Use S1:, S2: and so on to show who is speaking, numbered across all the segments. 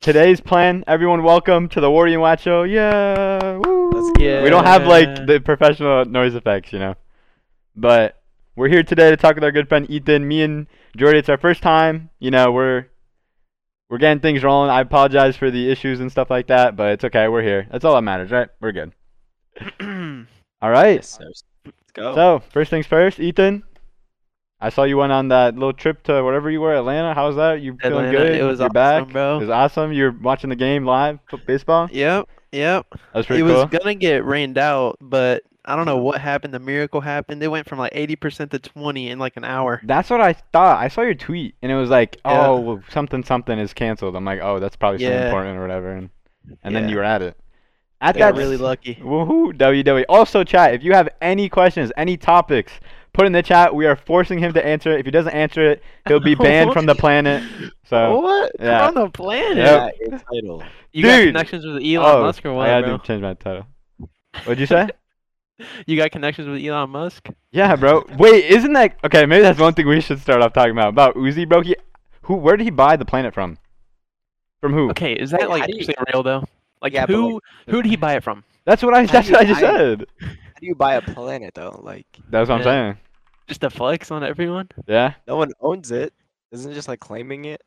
S1: today's plan. Everyone, welcome to the Warrior Watch Show. Yeah, woo.
S2: Let's get
S1: We don't have like
S2: it.
S1: the professional noise effects, you know, but we're here today to talk with our good friend Ethan. Me and Jordy, it's our first time. You know, we're we're getting things rolling. I apologize for the issues and stuff like that, but it's okay. We're here. That's all that matters, right? We're good. All right.
S2: Yes, sir. Let's go.
S1: So first things first, Ethan. I saw you went on that little trip to wherever you were, Atlanta. How was that? You feeling
S2: Atlanta,
S1: good?
S2: it was
S1: You're
S2: awesome,
S1: back.
S2: bro.
S1: It was awesome. You're watching the game live, fo- baseball.
S2: yep, yep.
S1: That was pretty
S2: It
S1: cool.
S2: was gonna get rained out, but I don't know what happened. The miracle happened. They went from like eighty percent to twenty in like an hour.
S1: That's what I thought. I saw your tweet, and it was like,
S2: Yeah.
S1: "Oh, well, something something is canceled." I'm like, "Oh, that's probably something
S2: Yeah.
S1: important or whatever." And, and then
S2: Yeah.
S1: you were at it. At
S2: I got
S1: that
S2: really lucky.
S1: Woohoo! WW. Also, chat. If you have any questions, any topics, put in the chat. We are forcing him to answer it. If he doesn't answer it, he'll be banned from the planet. So,
S2: What? Come
S1: yeah.
S2: on the planet.
S1: Yep.
S3: your title.
S2: You got
S1: Dude.
S2: connections with Elon
S1: Oh,
S2: Musk or
S1: I
S2: what,
S1: had
S2: bro?
S1: to change my title. What'd you say?
S2: You got connections with Elon Musk?
S1: yeah, bro. Wait, isn't that okay? Maybe that's one thing we should start off talking about. About Uzi, bro. He, who? Where did he buy the planet from? From who?
S2: Okay, is
S3: Wait,
S2: that like
S3: how do you-
S2: actually real though? Like
S3: Yeah, but, like-
S2: who who did he buy it from?
S1: That's what I. That's
S3: do
S1: what I
S3: you-
S1: just
S3: I-
S1: said.
S3: How do you buy a planet though? Like
S1: That's what I'm
S2: Yeah.
S1: saying.
S2: Just to flex on everyone?
S1: Yeah.
S3: no one owns it. Isn't it just like claiming it?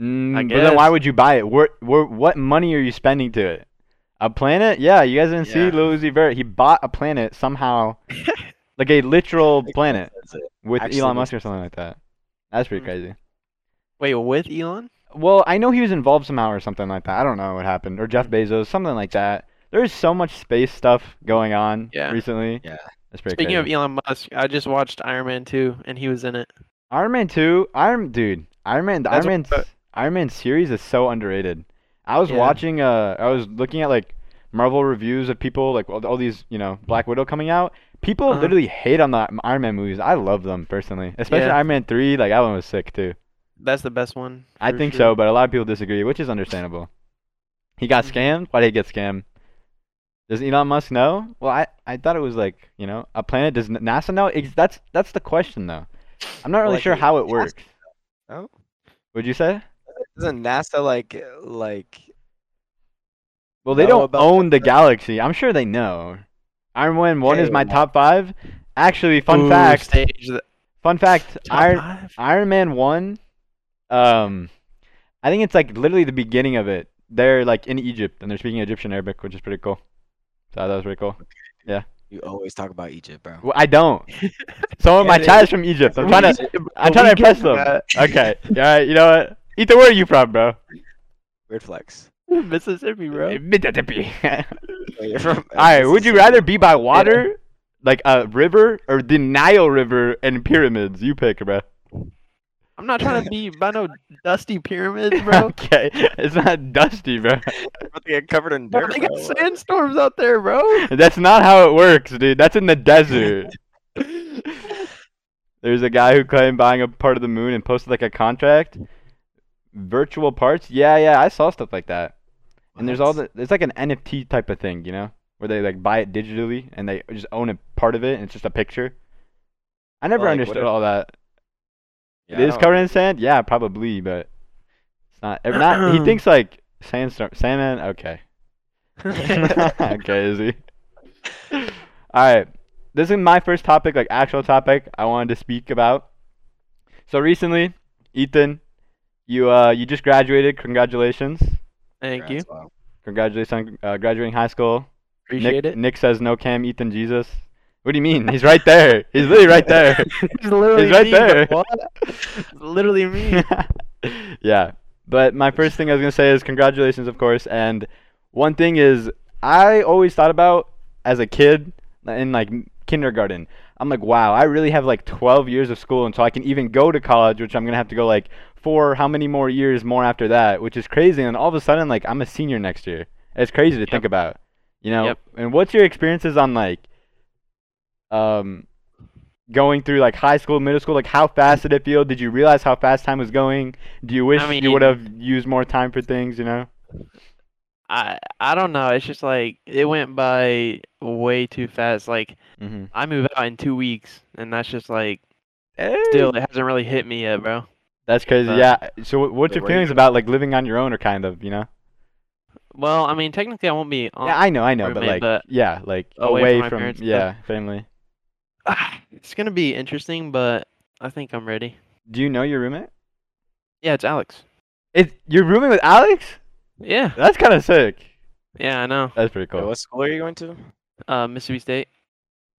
S1: Mm, But then why
S2: guess.
S1: would you buy it? Where, where, what money are you spending to it? A planet? Yeah, you guys didn't see
S2: Yeah.
S1: Lil Uzi Vert. He bought a planet somehow, like a literal
S3: Like,
S1: planet
S3: that's it.
S1: with
S3: actually
S1: Elon
S3: makes
S1: Musk or something like that. That's pretty
S2: Mm.
S1: crazy.
S2: Wait, with Elon?
S1: Well, I know he was involved somehow or something like that. I don't know what happened. Or Jeff Bezos, something like that. There's so much space stuff going on
S2: Yeah.
S1: recently.
S3: Yeah.
S1: That's pretty
S2: Speaking
S1: crazy.
S2: of Elon Musk, I just watched Iron Man 2 and he was in it.
S1: Iron Man 2, Iron dude, Iron Man, the
S2: That's
S1: Iron Man,
S2: what-
S1: s- Iron Man series is so underrated. I was
S2: Yeah.
S1: watching, uh, I was looking at like Marvel reviews of people, like all, all these, you know, Black Widow coming out. People
S2: Uh-huh.
S1: literally hate on the M- Iron Man movies. I love them personally, especially
S2: Yeah.
S1: Iron Man 3. Like that one was sick too.
S2: That's the best one.
S1: I
S2: for
S1: think
S2: sure.
S1: so, but a lot of people disagree, which is understandable. He got
S3: Mm-hmm.
S2: Mhm.
S1: scammed. Why did he get scammed? Does Elon Musk know? Well, I, I thought it was like you know a planet. Does N- NASA know? Ex- that's that's the question though. I'm not really
S3: Like,
S1: sure
S3: it-
S1: how it
S3: it has
S1: works.
S3: know. Oh.
S1: Would you say?
S3: Doesn't NASA like uh, like
S1: Well, they
S3: know
S1: don't
S3: about
S1: own
S3: the-
S1: the galaxy. I'm sure they know. Iron Man One is
S3: Okay,
S1: my
S3: well-
S1: top five. Actually, fun
S2: Ooh,
S1: fact.
S2: Stage the-
S1: Fun fact.
S2: top
S1: Iron
S2: five?
S1: Iron Man One. Um, I think it's like literally the beginning of it. They're like in Egypt and they're speaking Egyptian Arabic, which is pretty cool. So that was pretty cool.
S3: you always talk about Egypt, bro?
S1: Well, I don't. Some of
S3: Yeah,
S1: my
S3: they-
S1: chat is from Egypt. I'm
S2: We
S1: trying to.
S2: get-
S1: I'm
S2: we
S1: trying to
S2: get
S1: impress them.
S2: that.
S1: Okay. All right. You know what? Ethan, where are you from, bro?
S3: Weird flex.
S2: Mississippi, bro.
S1: Mississippi.
S3: Wait, you're from-
S1: All right, would you
S3: Mississippi.
S1: rather be by water, like a river, or the Nile River and pyramids? You pick, bro.
S2: I'm not trying to be by no dusty pyramids, bro.
S1: okay, it's not dusty, bro.
S3: But they get covered in
S2: Bro,
S3: dirt.
S2: they got
S3: bro.
S2: sandstorms out there, bro.
S1: That's not how it works, dude. That's in the desert. There's a guy who claimed buying a part of the moon and posted like a contract, virtual parts. Yeah, yeah, I saw stuff like that. And there's all the it's like an NFT type of thing, you know, where they like buy it digitally and they just own a part of it and it's just a picture. I never
S3: Like, what
S1: understood
S3: if-
S1: all that.
S3: Yeah, I
S1: it is
S3: don't-
S1: covered in sand. Yeah, probably, but it's not. eh, Not he thinks like sandstorm, sandman. Okay, okay, is he? All right, this is my first topic, like actual topic I wanted to speak about. So recently, Ethan, you uh you just graduated. Congratulations,
S2: Thank you.
S3: Congrats, wow.
S1: congratulations on uh, graduating high school.
S2: Appreciate
S1: Nick, Nick says no cam, Ethan Jesus. What do you mean? He's right there. He's literally right there.
S2: it. It's literally
S1: He's right
S2: me, bro.
S1: there.
S2: What? It's literally me.
S1: yeah. But my first thing I was gonna say is congratulations, of course. And one thing is, I always thought about as a kid in like kindergarten. I'm like, wow, I really have like 12 years of school until I can even go to college, which I'm gonna have to go like four, how many more years more after that, which is crazy. And all of a sudden, like I'm a senior next year. It's crazy to think about, you know.
S2: Yep.
S1: And what's your experiences on like, um, going through like high school, middle school, like how fast did it feel? Did you realize how fast time was going? Do you wish you would have used more time for things? You know.
S2: I I don't know. It's just like it went by way too fast. Like
S1: Mm-hmm.
S2: I move out in two weeks, and that's just like still it hasn't really hit me yet, bro.
S1: That's crazy.
S2: Uh,
S1: yeah. So wh- what's
S3: the
S1: your
S3: way you
S1: feelings about like living on your own or kind of, you know?
S2: Well, I mean, technically, I won't be. On,
S1: Yeah, I know, I know, but
S2: roommate,
S1: like
S2: but
S1: yeah, like
S2: away
S1: away
S2: from my
S1: from,
S2: parents, but-
S1: yeah, family.
S2: it's gonna be interesting, but I think I'm ready.
S1: Do you know your roommate?
S2: Yeah, it's Alex.
S1: It you're rooming with Alex?
S2: Yeah,
S1: That's kind of sick.
S2: yeah, I know.
S1: That's pretty
S3: Wait,
S1: cool.
S3: what school are you going to?
S2: Uh, Mississippi State,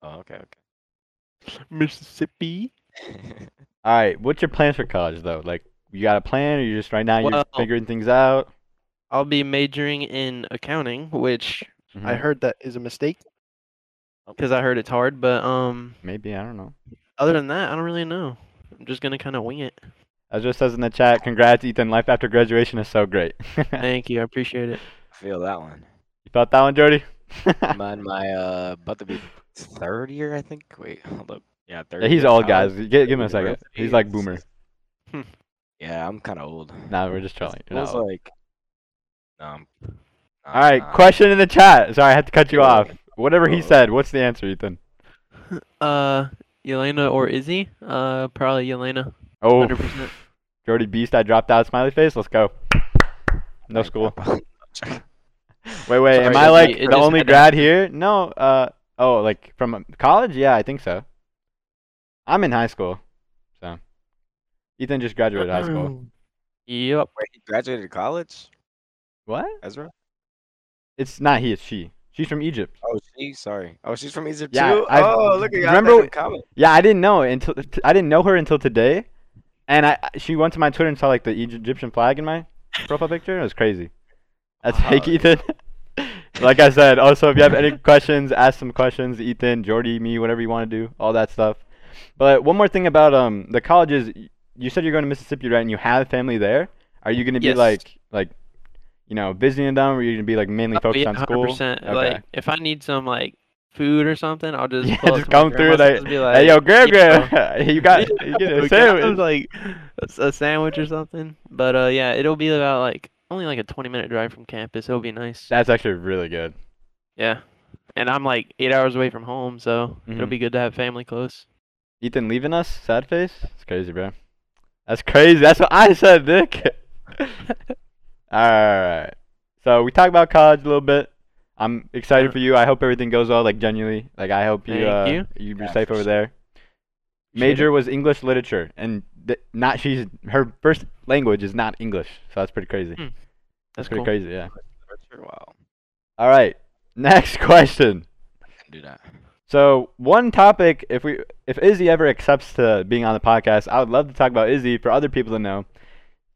S3: Oh, okay, okay.
S2: Mississippi.
S1: All right, what's your plans for college though? Like you got a plan or you just right now you're
S2: Well-
S1: figuring things out?
S2: I'll be majoring in accounting, which I
S1: Mhm.
S2: heard that is a mistake
S1: Oh.
S2: because I heard it's hard. But um,
S1: Maybe, I don't know.
S2: other than that, I don't really know. I'm just gonna kind of wing it.
S1: As just says in the chat, congrats Ethan, life after graduation is so great. you
S2: Thank you, I appreciate it.
S3: Feel that one.
S1: felt that one, Jody?
S3: I'm on my uh, about to be third year, I think. Wait, hold up. Yeah, third.
S1: Yeah, he's
S3: year
S1: old,
S3: college.
S1: guys. Gi- Give, him a second.
S3: University
S1: He's like
S3: is-
S1: boomer.
S3: Yeah, I'm kind of old.
S1: Nah, we're just trolling.
S3: It
S1: You're not
S3: was
S1: old.
S3: like. No, I'm. nah,
S1: All right,
S3: nah.
S1: question in the chat. Sorry, I had to cut you
S3: Yeah.
S1: off. Whatever he
S3: Uh-oh.
S1: said, what's the answer, Ethan?
S2: Uh, Yelena or Izzy? Uh, probably Yelena.
S1: Oh,
S2: 100%.
S1: Jody Beast, I dropped out. Smiley face. Let's go. No
S3: Thank
S1: school.
S3: God.
S1: Wait, wait. Am
S2: Sorry,
S1: I
S2: Jody,
S1: like
S2: it
S1: the
S2: just
S1: only
S2: had to
S1: grad here? No. Uh. Oh, like from um, college? Yeah, I think so. I'm in high school, so Ethan just graduated high school.
S2: Yep.
S3: Wait, he graduated college,
S1: What?
S3: Ezra?
S1: It's not he. It's she. She's from Egypt.
S3: Oh, she. Sorry. Oh, she's from Egypt
S1: Yeah,
S3: too.
S1: I-
S3: oh, look at you.
S1: remember
S3: Remember
S1: w- Yeah, I didn't know until t- I didn't know her until today, and I I- she went to my Twitter and saw like the Egy- Egyptian flag in my profile picture. It was crazy. That's
S3: Wow.
S1: fake, Ethan. like I said, also if you have any questions, ask some questions, Ethan, Jordy, me, whatever you want to do, all that stuff. But one more thing about um the colleges, y- you said you're going to Mississippi, right? And you have family there. Are you going to be
S2: Yes.
S1: like like, you know, visiting them, or are you going to be like mainly
S2: Oh,
S1: focused
S2: yeah,
S1: on school?
S2: 100%.
S1: Okay.
S2: Like, if I need some like food or something, I'll just
S1: Yeah,
S2: pull up
S1: just
S2: to my
S1: come through,
S2: grandma's
S1: like,
S2: and be
S1: hey, yo, Greg,
S2: yo.
S1: you got you get a
S2: "Grandma's,
S1: sandwich.
S2: like a s- a sandwich or something. But uh, yeah, it'll be about like only like a 20 minute drive from campus. It'll be nice.
S1: That's actually really good.
S2: Yeah, and I'm like eight hours away from home, so it'll
S1: Mhm.
S2: be good to have family close.
S1: Ethan leaving us, sad face. It's crazy, bro. That's crazy. That's what I said, Nick. All right. So we talked about college a little bit. I'm excited
S2: Yeah.
S1: for you. I hope everything goes well. Like genuinely, like I hope you
S2: Thank
S1: uh,
S2: you.
S1: you're
S3: Yeah,
S1: safe
S3: for
S1: over
S3: sure.
S1: there.
S2: Appreciate it.
S1: Major was English literature, and th- not she's her first language is not English, so that's pretty crazy.
S2: Hmm. That's
S1: pretty
S2: cool.
S1: crazy, yeah.
S3: Wow,
S1: All right. Next question.
S3: can do that.
S1: So one topic, if we if Izzy ever accepts to being on the podcast, I would love to talk about Izzy for other people to know,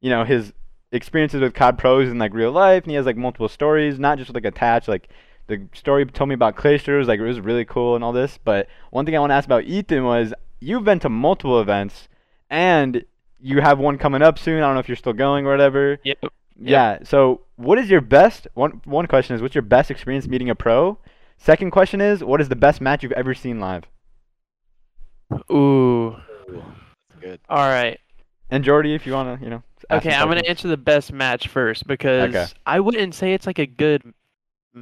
S1: you know, his experiences with COD pros in like real life, and he has like multiple stories, not just like attached. Like the story told me about Clayster was like it was really cool and all this. But one thing I want to ask about Ethan was you've been to multiple events, and you have one coming up soon. I don't know if you're still going or whatever.
S2: Yep.
S1: Yeah. So, what is your best one? One question is, what's your best experience meeting a pro? Second question is, what is the best match you've ever seen live?
S2: Ooh.
S3: Good.
S2: All right.
S1: And Jordy, if you wanna, you know. ask
S2: Okay,
S1: some
S2: I'm gonna
S1: questions.
S2: answer the best match first because I wouldn't say it's like a good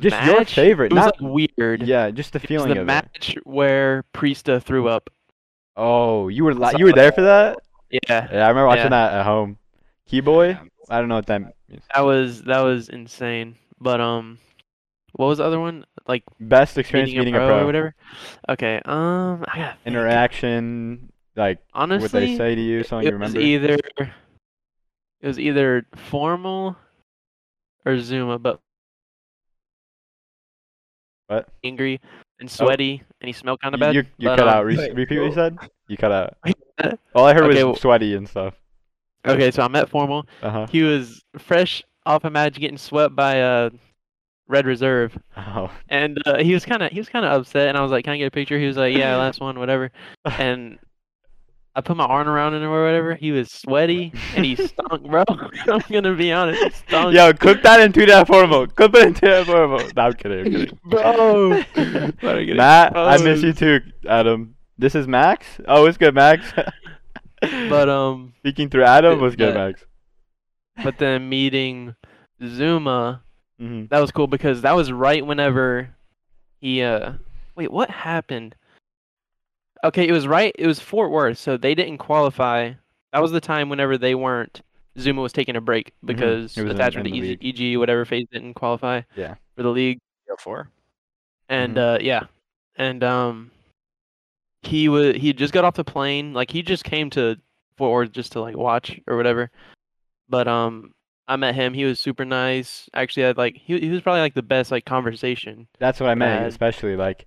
S1: Just
S2: match.
S1: your favorite,
S2: It was
S1: not-
S2: like weird.
S1: Yeah, just the
S2: It was
S1: feeling of
S2: the
S1: it.
S2: match where Priesta threw up.
S1: Oh, you were li- you were there for that?
S2: Yeah,
S1: Yeah, I remember watching
S2: Yeah.
S1: that at home. Keyboy.
S3: Yeah.
S1: I don't know what that means.
S2: that was that was insane. But um, what was the other one? Like
S1: Best experience meeting, a, pro
S2: or whatever. Okay. Um, I gotta think.
S1: Interaction, like what
S2: Honestly,
S1: they say to you, something
S2: it
S1: you
S2: was
S1: remember.
S2: either it was either formal or Zuma, but
S1: What? Oh.
S2: angry and sweaty, and he smelled kind of
S1: You-
S2: bad.
S1: you you
S2: but,
S1: cut
S2: um,
S1: out. Re-
S3: Wait,
S1: repeat what you
S3: whoa.
S1: said. You cut out. All I heard
S2: Okay,
S1: was
S2: well-
S1: sweaty and stuff.
S2: Okay, so I met formal.
S1: Uh
S2: He was fresh off a match, getting swept by uh, Red Reserve.
S1: huh.
S2: and uh, he was kind of he was kind of upset and i was like can i get a picture he was like yeah last one whatever and i put my arm around him or whatever he was sweaty and he stunk bro i'm gonna be honest he stunk
S1: Yo, clip that into that formal. Clip it into that formal. No, I'm kidding. I'm kidding.
S2: bro But I get
S1: Matt, I miss you
S2: exposed.
S1: too, Adam. This is Max. Oh, it's good, Max.
S2: but um
S1: Speaking through Adam was good,
S2: but-
S1: Max.
S2: but then meeting zuma
S1: hmm
S2: that was cool because that was right whenever he uh wait what happened okay it was right it was fort worth so they didn't qualify that was the time whenever they weren't. Zuma was taking a break because
S1: Mm-hmm. It was in-
S2: attachment
S1: in
S2: to E
S1: the
S2: EG, EG, whatever phase didn't qualify.
S1: Yeah. Mm-hmm.
S2: For the league,
S3: Go for.
S2: and uh, yeah, and um, he was he just got off the plane. Like he just came to Fort Worth just to like watch or whatever. But um, I met him. He was super nice. Actually, I had like he he was probably like the best like conversation.
S1: That's what I meant,
S2: Bad.
S1: especially like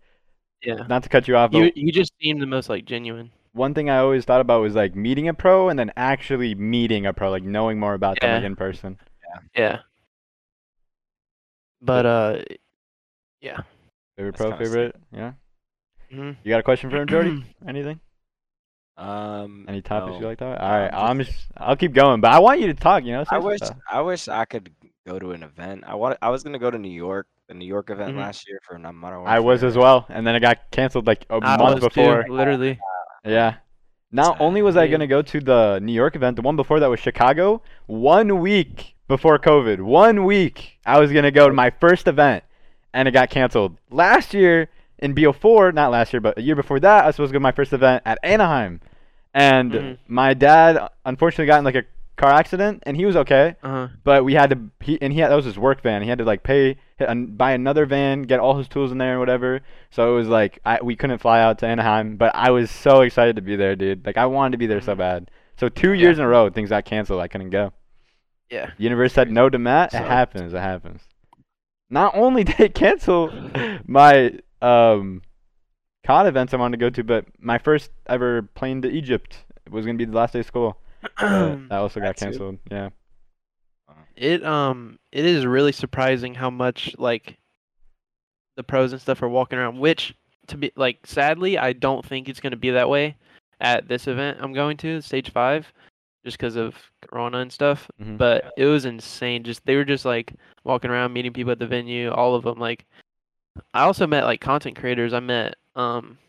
S2: Yeah.
S1: not to cut you off, but
S2: He he just seemed the most like genuine.
S1: one thing I always thought about was like meeting a pro and then actually meeting a pro, like knowing more about them like,
S2: Yeah.
S1: in person.
S2: Yeah. But uh, yeah.
S1: Favorite
S3: That's
S1: pro,
S3: kinda sick.
S1: favorite, yeah.
S2: Mhm.
S1: You got a question for him, Jordy? Anything?
S3: Um,
S1: Any topics you
S3: no.
S1: like that?
S3: no,
S1: All right,
S3: I'm
S1: I'm just, I'll keep going, but I want you to talk. You know,
S3: I
S1: say some
S3: wish
S1: stuff.
S3: I wish I could go to an event. I want. I was gonna go to New York, the New York event
S2: Mhm.
S3: last year for not Modern
S1: Mm-hmm. I was
S3: Warfare.
S1: as well, and then it got canceled like a
S2: I
S1: month
S2: was too,
S1: before.
S2: literally.
S1: Yeah. Not only was I
S2: Dude.
S1: gonna go to the New York event, the one before that was Chicago. One week before COVID, one week I was gonna go to my first event, and it got canceled. Last year in BO4, not last year, but a year before that, I was supposed to go to my first event at Anaheim, and
S2: Mhm.
S1: my dad unfortunately got in like a car accident, and he was okay,
S2: Uh huh.
S1: but we had to he and he had that was his work van. He had to like pay hit an- buy another van, get all his tools in there and whatever. So it was like I we couldn't fly out to Anaheim, but I was so excited to be there, dude. Like I wanted to be there so
S3: Mm-hmm.
S2: Mhm.
S1: bad. So two years in a row, things got canceled. I couldn't go.
S2: Yeah.
S1: The universe said no to Matt.
S3: So-
S1: It happens. It happens. Not only did it cancel my um, COD events I wanted to go to, but my first ever plane to Egypt was gonna be the last day of school. But that also got
S3: That too?
S1: canceled. Yeah.
S2: It um it is really surprising how much like the pros and stuff are walking around, which to be like sadly I don't think it's gonna be that way at this event I'm going to, stage five, just because of corona and stuff.
S1: Mhm.
S2: But it was insane. Just they were just like walking around, meeting people at the venue, all of them like I also met like content creators. I met um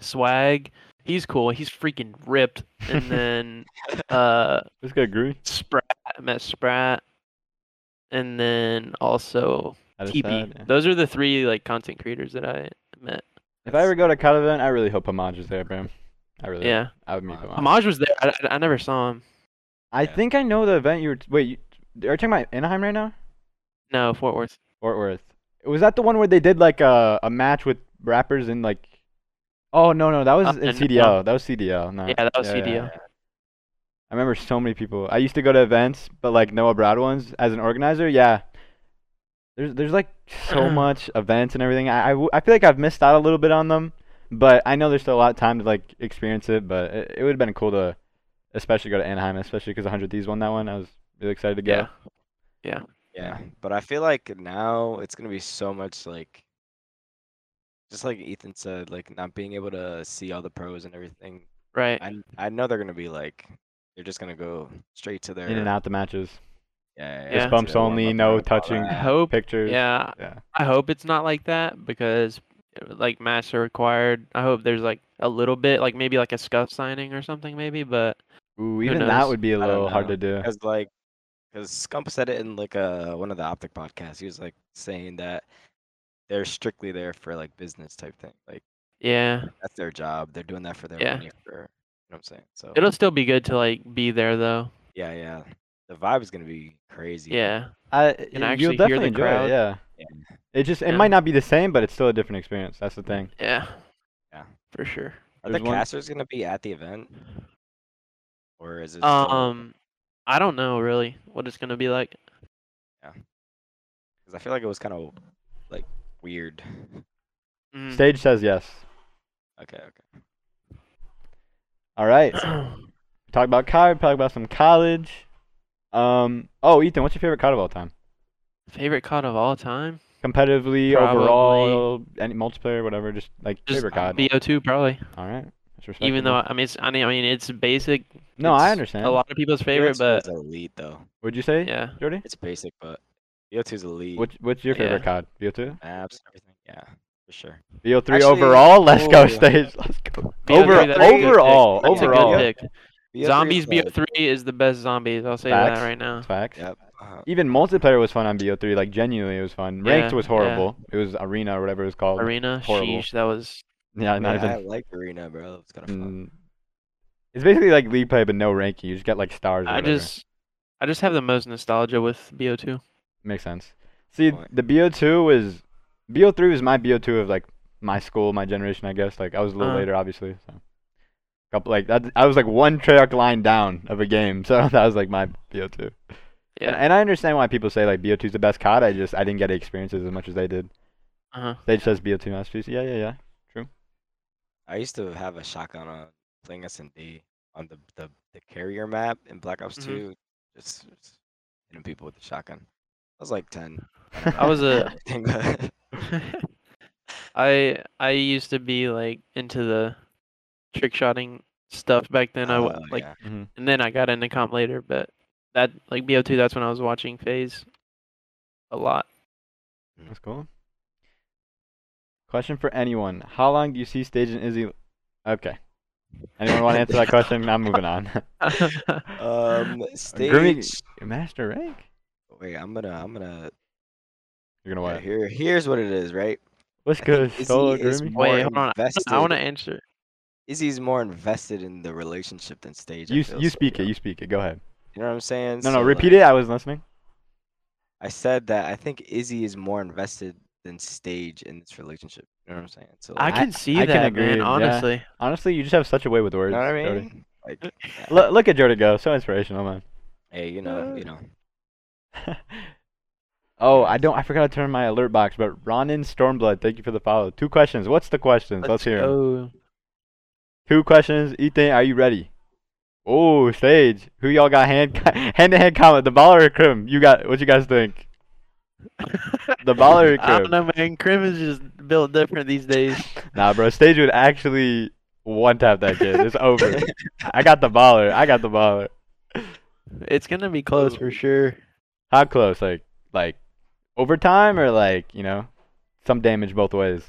S2: Swag. He's cool. He's freaking ripped. And then uh
S1: Let's go, Groovy.
S2: Sprat. I met Sprat, and then also
S1: That is
S2: TP.
S1: sad, yeah.
S2: Those are the three like content creators that I met.
S1: If I ever go to Cod event, I really hope Homage is there, bro. I really.
S2: Yeah,
S1: I would meet
S3: Homage.
S1: Homage.
S2: Amaj was there. I, I, I never saw him.
S1: I
S3: Yeah.
S1: think I know the event you were. Wait, you, are you talking about Anaheim right now?
S2: No, Fort Worth.
S1: Fort Worth. Was that the one where they did like a a match with rappers in like? Oh no no that was
S2: Uh,
S1: in
S2: no.
S1: CDL. That was CDL. Not,
S2: Yeah, that was CDO.
S1: I remember so many people. I used to go to events, but like no abroad ones as an organizer. Yeah. There's there's like so much events and everything. I, I, w- I feel like I've missed out a little bit on them, but I know there's still a lot of time to like experience it. But it, it would have been cool to, especially go to Anaheim, especially because 100 Thieves won that one. I was really excited to go.
S2: Yeah.
S3: Yeah,
S1: Yeah.
S3: but I feel like now it's gonna be so much like, just like Ethan said, like not being able to see all the pros and everything.
S2: Right.
S3: I I know they're gonna be like, they're just gonna go straight to their
S1: In and out the matches,
S3: Yeah, yeah,
S2: Fist
S3: to
S1: bumps
S3: their
S1: only,
S3: warm-up
S1: no
S3: round, all
S1: touching.
S2: I
S3: that.
S2: hope.
S1: pictures.
S2: Yeah,
S1: Yeah.
S2: I hope it's not like that because like master required. I hope there's like a little bit, like maybe like a scuff signing or something, maybe. But
S1: Ooh, even that
S2: knows?
S1: would be a
S3: I don't
S1: little hard
S3: know.
S1: to do.
S3: Because like, because Scump said it in like a one of the optic podcasts. He was like saying that they're strictly there for like business type thing. Like
S2: yeah,
S3: that's their job. They're doing that for their
S2: Yeah.
S3: money. For you know what I'm saying. So
S2: it'll still be good to like be there though.
S3: yeah, yeah. The vibe is gonna be crazy.
S2: Yeah.
S1: I
S2: can
S1: y-
S2: actually
S1: you'll
S2: hear
S1: definitely
S2: the
S1: enjoy
S2: crowd.
S1: it. Yeah.
S3: Yeah.
S1: It just it
S2: Yeah.
S1: might not be the same, but it's still a different experience. That's the thing.
S2: Yeah.
S3: Yeah.
S2: For sure.
S3: Are
S1: There's
S3: the
S1: one-
S3: casters gonna be at the event, or is it? still-
S2: Um, I don't know really what it's gonna be like.
S3: 'cause I feel like it was kind of like weird.
S2: Mm.
S1: Stage says yes.
S3: Okay, okay.
S1: All right. Talk about college. Talk about some college. Um. Oh, Ethan, what's your favorite COD of all time?
S2: Favorite COD of all time?
S1: Competitively, overall, any multiplayer, whatever. Just like
S2: Just
S1: favorite COD.
S2: BO2 probably.
S1: all right. That's respectable.
S2: Even though I mean, it's, I mean, I mean, it's basic.
S1: no, I
S2: it's
S1: understand.
S2: A lot of people's favorite,
S3: BO2
S2: but
S3: is elite though.
S1: Would you say,
S2: yeah,
S1: Jordy?
S3: It's basic, but BO2 is elite.
S1: What's what's your favorite
S2: Yeah.
S1: COD? BO2.
S3: maps, everything. Yeah, for sure.
S1: BO3
S3: Actually,
S1: overall. Let's go
S3: oh.
S1: stage. Let's go.
S2: BO3,
S1: Over,
S2: that's a good pick.
S1: overall,
S2: That's a good
S1: overall.
S2: pick.
S3: BO3
S2: Zombies
S3: is like-
S2: BO3 is the best zombies. I'll say
S1: Facts.
S2: that right now.
S1: Facts.
S3: Yep. uh,
S1: Even multiplayer was fun on BO3. Like genuinely, it was fun. Ranked
S2: Yeah,
S1: was
S2: yeah.
S1: horrible. It was arena or whatever it was called.
S2: Arena,
S1: Oh, horrible.
S2: sheesh, that was
S1: Yeah, not
S3: yeah, I
S1: even.
S3: like arena, bro. It's kind of fun.
S1: Mm, It's basically like league play, but no ranking. You just get like stars. Or
S2: I
S1: whatever.
S2: just I just have the most nostalgia with BO2.
S1: Makes sense. See,
S3: Point.
S1: the BO2 was BO3 was my BO2 of like my school, my generation, I guess. Like I was a little
S2: Uh-huh.
S1: later, obviously. So, couple like that, I was like one Treyarch line down of a game, so that was like my BO2.
S2: Yeah.
S1: And, and I understand why people say like BO2 is the best COD. I just I didn't get experiences as much as they did.
S2: Uh-huh.
S1: They just says BO2 masterpiece. Yeah, yeah, yeah.
S3: I used to have a shotgun on playing D on the, the the carrier map in Black Ops
S2: Mhm.
S3: 2, just, just hitting people with the shotgun. I was like 10.
S2: I was a
S3: think that-
S2: I I used to be like into the trick shotting stuff back then. I
S1: Ah,
S2: w-
S3: Oh,
S2: like
S3: yeah.
S2: and then I got into comp later, but that like BO2 that's when I was watching Phase a lot.
S1: That's cool. Question for anyone: How long do you see Stage and Izzy? Okay. Anyone want to answer that question? I'm moving on.
S3: Um, stage.
S1: Grimmy- Master rank.
S3: Wait, I'm gonna, I'm gonna.
S1: You're gonna
S3: yeah,
S1: what?
S3: Here, here's what it is, right?
S1: What's
S3: I think
S1: good? Solo
S3: Izzy is
S1: Grimmy?
S3: more
S2: Wait, hold on.
S3: invested.
S2: I want to answer.
S3: Izzy's more invested in the relationship than stage. I
S1: You
S3: feel,
S1: you
S3: so,
S1: speak it. You speak it. Go ahead.
S3: You know what I'm saying?
S1: No, no.
S3: So,
S1: Repeat
S3: like,
S1: it. I was listening.
S3: I said that I think Izzy is more invested than stage in this relationship. You know what I'm saying? So
S2: I
S3: like,
S2: can see
S1: I can
S2: that,
S1: agree,
S2: man.
S1: yeah.
S2: Honestly,
S1: Honestly, you just have such a way with
S3: you
S1: words.
S3: know what I
S1: Jody.
S3: mean? Like, yeah,
S1: Look, look at Jody go. So inspirational, man.
S3: hey, you know, you know.
S1: oh, I don't. I forgot to turn my alert box. But Ronin Stormblood, thank you for the follow. Two questions. What's the questions? Let's, hear 'em.
S2: go.
S1: Two questions. Ethan, are you ready? Oh, stage. Who y'all got hand hand to hand combat? The baller or Krim? You got what you guys think? The baller or
S2: I don't
S1: Krim?
S2: know, man. Crim is just built different these days.
S1: Nah, bro. Stage would actually one tap that kid. It's over. I got the baller. I got the baller.
S2: It's gonna be close for sure.
S1: How close? Like like overtime or like you know some damage both ways.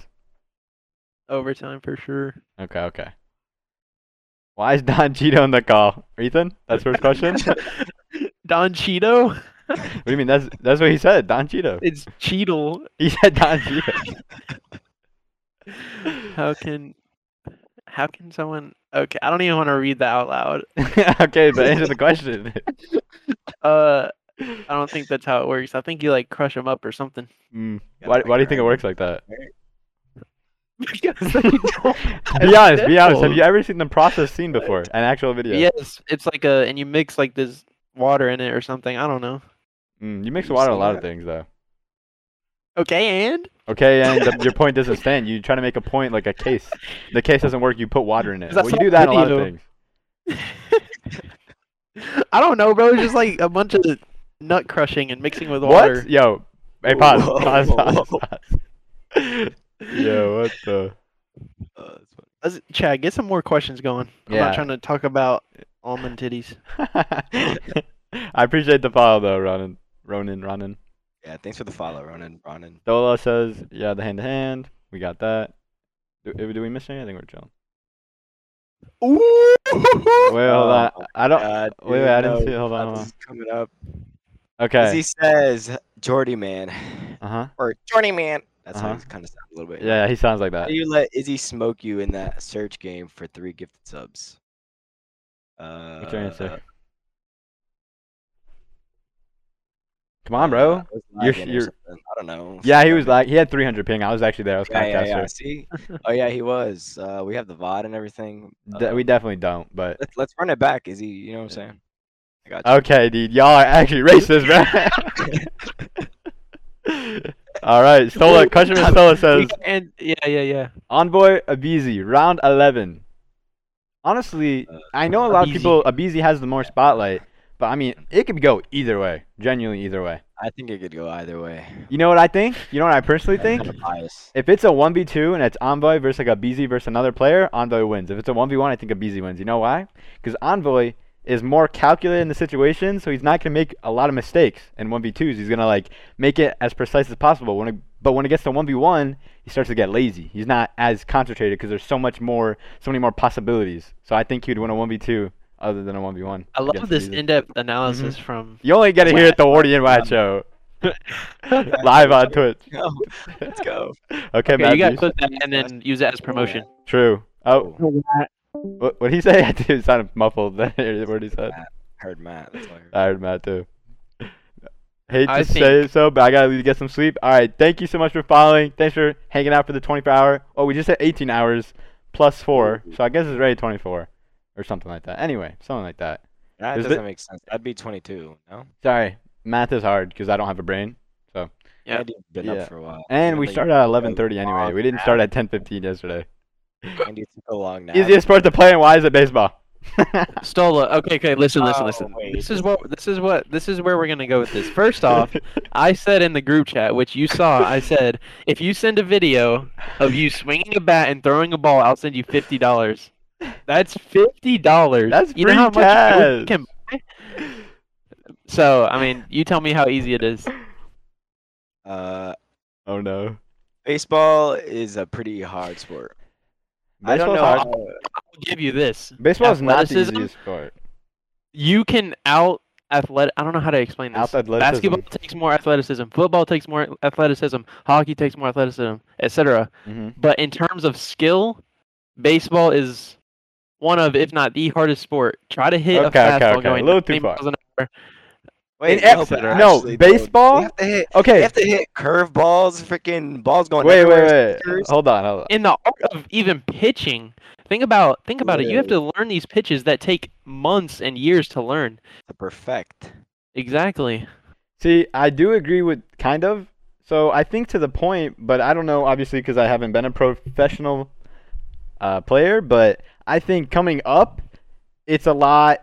S2: Overtime for sure.
S1: Okay, okay. Why is Don Cheeto on the call? Ethan, that's first question. what
S2: Don Cheeto?
S1: do you mean? That's that's what he said. Don Cheeto.
S2: It's Cheetle.
S1: He said Don Cheeto.
S2: How can how can someone okay, I don't even want to read that out loud.
S1: okay, but answer the question.
S2: Uh I don't think that's how it works. I think you like crush them up or something.
S1: Mm.
S3: Gotta
S1: Why,
S3: think
S1: why do you think it
S3: around.
S1: works like that?
S2: Because they don't-
S1: Be honest, be honest. Have
S2: difficult.
S1: you ever seen the process seen before? An actual video?
S2: Yes, it's like a and you mix like this water in it or something. I don't know.
S1: Mm, you mix
S3: You've
S1: water in a
S3: seen
S1: lot
S3: that.
S1: of things, though.
S2: Okay, and
S1: Okay, and the, your point doesn't stand. You try to make a point like a case. The case doesn't work. You put water in it.
S2: 'Cause I
S1: Well, you
S2: saw
S1: do
S2: a
S1: that in a lot of
S2: video.
S1: things.
S2: I don't know, bro. It's just like a bunch of nut crushing and mixing with water.
S1: What? Yo, hey, pause,
S3: Whoa,
S1: pause,
S3: whoa,
S1: pause,
S3: whoa.
S1: pause. Yo, what the?
S3: Uh, that's funny.
S2: Let's- Chad, get some more questions going. I'm
S1: Yeah.
S2: not trying to talk about almond titties.
S1: I appreciate the follow though, Ronan. Ronan, Ronan.
S3: yeah, thanks for the follow, Ronan. Ronan.
S1: Dola says, yeah, the hand to hand. We got that. Do, do we miss anything? I think we're chilling.
S2: Ooh!
S1: Wait, hold on.
S3: Oh,
S1: I don't.
S3: God,
S1: wait,
S3: dude,
S1: wait, I didn't
S3: no,
S1: see. Hold on. Hold
S3: this
S1: on.
S3: is coming up.
S1: Okay.
S3: Izzy says, "Jordy man,"
S1: Uh huh.
S3: or "Jordy man." That's how
S1: Uh-huh.
S3: he kind of sounds a little bit.
S1: Yeah, he sounds like
S3: How
S1: that.
S3: do you let Izzy smoke you in that search game for three gifted subs? Uh,
S1: What's your answer? Come on, bro.
S3: I was
S1: You're-
S3: lagging or
S1: you're-
S3: something. I don't know.
S1: Yeah, he was
S3: Fucking-
S1: like, he had 300 ping. I was actually there. I was
S3: Yeah,
S1: kind
S3: yeah,
S1: of
S3: yeah. See? Oh yeah, he was. Uh, we have the VOD and everything. Uh,
S1: We definitely don't, but
S3: let's let's run it back, Izzy. You know what I'm saying? I got you.
S1: okay, dude, y'all are actually racist, bro. All right, Stola. Question from Stola
S2: We
S1: says,
S2: can end- yeah, yeah, yeah.
S1: Envoy Abizi, round 11. Honestly,
S3: Uh,
S1: I know a lot of
S2: Abizi.
S1: people. Abizi has the more spotlight, but I mean, it could go either way. Genuinely, either way.
S3: I think it could go either way.
S1: You know what I think? You know what I personally think?
S3: I'm biased.
S1: If it's a 1v2 and it's Envoy versus like a BZ versus another player, Envoy wins. If it's a 1v1, I think a BZ wins. You know why? Because Envoy is more calculated in the situation, so he's not going to make a lot of mistakes in 1v2s. He's going to like make it as precise as possible. When it, but when it gets to 1v1, he starts to get lazy. He's not as concentrated because there's so much more, so many more possibilities. So I think he'd win a 1v2 other than a 1v1.
S2: I love
S1: against
S2: this
S1: BZ.
S2: in-depth
S3: Mm-hmm.
S2: analysis from
S1: you only get to hear it the Wardy and Wad show. Live on Twitch.
S3: Go. Let's go.
S1: Okay,
S2: Okay, you
S1: Matthews.
S2: gotta clip that and then use that as promotion.
S1: True. Oh, What what he say? I think it sounded muffled. there, what he said.
S3: Heard Matt. That's all I heard.
S1: I heard Matt too. Hate to
S2: I
S1: say it so, but I gotta leave to get some sleep. All right, thank you so much for following. Thanks for hanging out for the 24 hour. Oh, we just had 18 hours plus four, so I guess it's already 24 or something like that. Anyway, something like that.
S3: That
S1: Is the-
S3: doesn't make sense. I'd be 22. No.
S1: Sorry, math is hard because I don't have a brain.
S2: Yeah.
S3: Andy's been
S1: Yeah.
S3: up for a while.
S1: And we
S3: Really,
S1: started at 11:30 anyway.
S3: long
S1: We didn't start at 10:15 yesterday.
S3: Andy took a long nap.
S1: Easiest sport to play, and why is it baseball?
S2: Stola. Okay, okay. Listen, listen,
S3: Oh,
S2: listen.
S3: wait.
S2: This is what. This is what. This is where we're gonna go with this. First off, I said in the group chat, which you saw, I said if you send a video of you swinging a bat and throwing a ball, I'll send you fifty dollars. That's fifty dollars.
S1: That's
S2: you know how
S1: free
S2: much food
S1: cash.
S2: you can buy. So I mean, you tell me how easy it is.
S3: Uh,
S1: oh no.
S3: baseball is a pretty hard sport. I don't
S1: Baseball's
S3: know.
S1: hard.
S3: how-
S2: I'll give you this.
S1: Baseball is not the
S2: athleticism?
S1: easiest sport.
S2: You can out athletic. I don't know how to explain this.
S1: Athleticism.
S2: Basketball takes more athleticism. Football takes more athleticism. Hockey takes more athleticism, etc.
S1: hmm
S2: But in terms of skill, baseball is one of, if not the hardest sport. Try to hit
S1: Okay,
S2: a
S1: okay,
S2: fastball
S1: okay.
S2: going
S1: A little
S2: 20
S1: too far.
S2: miles an hour.
S3: Wait,
S1: ex-
S3: no, but
S1: no,
S3: actually, though,
S1: baseball?
S3: They have to hit. They
S1: Okay.
S3: have to hit curveballs, freaking balls going.
S1: Wait,
S3: everywhere,
S1: wait, wait.
S3: stickers.
S1: Hold on, hold on.
S2: In the art of even pitching, think about think about it. You have to learn these pitches that take months and years to learn.
S3: To perfect.
S2: Exactly.
S1: See, I do agree with kind of. So I think to the point, but I don't know, obviously, because I haven't been a professional uh, player. But I think coming up, it's a lot.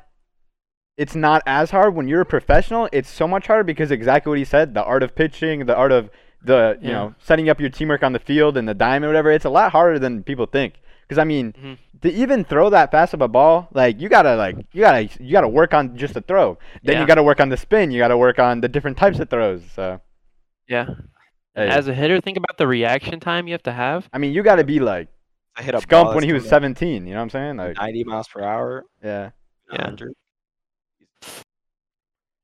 S1: It's not as hard when you're a professional. It's so much harder because exactly what he said: the art of pitching, the art of the you
S2: Yeah.
S1: know setting up your teamwork on the field and the diamond, whatever. It's a lot harder than people think. Because I mean,
S2: Mhm.
S1: to even throw that fast of a ball, like you gotta like you gotta you gotta work on just the throw. Then you
S2: Yeah.
S1: got to work on the spin. You got to work on the different types of throws. So,
S2: Yeah.
S1: hey,
S2: As a hitter, think about the reaction time you have to have.
S1: I mean, you got to be like
S3: I hit a ball
S1: Scump
S3: that's
S1: when he was
S3: coming
S1: 17. You know what I'm saying? Like,
S3: at 90 miles per hour.
S1: yeah.
S2: Yeah.
S3: 100.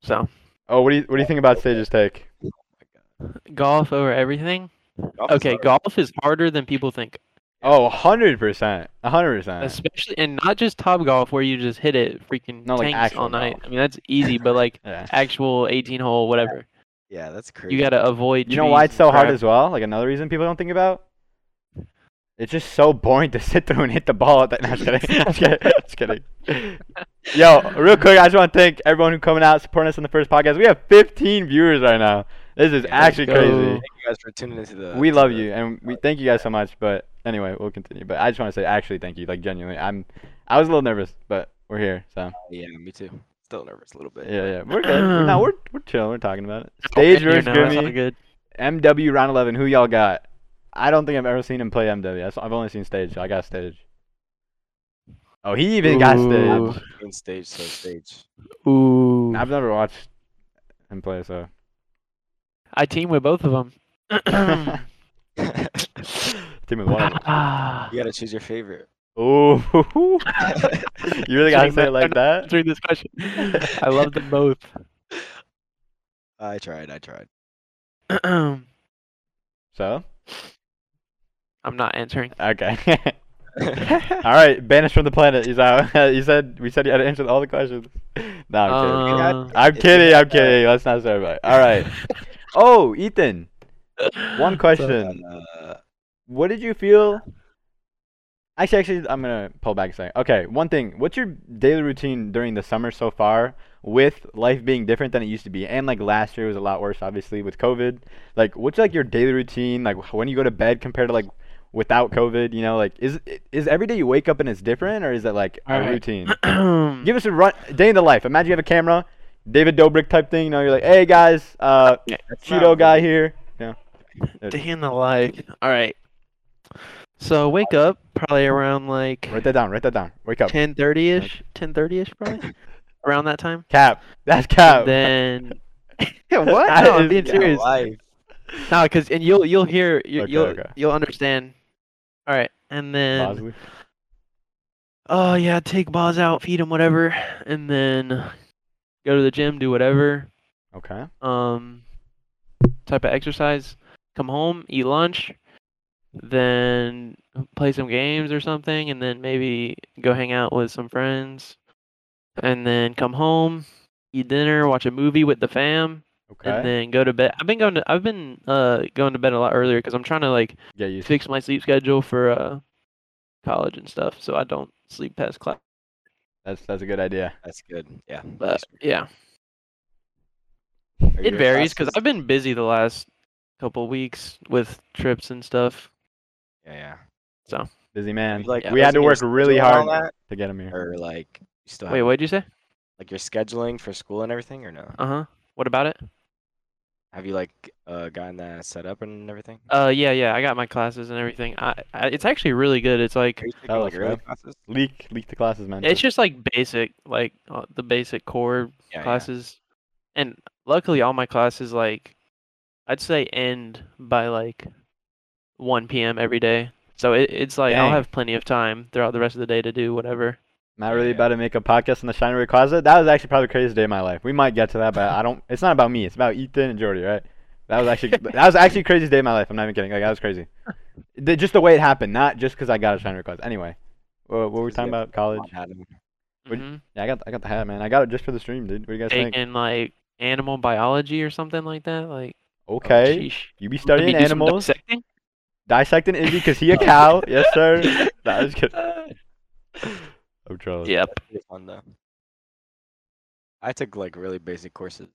S2: So
S1: Oh, what do you what do you think about Sage's take?
S2: golf over everything.
S3: Golf is
S2: Okay,
S3: hard.
S2: golf is harder than people think.
S1: Oh, 100 percent, 100 percent.
S2: especially and not just top golf where you just hit it freaking
S1: No, like,
S2: tanks
S1: actual
S2: all night.
S1: golf.
S2: I mean that's easy, but like
S1: Yeah.
S2: actual 18 hole whatever,
S3: Yeah, that's crazy.
S2: you gotta avoid.
S1: You know why
S2: trees
S1: it's so
S2: and
S1: hard
S2: crap.
S1: as well? Like another reason people don't think about. It's just so boring to sit through and hit the ball at that. No, I'm just kidding. I'm just kidding. I'm just kidding. Yo, real quick, I just want to thank everyone who coming out supporting us in the first podcast. We have 15 viewers right now. This is
S3: Yeah, let's
S1: actually
S2: go.
S1: crazy.
S3: Thank you guys for tuning into the.
S1: we
S3: to
S1: love
S3: the-
S1: you and we thank you guys so much but anyway we'll continue but i just want to say actually thank you like genuinely i'm i was a little nervous but we're here so
S3: Yeah, me too. Still nervous a little bit.
S1: yeah yeah we're good no we're, we're chilling we're talking about it stage
S2: Okay,
S1: versus
S2: no, it's all
S1: Grimmy,
S2: good.
S1: mw round 11 who y'all got i don't think i've ever seen him play mw That's- i've only seen stage so i got stage oh he even got
S2: Ooh.
S1: stage
S3: In stage, so stage.
S2: Ooh,
S1: i've never watched him play so
S2: I team with both of them.
S1: team with one
S3: You gotta choose your favorite.
S1: oh you really gotta
S2: Team
S1: say it like
S2: with-
S1: that
S2: Through this question, I love them both.
S3: I tried. I tried.
S2: I'm
S1: so
S2: not answering.
S1: okay All right, banished from the planet. He's out. you said we said you had to answer all the questions. no, I'm kidding.
S2: Uh,
S1: I'm kidding. I'm kidding. Let's not start about it. All right. Oh, Ethan, one question.
S3: uh,
S1: What did you feel? Actually, actually, I'm gonna pull back a second. Okay, one thing. What's your daily routine during the summer so far? With life being different than it used to be, and like last year was a lot worse, obviously with COVID. Like, what's like your daily routine? Like, when you go to bed compared to like without COVID? You know, like is is every day you wake up and it's different, or is it like a
S2: All right.
S1: routine?
S2: Um,
S1: Give us a run day in the life. Imagine you have a camera, David Dobrik type thing. You know, you're like, hey guys, uh,
S3: that's not
S1: Cheeto guy
S3: really-
S1: here.
S2: Day in the life. All right. So wake up probably around like
S1: Write that down. Write that down. Wake up.
S2: ten thirty ish, ten thirty ish probably, around that time.
S1: Cap. That's
S2: And
S1: cap.
S2: then Yeah, what?
S1: That
S2: No, I'm
S1: is-
S2: being
S1: yeah,
S2: serious.
S3: Life.
S2: No, because and you'll you'll hear you,
S1: Okay,
S2: you'll
S1: okay.
S2: you'll understand. All right, and then
S1: Bosley.
S2: oh yeah, take Boz out, feed him whatever, and then go to the gym, do whatever
S1: Okay.
S2: um type of exercise. Come home, eat lunch, then play some games or something, and then maybe go hang out with some friends, and then come home, eat dinner, watch a movie with the fam, and
S1: Okay.
S2: then go to bed. I've been going to I've been uh going to bed a lot earlier because I'm trying to like
S1: Yeah, you.
S2: fix my sleep schedule for uh college and stuff, so I don't sleep past uh, class.
S1: That's that's a good idea.
S3: That's good. Yeah.
S2: But yeah,
S3: Are
S2: it
S3: your
S2: varies because
S3: classes-
S2: I've been busy the last couple weeks with trips and stuff.
S3: Yeah, yeah.
S1: Busy man.
S3: You, like,
S1: we had to
S3: frozen your
S1: work really
S3: schedule and all
S1: hard to get him
S3: that,
S1: here.
S3: Or like, you still
S2: Wait,
S3: have
S2: what'd you say?
S3: like your scheduling for school and everything, or no?
S2: Uh huh. What about it?
S3: Have you like uh gotten that set up and everything?
S2: Uh, yeah, yeah. I got my classes and everything. I, I it's actually really good. It's like
S3: Are you taking
S1: Tell
S3: like
S1: us,
S3: early
S1: man.
S3: classes?
S1: Leak, leak the classes, man.
S2: it's just like basic, like uh, the basic core
S3: Yeah, yeah.
S2: classes, and luckily all my classes like, I'd say end by like, 1 p.m. every day. So it, it's like I'll
S1: Dang.
S2: have plenty of time throughout the rest of the day to do whatever.
S1: Not
S3: Yeah,
S1: really
S3: yeah.
S1: about to make a podcast in the Shinery Closet. That was actually probably the craziest day of my life. We might get to that, but I don't. It's not about me. It's about Ethan and Jordy, right? That was actually that was actually the craziest day of my life. I'm not even kidding. Like that was crazy. The- just the way it happened, not just because I got a Shinery Closet. Anyway, wha- what were we
S3: Just
S1: talking
S3: get
S1: about? College.
S3: Come on, Adam.
S1: Would-
S2: Mhm.
S1: Yeah, I got I got the hat, man. I got it just for the stream, dude. What do you guys think?
S2: Taking like animal biology or something like that. Like
S1: Okay,
S2: sheesh.
S1: you be
S2: Let me
S1: studying
S2: do some
S1: animals,
S2: dissecting?
S1: dissecting Izzy because he a cow. Yes, sir. Nah, I'm just kidding. I'm trolling.
S2: Yep.
S3: Pretty fun though. I took like really basic courses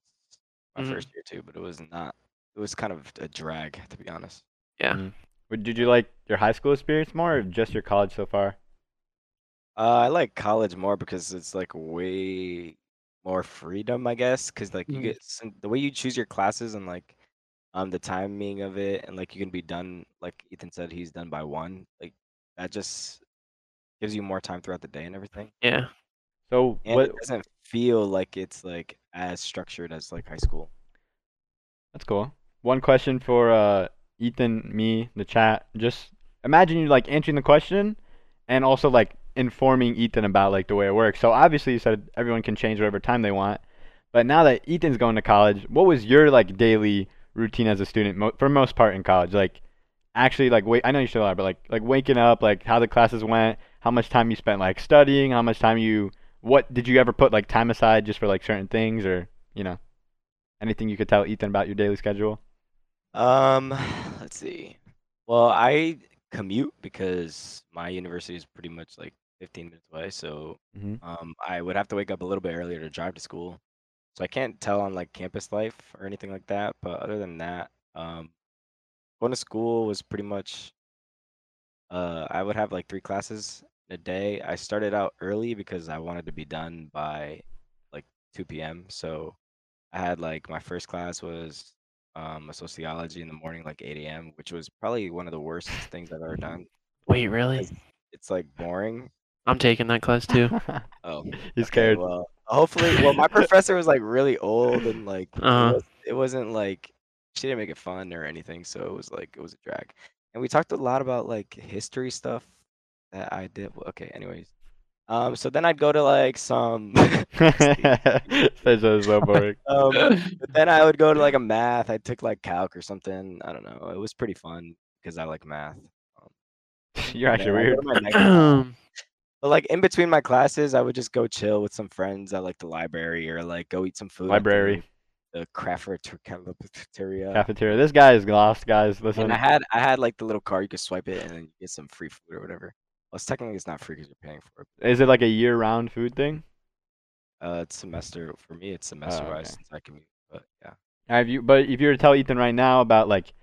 S3: my
S2: Mhm.
S3: first year too, but it was not. It was kind of a drag to be honest.
S1: Would- Did you like your high school experience more, or just your college so far?
S3: Uh, I like college more because it's like way more freedom, I guess. Because like you
S2: Mhm.
S3: get some, the way you choose your classes and like um the timing of it, and like you can be done. Like Ethan said, he's done by one. Like that just gives you more time throughout the day and everything.
S2: Yeah.
S1: So
S3: And
S1: what?
S3: it doesn't feel like it's like as structured as like high school.
S1: That's cool. One question for uh, Ethan, me, the chat. Just imagine you like answering the question, and also like informing Ethan about like the way it works. So obviously you said everyone can change whatever time they want, but now that Ethan's going to college, what was your like daily routine as a student mo- for most part in college? Like actually like wait, I know you still are, but like like waking up, like how the classes went, how much time you spent like studying, how much time you what did you ever put like time aside just for like certain things or you know anything you could tell Ethan about your daily schedule?
S3: Um, let's see. Well, I commute because my university is pretty much like 15 minutes away, so
S1: Mhm.
S3: um, I would have to wake up a little bit earlier to drive to school. So I can't tell on like campus life or anything like that. But other than that, um, going to school was pretty much. Uh, I would have like three classes in a day. I started out early because I wanted to be done by like 2 p.m. So I had like my first class was um, a sociology in the morning, like 8 a.m., which was probably one of the worst things I've ever done.
S2: Wait, really?
S3: It's like boring.
S2: I'm taking that class too.
S3: Oh,
S1: He's
S3: okay,
S1: scared.
S3: Well, hopefully, well, my professor was like really old and like it
S2: Uh-huh.
S3: was- it wasn't like she didn't make it fun or anything, so it was like it was a drag. And we talked a lot about like history stuff that I did. well, Okay, anyways. Um, so then I'd go to like some
S1: That's so boring.
S3: um, but then I would go to like a math. I took like calc or something. I don't know. It was pretty fun because I like math.
S1: You're
S3: And
S1: actually
S3: then
S1: weird.
S3: I'd go to my next class.
S2: Um,
S3: But like in between my classes, I would just go chill with some friends at like the library or like go eat some food. at the-
S1: Library,
S3: The cafeteria.
S1: cafeteria. This guy is lost, guys. Listen.
S3: And I had I had like the little card you could swipe it and then you get some free food or whatever. Well, it's technically it's not free because you're paying for it.
S1: Is it like a year-round food thing?
S3: Uh, it's semester for me. It's semester wise
S1: Oh, okay.
S3: since I commute. But yeah,
S1: Have you? But if you were to tell Ethan right now about like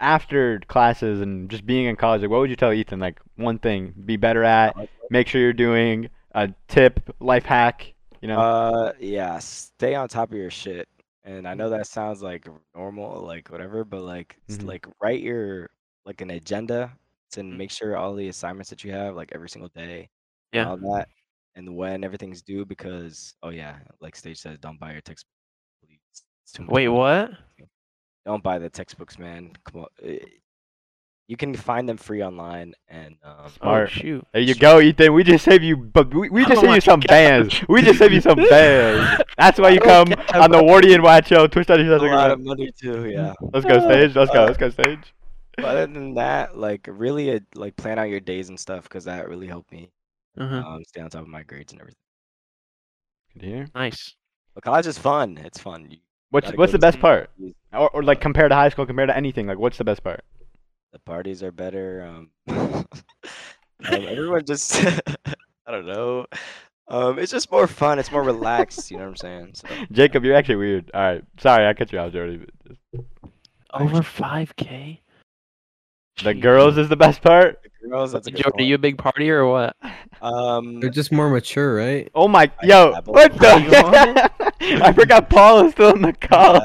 S1: after classes and just being in college, like what would you tell Ethan? Like one thing, be better at,
S3: College
S1: make sure you're doing, a tip, life hack. You know,
S3: Uh, yeah, stay on top of your shit. And I know that sounds like normal, like whatever, but like, s-
S1: Mhm.
S3: like write your like an agenda to
S2: Mm-hmm. Mm.
S3: make sure all the assignments that you have, like every single day, and
S2: Yeah.
S3: all that, and when everything's due. Because oh yeah, like Stage says, don't buy your textbook. Please. It's too much
S2: wait,
S3: money.
S2: what? Oh,
S3: Don't buy the textbooks, man. Come on, eh, you can find them free online, and um,
S2: Oh
S1: Smart.
S2: shoot.
S1: there you go, Ethan. We just save you, but we, we just
S2: Oh
S1: save
S2: my
S1: you some
S2: God.
S1: bands. We just save you some bands. That's why you
S3: Okay,
S1: come on the
S3: but-
S1: Wardian Watch Show. Twitch.
S2: Mm.
S3: a lot of money too. Yeah.
S1: Let's go stage. Let's go.
S3: Uh,
S1: Let's go stage.
S3: But other than that, like really, uh, like plan out your days and stuff because that really helped me
S1: Mm-hmm.
S2: Uh-huh.
S3: um, stay on top of my grades and everything.
S1: Good to hear.
S2: Nice.
S3: But college is fun. It's fun. You,
S1: What's
S3: Gotta
S1: what's the
S3: go to
S1: best
S2: school.
S1: part?
S3: you-
S1: Or, or like compared to high school, compared to anything, like what's the best part?
S3: the parties are better. Um, um, everyone just, I don't know. Um, it's just more fun. It's more relaxed. You know what I'm saying? So
S1: Jacob, you're actually weird. All right, sorry, I cut you off, Jody. but just-
S2: Over 5K?
S1: The girls is the best part.
S3: the girls, that's a good
S2: Joe, are
S3: point.
S2: you a big party or what?
S3: Um,
S4: They're just more mature, right?
S1: Oh my,
S3: I
S1: yo,
S3: dabble.
S1: what the?
S2: Are
S1: I forgot Paul is still in the call.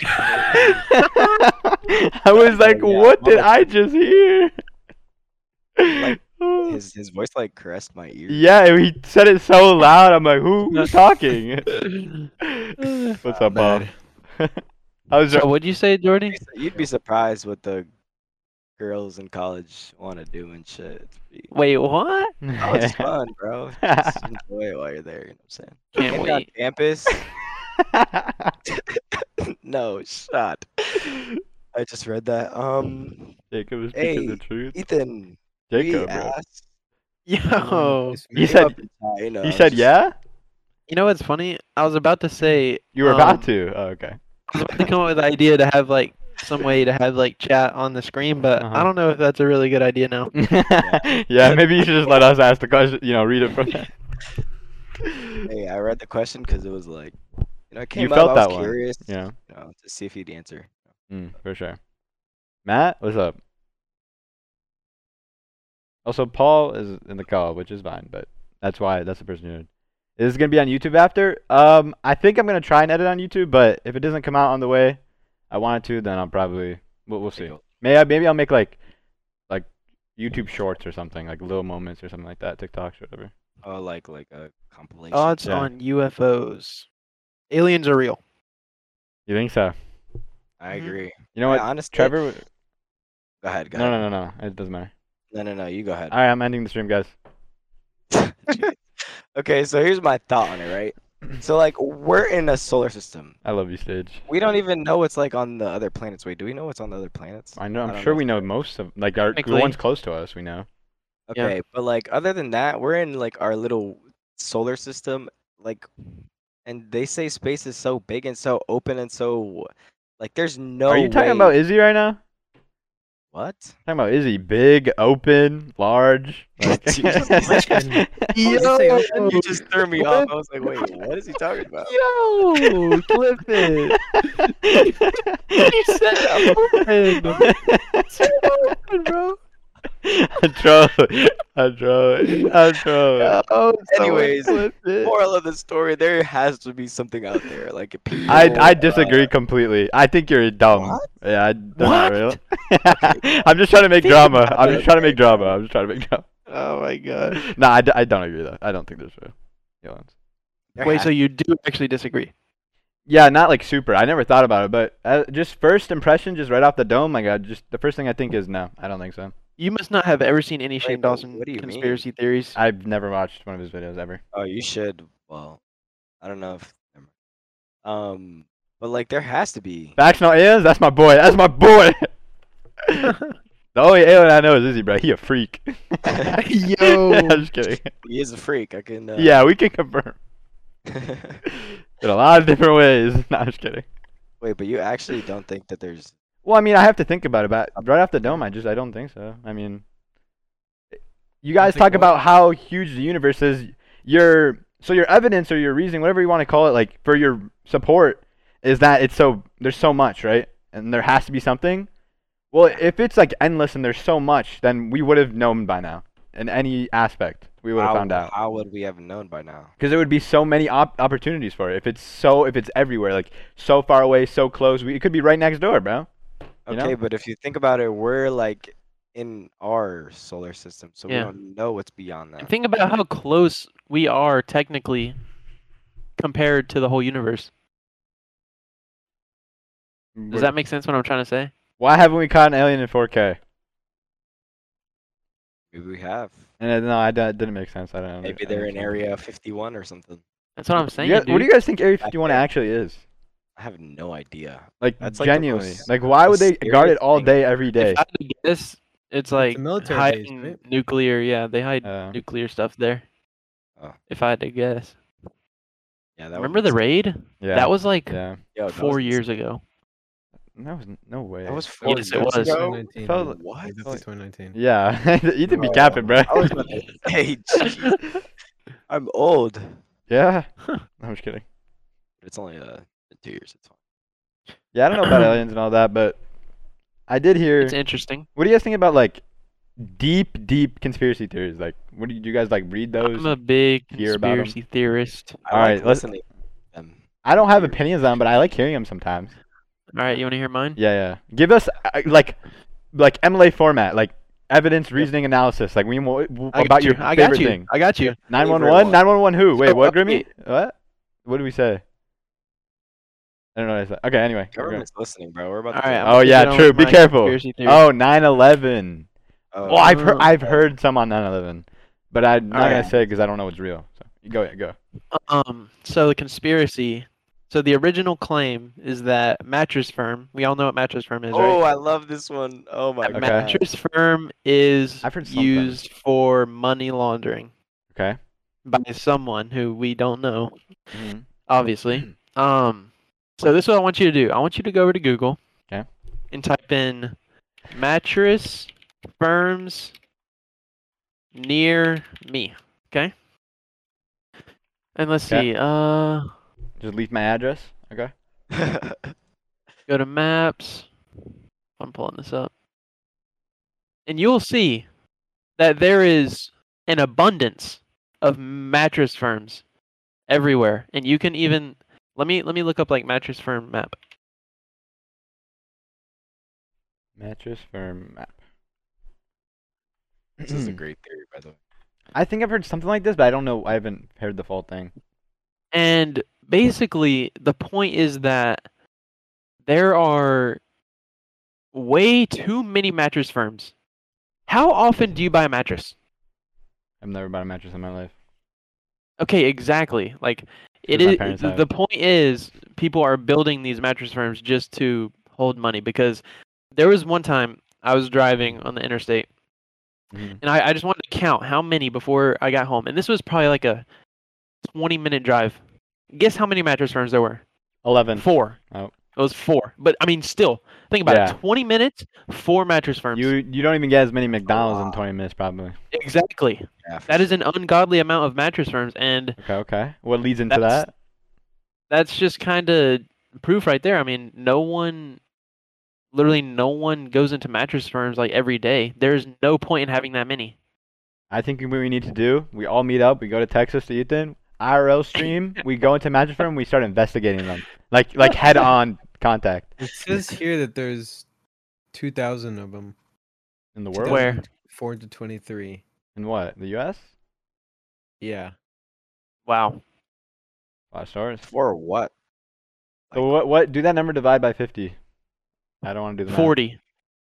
S1: I was like,
S3: yeah,
S1: what
S3: well,
S1: did I just hear?
S3: Like, his his voice like caressed my ear.
S1: yeah, he said it so loud. I'm like, who, who's talking? What's up, Paul?
S4: Bad.
S1: I was
S2: So what'd you say, Jordy?
S3: You'd be surprised what the girls in college want to do and shit. It's pretty-
S2: Wait, what?
S3: Oh, it's fun, bro. Just enjoy it while you're there. You know what I'm
S2: Can't
S3: saying? Maybe on
S2: wait.
S3: campus? no, shot. I just read that. Um,
S1: Jacob is speaking
S3: Hey,
S1: the truth.
S3: Ethan. we
S1: Jacob, bro.
S3: asked-
S2: Yo.
S4: It's
S1: Oh, You
S4: me.
S3: we
S1: said-
S3: up and down, you know,
S1: He said,
S3: just-
S1: yeah.
S2: You know what's funny? I was about to say
S1: You were about
S2: um,
S1: to. Oh, okay.
S2: I was about to come up with the idea to have like some way to have like chat on the screen, but
S1: Uh-huh.
S2: I don't know if that's a really good idea now.
S1: yeah, maybe you should just let us ask the question. You know, read it from.
S3: Hey, I read the question because it was like, you know, I came up,
S1: felt
S3: I
S1: that
S3: was
S1: one,
S3: curious,
S1: yeah,
S3: you know, to see if you'd answer.
S1: mm, for sure. Matt, what's up? Also, Paul is in the call, which is fine, but that's why that's the person you. Is this gonna be on YouTube after? Um, I think I'm gonna try and edit on YouTube, but if it doesn't come out on the way I want it to, then I'll probably we'll, we'll see. Maybe I, maybe I'll make like like YouTube shorts or something, like little moments or something like that, TikToks or whatever.
S3: Oh, like like a compilation.
S2: Odds
S1: Yeah.
S2: on UFOs. Aliens are real.
S1: You think so?
S3: I
S2: Mhm.
S3: agree.
S1: mm-hmm. You know what,
S3: honestly,
S1: Trevor? w-
S3: Go ahead, go
S1: No,
S3: ahead.
S1: no, no, no. It doesn't matter.
S3: No, no, no. You go ahead.
S1: All right, I'm ending the stream, guys.
S3: Jeez. okay, so here's my thought on it, right? So like we're in a solar system.
S1: I love you, Stage.
S3: We don't even know what's like on the other planets. Wait, do we know what's on the other planets?
S1: I know.
S3: I
S1: I'm
S3: don't
S1: sure
S3: know.
S1: we know most of like our the
S2: Technically.
S1: ones close to us. We know.
S2: Yeah.
S3: Okay, but like other than that, we're in like our little solar system, like and they say space is so big and so open and so like there's no
S1: Are you talking
S3: way-
S1: about Izzy right now?
S3: what?
S1: Talking about Izzy, big, open, large. Like...
S3: Jesus Christ.
S4: Yo!
S3: You just threw me off. I was like, wait, what is he talking about?
S2: Yo, clip it. You said bro.
S1: I troll. I troll. I troll.
S2: Oh,
S3: Anyways,
S2: clip it.
S3: Moral of the story, there has to be something out there. Like people
S1: I, I
S3: uh,
S1: disagree completely. I think you're dumb.
S3: What?
S1: Yeah, I, that's not real.
S2: What?
S1: I'm just trying to make
S2: Think
S1: drama.
S2: about
S1: I'm
S2: it,
S1: just trying to make drama. I'm just trying to make drama.
S2: Oh my god.
S1: Nah, I, d- I don't agree though. I don't think there's real aliens.
S3: there
S2: Wait,
S3: has
S2: so you do actually disagree?
S1: Yeah, not like super. I never thought about it, but uh, just first impression, just right off the dome, like I just the first thing I think is no, I don't think so.
S2: You must not have ever seen any Shane
S3: but
S2: Dawson
S3: what do you mean?
S2: conspiracy theories.
S1: I've never watched one of his videos ever.
S3: Oh, you should. Well, I don't know if. never mind. Um, but like there has to be.
S1: Facts not aliens. That's my boy. That's my boy. the only alien I know is Izzy, bro. He a freak. I'm just kidding.
S3: He is a freak. I can. Uh,
S1: Yeah, we can confirm in a lot of different ways. No, I'm just kidding.
S3: Wait, but you actually don't think that there's?
S1: Well, I mean, I have to think about it, but right off the dome, I just I don't think so. I mean, you
S4: Don't
S1: guys
S4: think
S1: talk
S4: what?
S1: about how huge the universe is. Your so your evidence or your reason, whatever you want to call it, like for your support, is that it's so there's so much, right? And there has to be something. Well, if it's like endless and there's so much, then we would have known by now. In any aspect, we would have
S3: How,
S1: found out
S3: how would we have known by now?
S1: because there would be so many op- opportunities for it. If it's so, if it's everywhere, like so far away, so close, we, it could be right next door, bro. You
S3: Okay,
S1: know?
S3: but if you think about it, we're like in our solar system, so we
S2: Yeah.
S3: don't know what's beyond that.
S2: And think about how close we are technically compared to the whole universe. Does that make sense what I'm trying to say?
S1: Why haven't we caught an alien in 4K?
S3: Maybe we have.
S1: And uh, no, I, that didn't make sense. I don't know.
S3: Maybe they're in Area 51 or something.
S2: That's what I'm saying,
S1: you guys,
S2: dude.
S1: What do you guys think Area 51
S3: there.
S1: actually is?
S3: I have no idea.
S1: Like
S3: That's, like, the
S1: genuinely, like,
S3: most-
S1: why
S3: the
S1: would they guard it
S3: scariest
S1: all
S3: thing.
S1: day every day?
S2: If I had to guess, it's like
S4: military base,
S2: hiding
S4: right?
S2: nuclear. Yeah, they hide
S1: Uh,
S2: nuclear stuff there.
S3: Oh.
S2: If I had to guess,
S3: Yeah, that would
S2: remember
S3: be
S2: the raid?
S1: yeah,
S2: That was like
S1: yeah.
S3: Yo, that was
S2: four
S3: insane.
S2: years ago.
S1: That was no way.
S3: That was four
S2: Yes, it
S3: years
S2: was.
S3: ago?
S4: 2019.
S1: Felt-
S3: What?
S4: It was up to 2019.
S1: Yeah, Ethan be
S3: Oh,
S1: capping, bro.
S3: I was about to say, gee, I'm old. But
S1: yeah, I'm just kidding.
S3: It's only uh two years. It's fine.
S1: Yeah, I don't know about aliens and all that, but I did hear.
S2: It's interesting.
S1: What do you guys think about like deep, deep conspiracy theories? Like, what do you, do you guys like read those?
S2: I'm a big
S1: hear about 'em.
S2: conspiracy theorist.
S3: I
S1: All
S3: like
S1: right, let's-
S3: listening Um, to them.
S1: I don't have opinions on, 'em, but I like hearing them sometimes.
S2: All right, you want to hear mine?
S1: Yeah, yeah. Give us uh, like, like MLA format, like evidence, reasoning, analysis. Like we mo- w-
S2: I got
S1: about your
S2: you. I got
S1: favorite
S2: you.
S1: thing.
S2: I got you.
S1: Nine one one.
S3: one.
S1: Nine one one. Who? Wait,
S2: So uh,
S1: what,
S2: upbeat.
S1: Grimmy? What? What did we say? I don't know what I said. Okay, anyway. we're going-
S3: Government's listening, bro. We're about
S2: All
S3: to.
S2: right.
S3: get-
S2: I'm
S1: Oh,
S2: gonna
S1: yeah,
S2: get on
S1: true.
S2: with
S1: Be
S2: my
S1: careful.
S2: conspiracy theory.
S1: Oh, 9/11.
S3: uh,
S1: Well, I've heard
S2: Oh.
S1: I've heard some on 9/11, but I'm not gonna
S2: Alright.
S1: say because I don't know what's real. So you go, yeah, go.
S2: Um, so the conspiracy. So the original claim is that mattress firm. We all know what mattress firm is,
S3: oh,
S2: right?
S3: I love this one. Oh my
S1: Okay.
S3: god.
S2: Mattress firm is
S1: I've heard something.
S2: used for money laundering
S1: Okay.
S2: by someone who we don't know, Mm-hmm. obviously.
S1: Mm.
S2: Um, so this is what I want you to do. I want you to go over to Google.
S1: Okay.
S2: And type in mattress firms near me. Okay. And let's
S1: Okay.
S2: see. Uh.
S1: Just leave my address. Okay.
S2: Go to maps. I'm pulling this up. And you'll see that there is an abundance of mattress firms everywhere. And you can even let me let me look up like mattress firm map.
S1: Mattress firm map.
S3: this is a
S1: Hmm.
S3: great theory, by the way.
S1: I think I've heard something like this, but I don't know. I haven't heard the full thing.
S2: And basically the point is that there are way too many mattress firms. How often do you buy a mattress?
S1: I've never bought a mattress in my life.
S2: Okay, exactly. Like it
S1: my
S2: is
S1: parents
S2: th-
S1: have.
S2: the point is people are building these mattress firms just to hold money because there was one time I was driving on the interstate
S1: Mhm.
S2: and I, I just wanted to count how many before I got home. And this was probably like a twenty minute drive. Guess how many mattress firms there were?
S1: Eleven.
S2: Four.
S1: Oh.
S2: It was four. But I mean still think about
S1: Yeah.
S2: it. Twenty minutes, four mattress firms.
S1: You you don't even get as many McDonald's in
S3: lot.
S1: 20 minutes probably.
S2: Exactly.
S3: Yeah, for
S2: That
S3: sure.
S2: is an ungodly amount of mattress firms and
S1: Okay, okay. What leads into
S2: That's-
S1: that?
S2: that's just kind of proof right there. I mean, no one, literally, no one goes into mattress firms like every day. There's no point in having that many.
S1: I think what we need to do, we all meet up, we go to Texas to Ethan, IRL stream, we go into mattress firm, we start investigating them. Like like head on contact
S4: It says here that there's 2,000 of them.
S1: in the world.
S2: Where?
S4: 4 to 23.
S1: In what? The US?
S4: Yeah.
S2: Wow.
S1: Five stars.
S3: for what?
S1: So what what do that number divide by 50? I don't want to do the math.
S2: 40.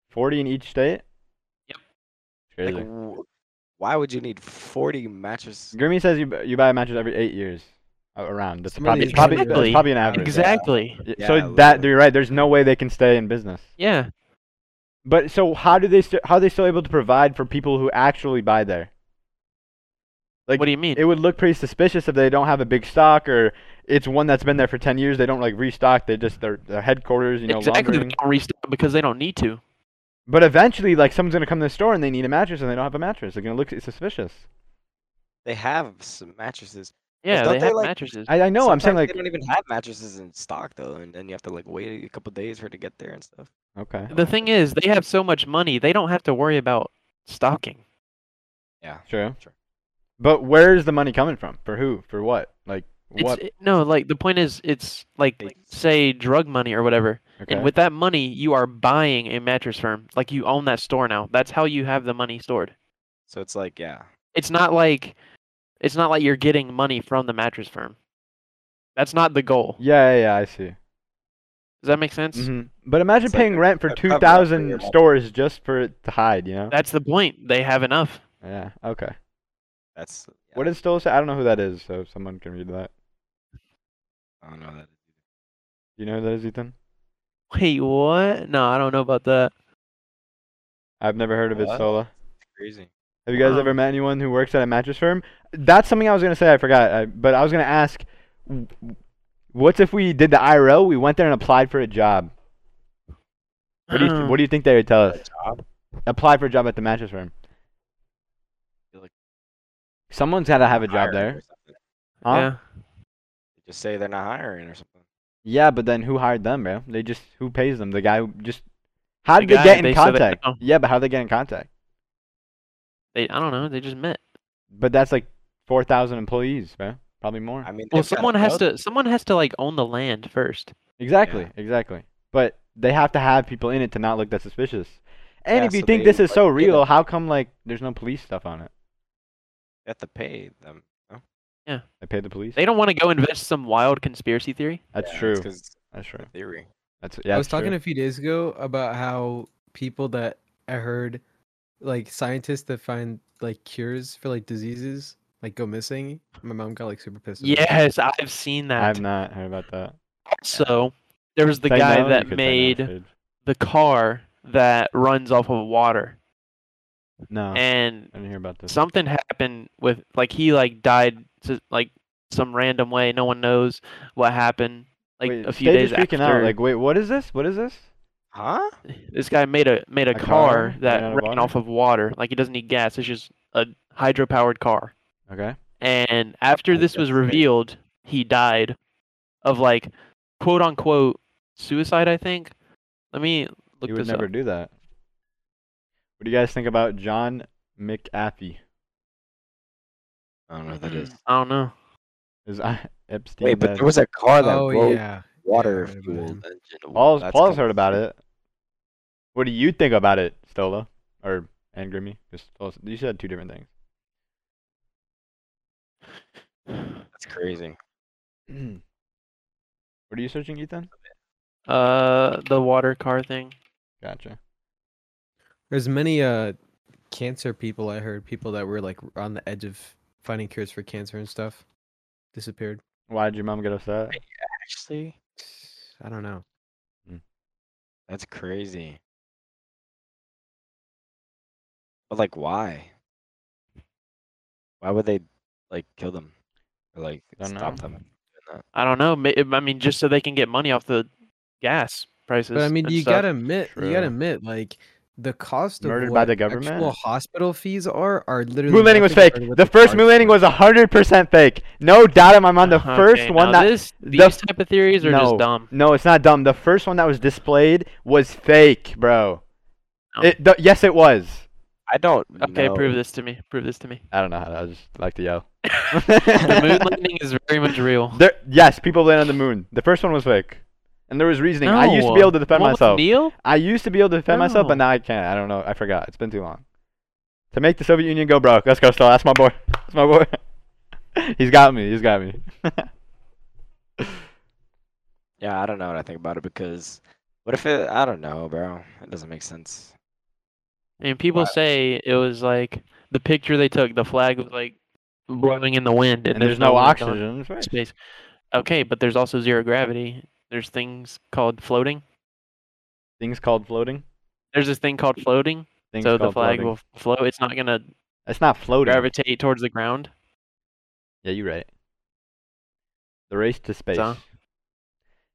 S1: 40 in each state?
S2: Yep.
S3: Like,
S1: Crazy.
S3: wh- why would you need 40 mattresses?
S1: Grimmy says you b- you buy a mattress every 8 years uh, around. That's probably
S4: Somebody is
S1: probably,
S2: gonna-
S1: that's probably an average.
S2: Exactly.
S1: Y-
S3: Yeah,
S1: so that
S3: literally.
S1: you're right. There's no way they can stay in business.
S2: Yeah.
S1: But so how do they st- how are they still able to provide for people who actually buy there? Like,
S2: what do you mean?
S1: It would look pretty suspicious if they don't have a big stock or it's one that's been there for 10 years. They don't like restock. They just their their headquarters, you know,
S2: exactly. They
S1: laundering.
S2: don't restock because they don't need to.
S1: But eventually, like someone's gonna come to the store and they need a mattress and they don't have a mattress. They're gonna look it's suspicious.
S3: They have some mattresses.
S2: Yeah,
S3: don't
S2: they
S3: they,
S2: have
S3: like-
S2: mattresses.
S1: I, I know. I'm saying
S3: Sometimes
S1: like
S3: they don't even have mattresses in stock though, and then you have to like wait a couple days for it to get there and stuff.
S1: okay.
S2: The thing is, they have so much money, they don't have to worry about stocking.
S3: Yeah.
S1: True.
S3: Sure.
S1: But where is the money coming from? For who? For what? Like
S2: It's,
S1: what?
S2: it- no, like the point is, it's like,
S3: Like-
S2: say, drug money or whatever.
S1: Okay.
S2: And with that money, you are buying a mattress firm. Like you own that store now. That's how you have the money stored.
S3: So it's like, yeah,
S2: It's not like it's not like you're getting money from the mattress firm. That's not the goal. Does
S1: yeah, yeah, yeah, I see.
S2: that make sense?
S1: hmm But imagine
S3: It's like
S1: paying
S3: a-
S1: rent for
S3: a cover
S1: two
S3: up for your
S1: thousand
S3: mom.
S1: stores just for it to hide. You know.
S2: That's the point. They have enough.
S1: yeah. Okay.
S3: that's. yeah,
S1: What did Stoll say? I don't know who that is, so someone can read that.
S3: I don't know that.
S1: You know who that is, Ethan?
S2: Wait, what? No, I don't know about that.
S1: I've never heard of it,
S3: What?
S1: Sola.
S3: Crazy.
S1: Have you guys
S2: Wow.
S1: ever met anyone who works at a mattress firm? That's something I was gonna say. I forgot, I, but I was gonna ask, w- w- what if we did the IRL? We went there and applied for a job. What do you th- What do you think they would tell
S3: A
S1: us?
S3: job.
S1: Apply for a job at the mattress firm.
S3: Feel like-
S1: Someone's gotta have a job
S3: hiring
S1: there.
S3: or something.
S1: Huh?
S2: Yeah.
S3: Just say they're not hiring or something.
S1: Yeah, but then who hired them, bro? They just who pays them? The guy who just how
S2: The
S1: did they
S2: guy
S1: get in
S2: they said they
S1: contact?
S2: know.
S1: Yeah, but how they get in contact?
S2: They, I don't know. They just met.
S1: But that's like four thousand employees, bro. Probably more.
S3: I mean,
S2: Well,
S3: they've gotta
S2: someone has
S3: know
S2: to. Someone has to like own the land first.
S1: Exactly, exactly. But they have to have people in it to not look that suspicious. And
S3: Yeah,
S1: if you
S3: so
S1: think
S3: they,
S1: this is
S3: like,
S1: so
S3: get
S1: real,
S3: it.
S1: how come like there's no police stuff on it?
S3: They have to pay them. No?
S1: They paid the police.
S2: They don't want to go invest some wild conspiracy theory.
S1: That's true.
S3: Because it's
S1: That's true.
S3: a theory.
S1: That's yeah.
S4: I was
S1: that's
S4: talking
S1: true.
S4: a few days ago about how people that I heard, like scientists that find like cures for like diseases, like go missing. My mom got like super pissed. about it.
S2: Yes, I've seen that.
S1: I've not heard about that.
S2: Also, there was the
S1: Say
S2: guy
S1: no, you
S2: that
S1: could say no,
S2: made
S1: dude.
S2: the car that runs off of water,
S1: No, I
S2: and
S1: didn't hear about this.
S2: something happened with like he like died to, like some random way. No one knows what happened. Like
S1: Wait,
S2: a few
S1: Stage
S2: days
S1: is freaking
S2: after,
S1: out. Like, wait, what is this? What is this?
S3: Huh?
S2: this guy made a made a,
S1: A car
S2: car, that
S1: ran out
S2: ran
S1: of water?
S2: off of water. Like it doesn't need gas. It's just a hydropowered car.
S1: Okay.
S2: And after
S3: Like,
S2: this was
S3: that's fake.
S2: revealed, he died of like quote unquote suicide, I think. Let me look
S1: you would
S2: this
S1: never
S2: up.
S1: do that. What do you guys think about John McAfee?
S3: I don't know what that is.
S2: I don't know.
S1: Is I, Epstein?
S3: Wait, but
S1: has-
S3: there was a car that
S4: Oh
S3: rolled
S4: yeah.
S3: water
S4: Yeah, I remember
S3: fueled
S4: him.
S3: engine. Ooh,
S1: Paul's,
S3: that's
S1: Paul's
S3: kinda
S1: heard about
S3: sick.
S1: it. What do you think about it, Stola? Or and Grimmy? Just tell us- you said two different
S3: That's crazy.
S1: things. what are you searching, Ethan?
S2: Uh the water car thing.
S1: Gotcha.
S4: There's many uh cancer people I heard, people that were like on the edge of finding cures for cancer and stuff, disappeared.
S1: Why did your mom get upset?
S3: Actually,
S4: I don't know.
S3: that's crazy. But like, why? Why would they like kill them or like
S1: Don't
S3: stop
S1: know.
S3: them? from doing that?
S2: I don't know. ma- I mean just so they can get money off the gas prices.
S4: But I mean,
S2: and
S4: you
S2: stuff.
S4: gotta admit, you
S1: True.
S4: gotta admit, like the cost of
S1: Murdered
S4: what
S1: by the government?
S4: actual hospital fees are are literally
S1: Moon landing was
S4: nothing
S1: fake.
S4: compared to what
S1: The
S4: they
S1: first
S4: charge
S1: moon landing
S4: for it.
S1: was 100% fake. No doubt in my mind. The
S2: Okay,
S1: first one
S2: now
S1: that.
S2: this,
S1: the-
S2: these type of theories are
S1: No.
S2: just dumb.
S1: No, it's not dumb. The first one that was displayed was fake, bro.
S2: No.
S1: It, the, yes, it was.
S3: I don't.
S2: Okay,
S3: know.
S2: prove this to me. Prove this to me.
S1: I don't know how to. I just like to yell.
S2: The moon landing is very much real.
S1: There, yes, people land on the moon. The first one was fake, and there was reasoning. I used to be
S2: No,
S1: able to defend
S2: one with
S1: myself.
S2: Neil?
S1: I used to be able to defend myself, but
S2: No.
S1: now I can't. I don't know. I forgot. It's been too long. To make the Soviet Union go broke. Let's go, Stella. That's my boy. That's my boy. He's got me. He's got me.
S3: Yeah, I don't know what I think about it because what if it? I don't know, bro. It doesn't make sense.
S2: And people say it was like the picture they took, the flag was like blowing in the wind, and,
S1: and there's no
S2: wind going
S1: oxygen. That's
S2: in
S1: right.
S2: Space. Okay, but there's also zero gravity. There's things called floating.
S1: Things called floating.
S2: There's this thing called floating.
S1: Things
S2: so the
S1: called
S2: flag
S1: floating.
S2: will f- float. It's not gonna
S1: It's not floating.
S2: gravitate towards the ground.
S1: Yeah, you're right. The race to space.
S2: So-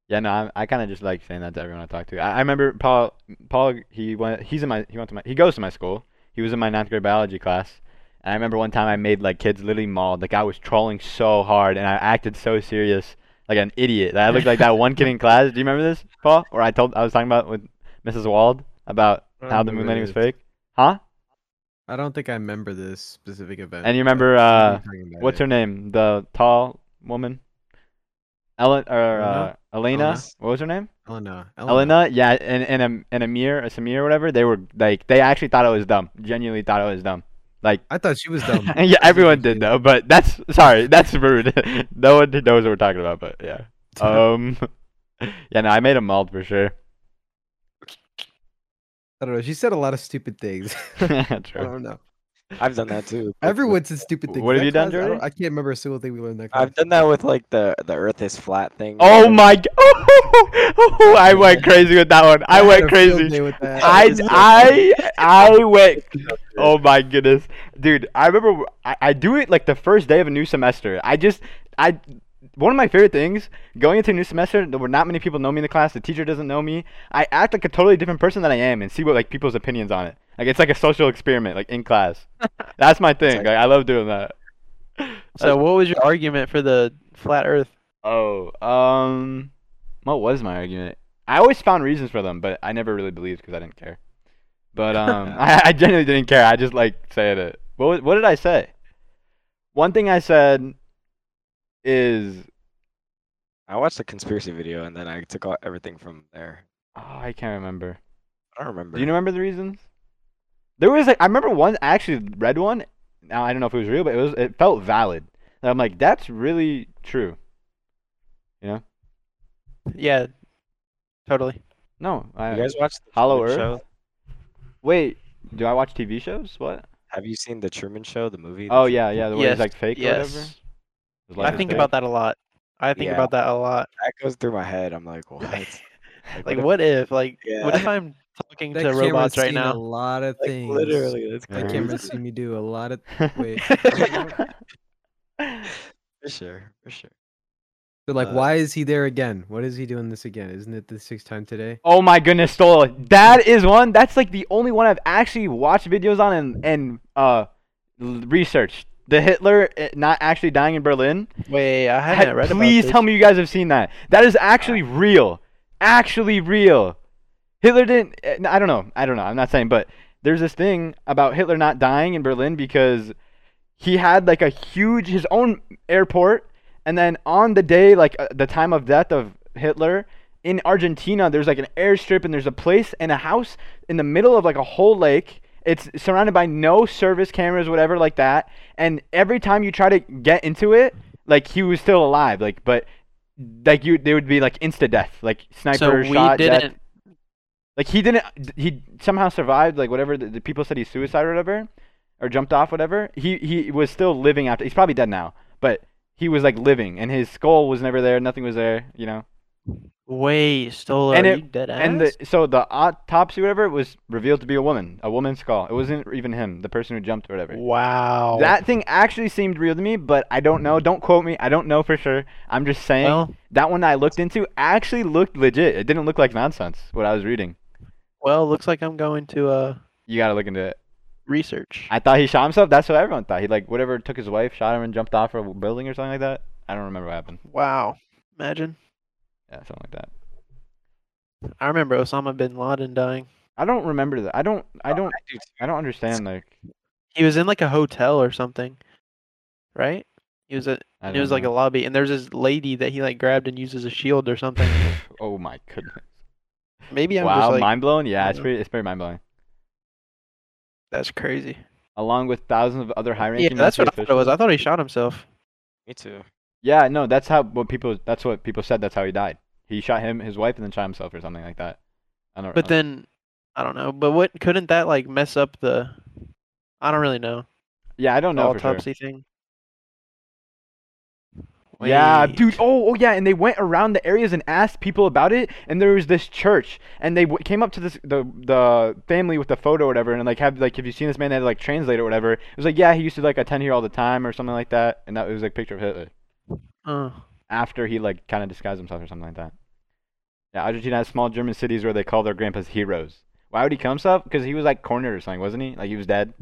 S1: Yeah, no, I, I kind of just like saying that to everyone I talk to. I, I remember Paul. Paul, he went. He's in my. He went to my. He goes to my school. He was in my ninth grade biology class. And I remember one time I made like kids literally mauled. Like I was trolling so hard and I acted so serious, like an idiot. I looked like that one kid in class. Do you remember this, Paul? Or I told I was talking about with Mrs. Wald about
S4: I don't
S1: how the moon
S4: remember
S1: landing was
S4: this.
S1: fake, huh?
S4: I don't think I remember this specific event.
S1: And you
S4: but
S1: remember,
S4: I know
S1: uh,
S4: what you're talking about
S1: What's
S4: it.
S1: her name? The tall woman. Ellen or uh,
S4: Elena?
S1: Elena?
S4: Elena?
S1: What was her name?
S4: Elena?
S1: Elena. Yeah, and and um, and Amir, or Samir, or whatever. They were like, they actually thought it was dumb. Genuinely thought it was dumb. Like,
S4: I thought she was dumb.
S1: yeah, everyone did though. But that's sorry, that's rude. no one knows what we're talking about. But yeah, um, yeah, no, I made a malt for sure.
S4: I don't know. She said a lot of stupid things. I
S1: True.
S4: don't know.
S3: I've done that too. but with-
S4: Everyone said stupid things.
S1: What have
S4: That
S1: you done,
S4: class, I, don't-
S1: Jordan?
S4: I can't remember a single thing we learned in that class.
S3: I've done that with like the the Earth is flat thing.
S1: Oh my! g- oh, I went crazy with that one. I
S4: had
S1: went
S4: a field
S1: crazy.
S4: day with that.
S1: I I I went. Oh my goodness, dude! I remember w- I, I do it like the first day of a new semester. I just I one of my favorite things going into a new semester there were not many people know me in the class. The teacher doesn't know me. I act like a totally different person than I am and see what like people's opinions on it. Like it's like a social experiment, like in class. That's my thing.
S3: like-
S1: Like, I love doing that.
S2: So what was your argument for the flat Earth?
S1: Oh, um, what was my argument? I always found reasons for them, but I never really believed because I didn't care. But um, I, I genuinely didn't care. I just like said it. What was- what did I say? One thing I said is
S3: I watched a conspiracy video and then I took all, everything from there.
S1: oh, I can't remember.
S3: I don't remember.
S1: Do you remember the reasons? There was like I remember one. I actually read one. Now I don't know if it was real, but it was. It felt valid. And I'm like, that's really true.
S2: Yeah, totally.
S1: No, I
S3: You guys watched the
S1: Hollow
S3: Truman
S1: Earth?
S3: Show?
S1: wait. Do I watch TV shows? What?
S3: Have you seen the Truman Show, the movie? the
S1: Oh
S3: Truman
S1: yeah, yeah. The way
S2: Yes,
S1: it's like fake or whatever.
S2: Yes,
S1: His
S2: I
S1: life is
S2: think
S1: fake.
S2: about that a lot. I think
S3: Yeah.
S2: about that a lot.
S3: that goes through my head. I'm like, what?
S2: Like, what if? Like, what
S3: Yeah.
S2: if I'm talking
S4: That
S2: to
S4: camera's
S2: robots right
S4: seen A
S2: now?
S4: lot of
S3: Like,
S4: things.
S3: literally, that's
S1: Yeah.
S4: That
S3: crazy.
S4: camera's seen me do a lot of. Wait.
S3: for sure, for sure.
S4: They're like,
S3: Uh,
S4: why is he there again? What is he doing this again? Isn't it the sixth time today?
S1: oh my goodness, Stola. That is one. That's like the only one I've actually watched videos on and and uh l- researched. The Hitler eh, not actually dying in Berlin.
S2: Wait, I
S1: Ha-
S2: haven't read about
S1: please
S2: this. Ah.
S1: tell me you guys have seen that. That is actually real. Actually real. Hitler didn't. eh, I don't know. I don't know. I'm not saying, but there's this thing about Hitler not dying in Berlin because he had like a huge his own airport, and then on the day like uh, the time of death of Hitler in Argentina, there's like an airstrip and there's a place and a house in the middle of like a whole lake. It's surrounded by no service cameras, whatever, like that. And every time you try to get into it, like he was still alive, like but like you, they would be like insta death, like sniper
S2: So we
S1: shot death.
S2: didn't.
S1: Like he didn't. He somehow survived. Like whatever the, the people said, he suicide or whatever, or jumped off, whatever. He he was still living after. He's probably dead now, but he was like living, and his skull was never there. Nothing was there. You know.
S2: Wait, Stola,
S1: And
S2: are
S1: it-
S2: you dead ass?
S1: And the, so the autopsy, whatever, was revealed to be a woman, a woman's skull. It wasn't even him, the person who jumped or whatever.
S2: wow.
S1: That thing actually seemed real to me, but I don't know. Don't quote me. I don't know for sure. I'm just saying
S2: well,
S1: that one I looked into actually looked legit. It didn't look like nonsense. What I was reading.
S2: well, looks like I'm going to uh
S1: You gotta look into it.
S2: research.
S1: I thought he shot himself. That's what everyone thought. He like whatever took his wife, shot him, and jumped off a building or something like that. I don't remember what happened.
S2: wow, imagine.
S1: Yeah, something like that.
S2: I remember Osama bin Laden dying.
S1: I don't remember that. I don't. I
S3: Oh,
S1: don't.
S3: I do too.
S1: I don't understand. Like
S2: He was in like a hotel or something, right? He was at
S1: I
S2: and it was like a lobby, and there's this lady that he like grabbed and used as a shield or something.
S1: a. Oh my goodness.
S2: Maybe I'm
S1: wow,
S2: just like
S1: mind blown. Yeah,
S2: I
S1: it's
S2: don't know.
S1: pretty. It's pretty mind blowing.
S2: that's crazy.
S1: Along with thousands of other high
S2: Yeah,
S1: ranking.
S2: that's what I thought it
S1: officials.
S2: was. I thought he shot himself.
S3: Me too.
S1: Yeah, no, that's how what people. That's what people said. That's how he died. He shot him, his wife, and then shot himself or something like that. I don't.
S2: But then I don't know. But what couldn't that like mess up the? I don't really know.
S1: yeah, I don't
S2: the
S1: know for sure.
S2: autopsy thing.
S1: Yeah,
S2: Wait.
S1: dude. Oh, oh, yeah. And they went around the areas and asked people about it. And there was this church, and they w- came up to this the the family with the photo or whatever, and like have like, have you seen this man? They had to, like translate or whatever. It was like, yeah, he used to like attend here all the time or something like that. And that it was like a picture of Hitler
S2: Uh,
S1: after he like kind of disguised himself or something like that. Yeah, Argentina has small German cities where they call their grandpas heroes. Why would he kill himself? Because he was like cornered or something, wasn't he? Like he was dead.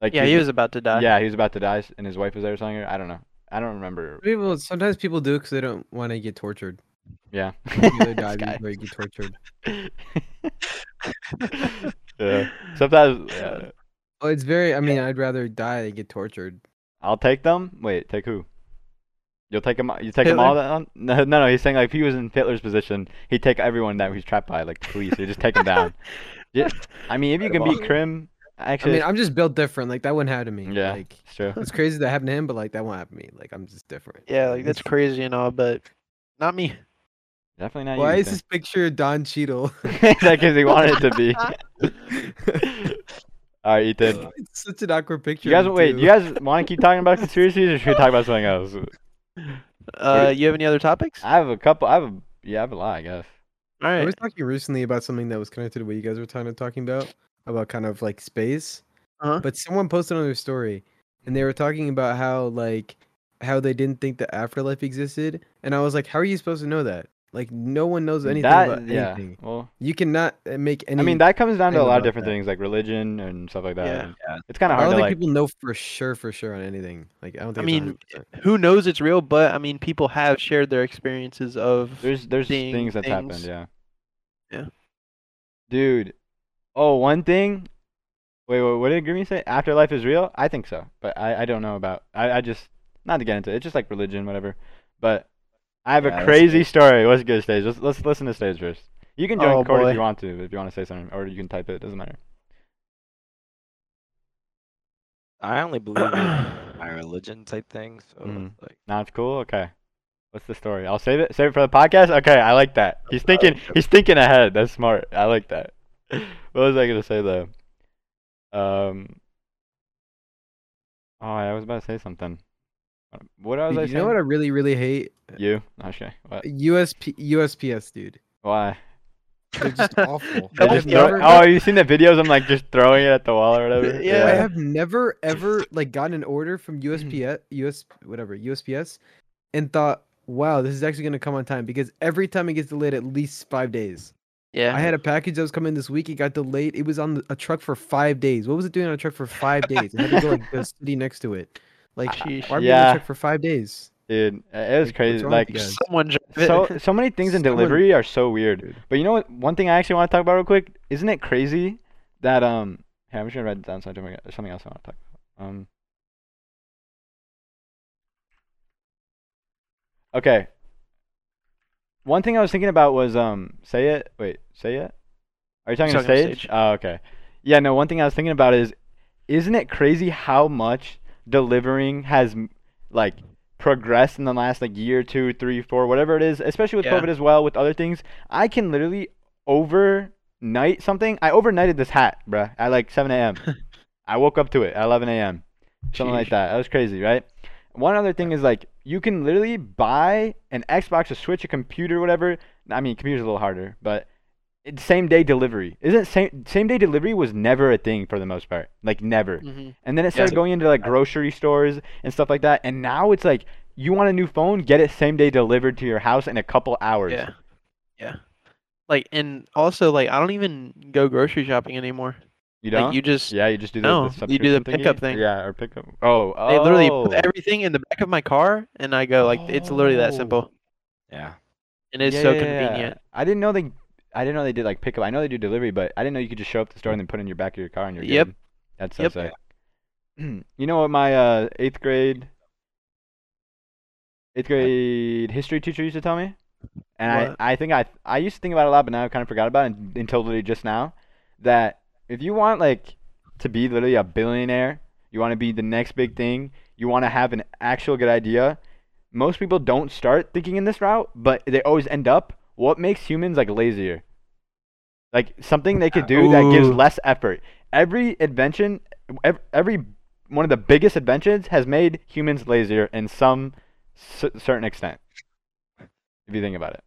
S1: Like
S2: yeah, he was about to die.
S1: Yeah, he was about to die, s- and his wife was there or something. or- I don't know. I don't remember.
S4: People sometimes people do because they don't want to get tortured.
S1: Yeah.
S4: They either die
S1: This guy.
S4: before you get tortured.
S1: yeah. Sometimes yeah.
S4: Oh, it's very. I mean, I'd rather die than get tortured.
S1: I'll take them. Wait, take who? You'll take them. You take them all down? No, no, no. He's saying like if he was in Hitler's position, he'd take everyone that he's trapped by, like the police. He'd just take them down. Yeah, I mean, if you can
S3: Right
S1: be
S3: on.
S1: Krim,
S4: I
S1: actually,
S4: mean, I'm just built different. Like that wouldn't happen to me.
S1: Yeah.
S4: Like
S1: it's true.
S4: it's crazy that happened to him, but like that won't happen to me. Like I'm just different.
S2: Yeah, like that's crazy and all, but not me.
S1: Definitely not.
S4: Why
S1: you,
S4: is this picture of Don Cheadle?
S1: Ethan. like because he wanted it to be. All right, Ethan.
S4: it's such an awkward picture.
S1: You guys,
S4: of
S1: wait.
S4: two.
S1: You guys want to keep talking about conspiracies, or should we talk about something else?
S2: Uh, you have any other topics?
S1: I have a couple. I have a yeah. I have a lot. I guess.
S2: All
S4: I was
S2: right.
S4: talking recently about something that was connected to what you guys were kind of talking about, about kind of like space.
S2: Uh-huh.
S4: But someone posted on their story, and they were talking about how like how they didn't think the afterlife existed, and I was like, how are you supposed to know that? Like no one knows anything about
S1: yeah.
S4: anything.
S1: Well,
S4: You cannot uh, make any.
S1: I mean, that comes down to a
S4: thing
S1: lot of
S4: about
S1: different
S4: that.
S1: things like religion and stuff like that.
S2: Yeah.
S1: and
S3: Yeah.
S1: It's kind of
S4: I don't
S1: hard to
S4: think
S1: like. eh,
S4: people know for sure, for sure on anything. Like I don't
S2: I
S4: think.
S2: mean,
S4: it's 100%.
S2: Who knows it's real, but I mean, people have shared their experiences of.
S1: There's there's
S2: seeing
S1: things that's happened.
S2: things.
S1: Yeah.
S2: Yeah.
S1: Dude. Oh, one thing. Wait, wait. What did Grimmy say? Afterlife is real. I think so, but I I don't know about. I I just not to get into it. It's just like religion, whatever. But I have
S3: Yeah,
S1: a
S3: that's
S1: crazy
S3: good.
S1: story. What's good, Stage? Let's let's listen to Stage first. You can join
S2: Oh,
S1: Court if
S2: boy.
S1: you want to, if you want to say something, or you can type it. Doesn't matter.
S3: I only believe in my religion type thing. So
S1: Mm.
S3: it's like,
S1: Now it's cool. Okay. What's the story? I'll save it. Save it for the podcast. Okay, I like that. He's thinking. He's thinking ahead. That's smart. I like that. What was I gonna say though? Um. Oh, I was about to say something. What was
S4: Dude,
S1: I
S4: you know what I
S1: saying?
S4: really, really hate?
S1: You. Okay. What?
S4: USP USPS, dude.
S1: Why?
S4: They're just awful.
S1: I
S2: I
S4: I
S1: just
S4: have
S1: throw-
S4: never,
S1: oh, you seen the videos? I'm like just throwing it at the wall or whatever.
S2: Yeah.
S4: I have never ever like gotten an order from
S1: Mm.
S4: USPS, US whatever USPS, and thought, wow, this is actually gonna come on time because every time it gets delayed at least five days.
S2: Yeah.
S4: I had a package that was coming this week. It got delayed. It was on the- a truck for five days. What was it doing on a truck for five days? It had to go like the city next to it. Like,
S2: Sheesh.
S4: why were you on
S1: Ah, Yeah.
S4: a truck for five days?
S1: Dude, it was
S4: Like, what's
S1: crazy.
S4: wrong with
S1: Like
S4: you guys?
S2: Someone drive
S1: so
S2: it.
S1: so many things in
S4: Someone-
S1: delivery are so weird.
S4: Dude.
S1: But you know what? One thing I actually want to talk about real quick. Isn't it crazy that um? Here, I'm just gonna write it down so I don't forget. There's something else I want to talk about. Um. Okay. One thing I was thinking about was um. Say it. Wait. Say it. Are you talking,
S2: talking to
S1: to stage?
S2: Sage.
S1: Oh, okay. Yeah. No. One thing I was thinking about is, isn't it crazy how much delivering has m- like progressed in the last like year, two, three, four, whatever it is, especially with
S2: Yeah.
S1: COVID as well, with other things. I can literally overnight something. I overnighted this hat, bruh, at like 7 a.m. I woke up to it at 11 a.m. Something like
S2: Sheesh.
S1: that. That was crazy, right? One other thing is like you can literally buy an Xbox, a Switch, a computer, whatever. I mean, computer's a little harder, but it, same day delivery isn't same same day delivery was never a thing for the most part, like never.
S2: Mhm.
S1: And then it started
S3: so-
S1: going into like grocery stores and stuff like that. And now it's like you want a new phone, get it same day delivered to your house in a couple hours.
S2: Yeah. Yeah. Like and also like I don't even go grocery shopping anymore.
S1: You
S2: like
S1: don't.
S2: you just
S1: yeah, you just do the,
S2: No,
S1: the
S2: you do the
S1: subscription
S2: pickup
S1: thingy?
S2: thing.
S1: Yeah, or pickup. Oh, oh.
S2: they literally put everything in the back of my car and I go like it's literally that
S1: Oh.
S2: simple.
S3: yeah.
S2: And it's
S1: Yeah,
S2: so
S1: yeah, yeah, yeah.
S2: convenient.
S1: I didn't know they. I didn't know they did like pickup. I know they do delivery, but I didn't know you could just show up at the store and then put it in your back of your car and you're
S2: Yep.
S1: good. That's so
S2: Yep.
S1: sick. you know what my uh, eighth grade, eighth grade history teacher used to tell me, and
S2: What?
S1: I, I think I I used to think about it a lot, but now I kind of forgot about it un- until literally just now. That if you want like to be literally a billionaire, you want to be the next big thing, you want to have an actual good idea, most people don't start thinking in this route, but they always end up. What makes humans like lazier? Like something they could do that gives
S2: Ooh.
S1: less effort. Every invention, ev- every one of the biggest inventions has made humans lazier in some c- certain extent. If you think about it,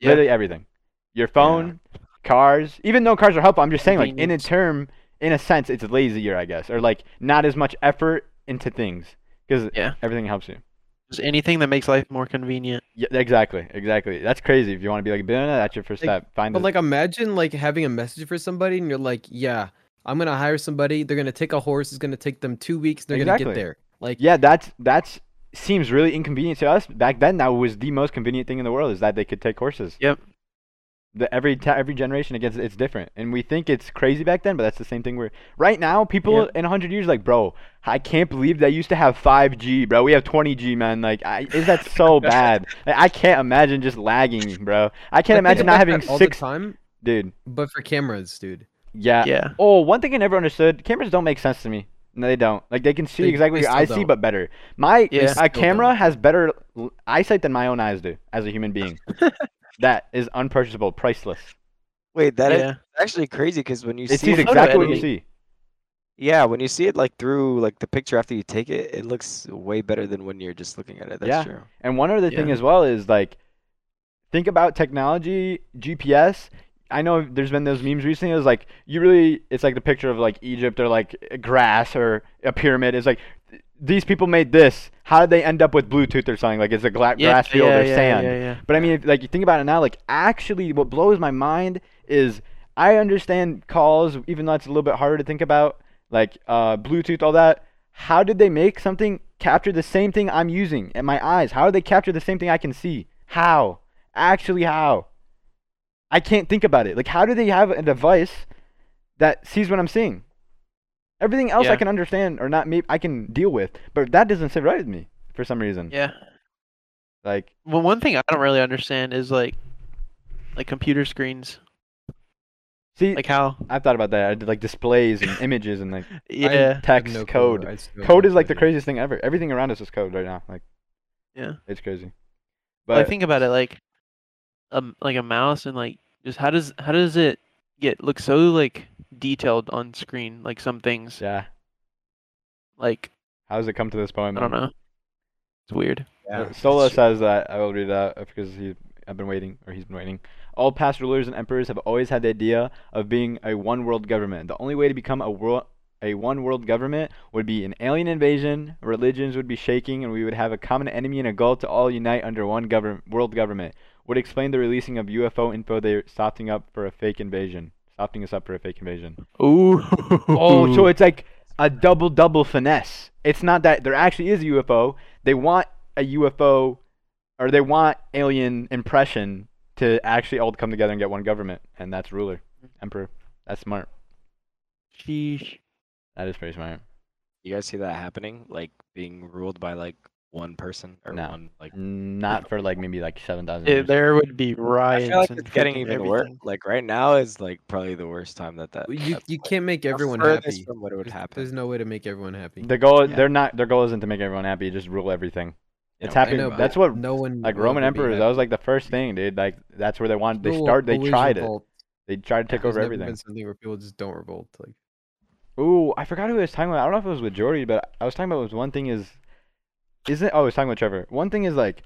S2: Yeah.
S1: literally everything, your phone, cars. Even though cars are helpful, I'm just saying, like in a
S2: Convenience.
S1: term, in a sense, it's lazier, I guess, or like not as much effort into things because
S2: Yeah.
S1: everything helps you.
S2: Just anything that makes life more convenient.
S1: Yeah, exactly, exactly. That's crazy. If you want to be like a billionaire, that's your first
S4: Like-
S1: step. Find
S4: But
S1: the-
S4: like, imagine like having a message for somebody, and you're like, "Yeah, I'm gonna hire somebody. They're gonna take a horse. It's gonna take them two weeks. They're gonna
S1: Exactly.
S4: get there." Like,
S1: yeah, that's that's seems really inconvenient to us back then. That was the most convenient thing in the world is that they could take horses.
S2: Yep.
S1: The, every ta- every generation, it gets it's different, and we think it's crazy back then, but that's the same thing. We're right now, people in in hundred years, like, bro, I can't believe they used to have five G, bro. We have twenty G, man. Like, I, is that so bad? Like, I can't imagine just lagging, bro. I can't imagine
S4: like, think
S1: not
S4: about
S1: having
S4: that all
S1: six,
S4: the time,
S1: dude.
S4: but for cameras, dude.
S1: Yeah,
S2: yeah.
S1: Oh, one thing I never understood: cameras don't make sense to me. No, they don't. Like they can see
S4: They-
S1: exactly
S4: they
S1: what I
S4: still
S1: see,
S4: don't.
S1: but better. My my
S2: They
S4: still
S1: camera
S4: don't.
S1: has better l- eyesight than my own eyes do as a human being. that is unpurchasable, priceless.
S3: Wait, that is
S2: yeah.
S3: actually crazy because when you
S1: It
S3: see
S1: sees
S3: it,
S2: photo
S1: exactly what you
S2: editing.
S1: see.
S3: Yeah, when you see it like through like the picture after you take it, it looks way better than when you're just looking at it. That's
S1: Yeah.
S3: true.
S1: And one other thing
S2: Yeah.
S1: as well is like, think about technology, GPS. I know there's been those memes recently. It was like you really, it's like the picture of like Egypt or like grass or a pyramid. It's like th- these people made this. How did they end up with Bluetooth or something? Like it's a gla- grass field or sand.
S2: Yeah, yeah.
S1: But I mean, if, like you think about it now, like actually, what blows my mind is I understand calls, even though it's a little bit harder to think about, like uh, Bluetooth, all that. How did they make something capture the same thing I'm using in my eyes? How did they capture the same thing I can see? How? Actually, how? I can't think about it. Like, how do they have a device that sees what I'm seeing? Everything else I
S2: Yeah.
S1: can understand or not, maybe I can deal with, but that doesn't sit right with me for some reason.
S2: yeah.
S1: Like,
S2: Well, one thing I don't really understand is like, like computer screens,
S1: see,
S2: like how.
S1: I've thought about that. I did like displays and images and like I-
S2: Yeah.
S4: I have
S1: text
S4: no clue.
S1: code.
S4: I still have
S1: Code
S4: no
S1: is like the
S4: clue.
S1: craziest thing ever. Everything around us is code right now. Like
S2: Yeah.
S1: it's crazy. But
S2: But I think about it like, um, like a mouse and like just how does how does it get look so like detailed on screen like some things
S1: yeah,
S2: like
S1: how does it come to this point?
S2: I don't know. It's weird.
S1: Uh, Solo says that I will read it out uh, because he I've been waiting or he's been waiting. All past rulers and emperors have always had the idea of being a one world government. The only way to become a world a one world government would be an alien invasion, religions would be shaking, and we would have a common enemy and a goal to all unite under one govern- world government. Would explain the releasing of UFO info they're softening up for a fake invasion. Softening us up for a fake invasion.
S2: Ooh.
S1: Oh, so it's like a double double finesse. It's not that there actually is a UFO. They want a UFO, or they want alien impression to actually all come together and get one government, and that's ruler, emperor. That's smart.
S2: Sheesh.
S1: That is pretty smart.
S3: You guys see that happening? Like being ruled by like one person or
S1: No.
S3: one like.
S1: Not for like maybe like seven thousand.
S2: It- there would be
S3: I
S2: riots.
S3: feel like
S2: and
S3: it's getting
S2: freaking
S3: even worse.
S2: everything.
S3: Like right now is like probably the worst time that that.
S4: You
S3: that's,
S4: you
S3: like,
S4: can't make
S3: the
S4: everyone
S3: furthest
S4: happy.
S3: From what would
S4: There's-
S3: happen.
S4: There's no way to make everyone happy.
S1: The goal.
S3: Yeah.
S1: They're not. Their goal isn't to make everyone happy. Just rule everything. It's
S3: No, I
S1: happening.
S3: know,
S4: but
S1: that's what
S4: no one
S1: like
S4: will
S1: Roman
S4: ever be
S1: emperors. That
S4: happy.
S1: was like the first thing, dude. Like that's where they wanted. They
S4: People will
S1: start. They
S4: always
S1: tried it.
S4: revolt.
S1: They tried to take
S4: There's
S1: over
S4: never
S1: everything.
S4: Been something where people just don't revolt. Like
S1: Ooh, I forgot who I was talking about. I don't know if it was with Jordy, but I was talking about was one thing is, isn't? Oh, I was talking about Trevor. One thing is like,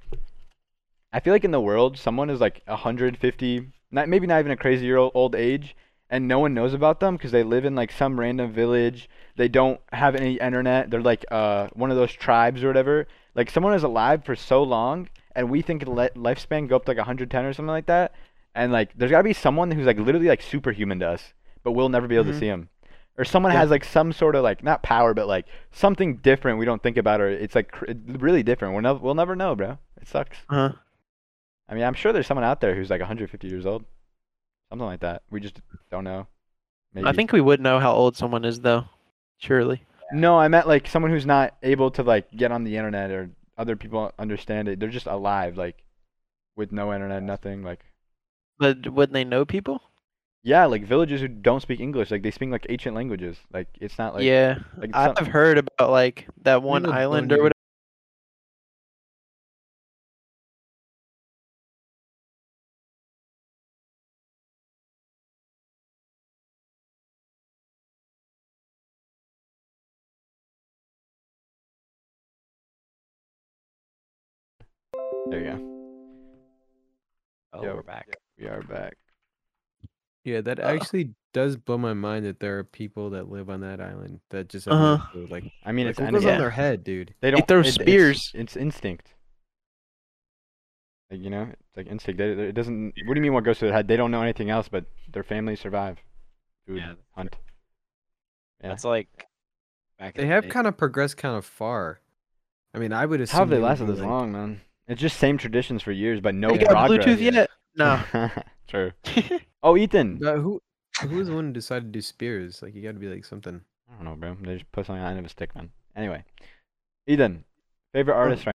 S1: I feel like in the world, someone is like 150, not maybe not even a crazy year old, old age, and no one knows about them because they live in like some random village. They don't have any internet. They're like uh one of those tribes or whatever. Like someone is alive for so long, and we think le- lifespan go up to like 110 or something like that. And like, there's gotta be someone who's like literally like superhuman to us, but we'll never be able to
S2: Mhm.
S1: see him or someone
S4: Yeah.
S1: has like some sort of like not power, but like something different we don't think about, or it's like cr- really different. We'll never we'll never know, bro. It sucks.
S2: Huh?
S1: I mean, I'm sure there's someone out there who's like 150 years old, something like that. We just don't know. Maybe.
S2: I think we would know how old someone is though. Surely.
S1: no, I meant like someone who's not able to like get on the internet or other people understand it. They're just alive, like with no internet, nothing. Like
S2: But wouldn't they know people?
S1: yeah, like villages who don't speak English, like they speak like ancient languages. Like it's not like
S2: yeah.
S1: like some-
S2: I've heard about like that one
S4: People don't
S2: island or
S4: even-
S2: whatever.
S1: There you go.
S3: Oh,
S1: Yeah.
S3: we're back.
S1: We are back.
S4: yeah, that
S1: Uh,
S4: actually does blow my mind that there are people that live on that island that just have
S2: have no
S4: uh
S2: Uh-huh.
S4: like
S1: I mean, it's
S4: what
S1: anime.
S4: goes
S2: Yeah.
S4: on their head, dude.
S1: They
S2: They
S1: don't
S2: throw
S1: it- it's-
S2: spears.
S1: It's, instinct. Like, you know, it's like instinct. They, they- it doesn't. What do you mean? What goes through their head? They don't know anything else, but their families survive. Food,
S3: Yeah.
S1: hunt. Yeah.
S3: That's like. Back in
S4: They
S3: the
S4: have
S3: day.
S4: kind of progressed kind of far. I mean, I would
S1: It's
S4: assume
S1: how have they
S4: would
S1: lasted
S4: be,
S1: this
S4: like-
S1: long, man? It's just same traditions for years, but no
S2: They got
S1: progress.
S2: Bluetooth yet? No.
S1: True. Oh, Ethan.
S4: But who who was the one who decided to do spears? Like you got to be like something.
S1: I don't know, bro. They just put something on the end of a stick, man. Anyway, Ethan, favorite artist right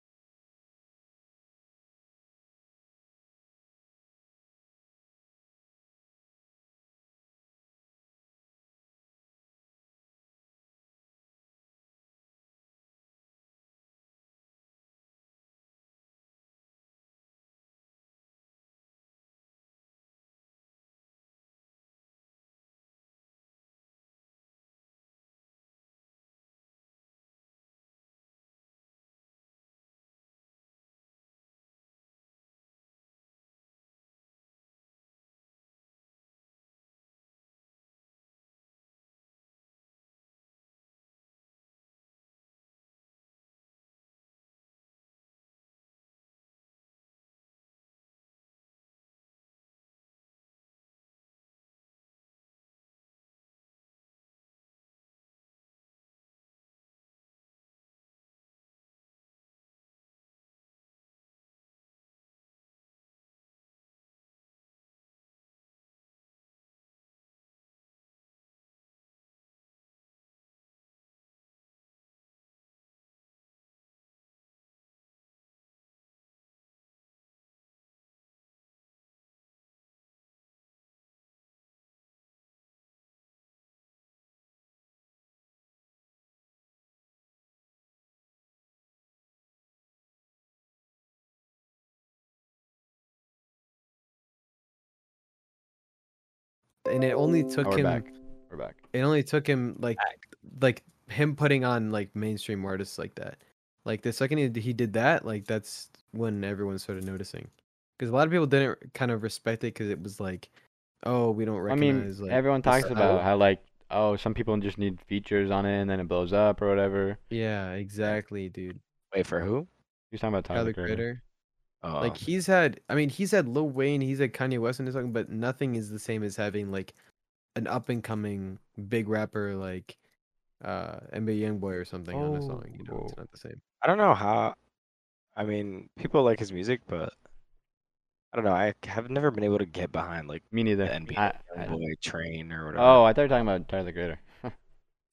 S4: and it only took
S1: Oh, we're
S4: him.
S1: back. We're back.
S4: It only took him like, like him putting on like mainstream artists like that. Like the second he d- he did that, like that's when everyone started noticing, because a lot of people didn't kind of respect it because it was like, oh, we don't
S1: I
S4: recognize.
S1: mean,
S4: like,
S1: everyone
S4: the
S1: talks
S4: style."
S1: about how like oh, some people just need features on it and then it blows up or whatever.
S4: Yeah, exactly, dude.
S3: Wait for who?
S1: He's talking about Tyler
S4: Tyler
S1: Creator.
S4: Creator.
S3: Oh,
S1: Um,
S4: Like he's had, I mean, he's had Lil Wayne, he's had Kanye West in his song, but nothing is the same as having like an up and coming big rapper like uh NBA YoungBoy or something on a song. You know, it's
S1: Oh.
S4: not the same.
S3: I don't know how. I mean, people like his music, but I don't know. I have never been able to get behind like
S1: Me
S3: the
S1: neither.
S3: NBA
S1: I- I-
S3: Boy Train or whatever.
S1: oh, I thought you were talking about Tyler the Creator.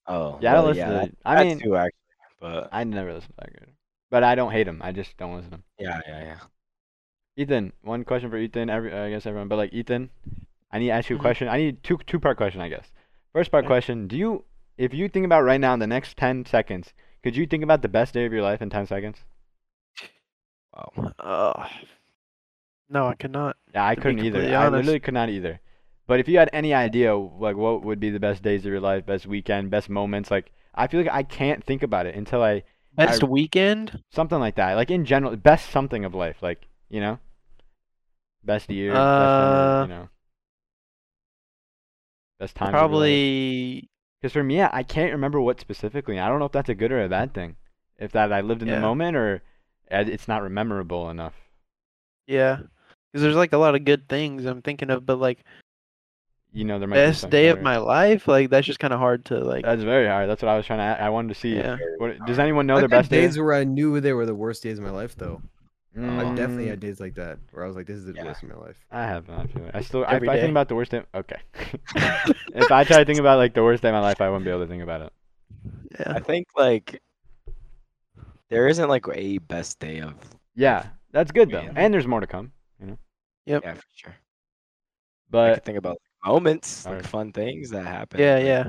S3: oh,
S1: Yeah, I don't
S3: well,
S1: listen to.
S3: that-
S1: it. I
S3: that
S1: mean,
S3: too, actually. But
S1: I never listen to Tyler Creator, but I don't hate him. I just don't listen to him.
S3: yeah, yeah, yeah.
S1: Ethan, one question for Ethan. Every I guess everyone, but like Ethan, I need to ask you a
S2: Mhm.
S1: question. I need two two part question, I guess. First part
S2: Yeah.
S1: question: Do you, if you think about right now in the next ten seconds, could you think about the best day of your life in ten seconds?
S3: Wow.
S2: Ugh. no, I cannot.
S1: Yeah, I
S2: To be
S1: couldn't either.
S2: completely
S1: I
S2: honest.
S1: literally could not either. But if you had any idea, like what would be the best days of your life, best weekend, best moments, like I feel like I can't think about it until I
S2: Best weekend?
S1: something like that. Like in general, best something of life, like you know, best year,
S2: Uh,
S1: best memory, you know, best time.
S2: Probably.
S1: because for me, I I can't remember what specifically. I don't know if that's a good or a bad thing. If that I lived in the
S2: Yeah.
S1: moment or uh, it's not memorable enough.
S2: Yeah. Because there's like a lot of good things I'm thinking of, but like
S1: You know, there might be
S2: best
S1: something
S2: day of
S1: better.
S2: my life, like that's just kind of hard to like.
S1: That's very hard. That's what I was trying to. a- I wanted to see.
S2: Yeah.
S1: What, does anyone know
S4: I've
S1: their
S4: had
S1: best
S4: days
S1: day?
S4: where I knew they were the worst days of my life, though. I've definitely
S1: Mm,
S4: had days like that where I was like, this is the
S3: Yeah.
S4: worst of my life.
S1: I have not. Feeling. I still. I, if
S2: Every
S1: I
S2: day.
S1: think about the worst day. Okay. if I try to think about like the worst day of my life, I wouldn't be able to think about it.
S2: yeah.
S3: I think like there isn't like a best day of
S1: Yeah, that's good though.
S3: Yeah.
S1: And there's more to come.
S3: yeah for sure. I
S1: But
S3: could think about like, moments, like
S1: Alright.
S3: fun things that happen.
S2: Yeah,
S3: like,
S2: yeah.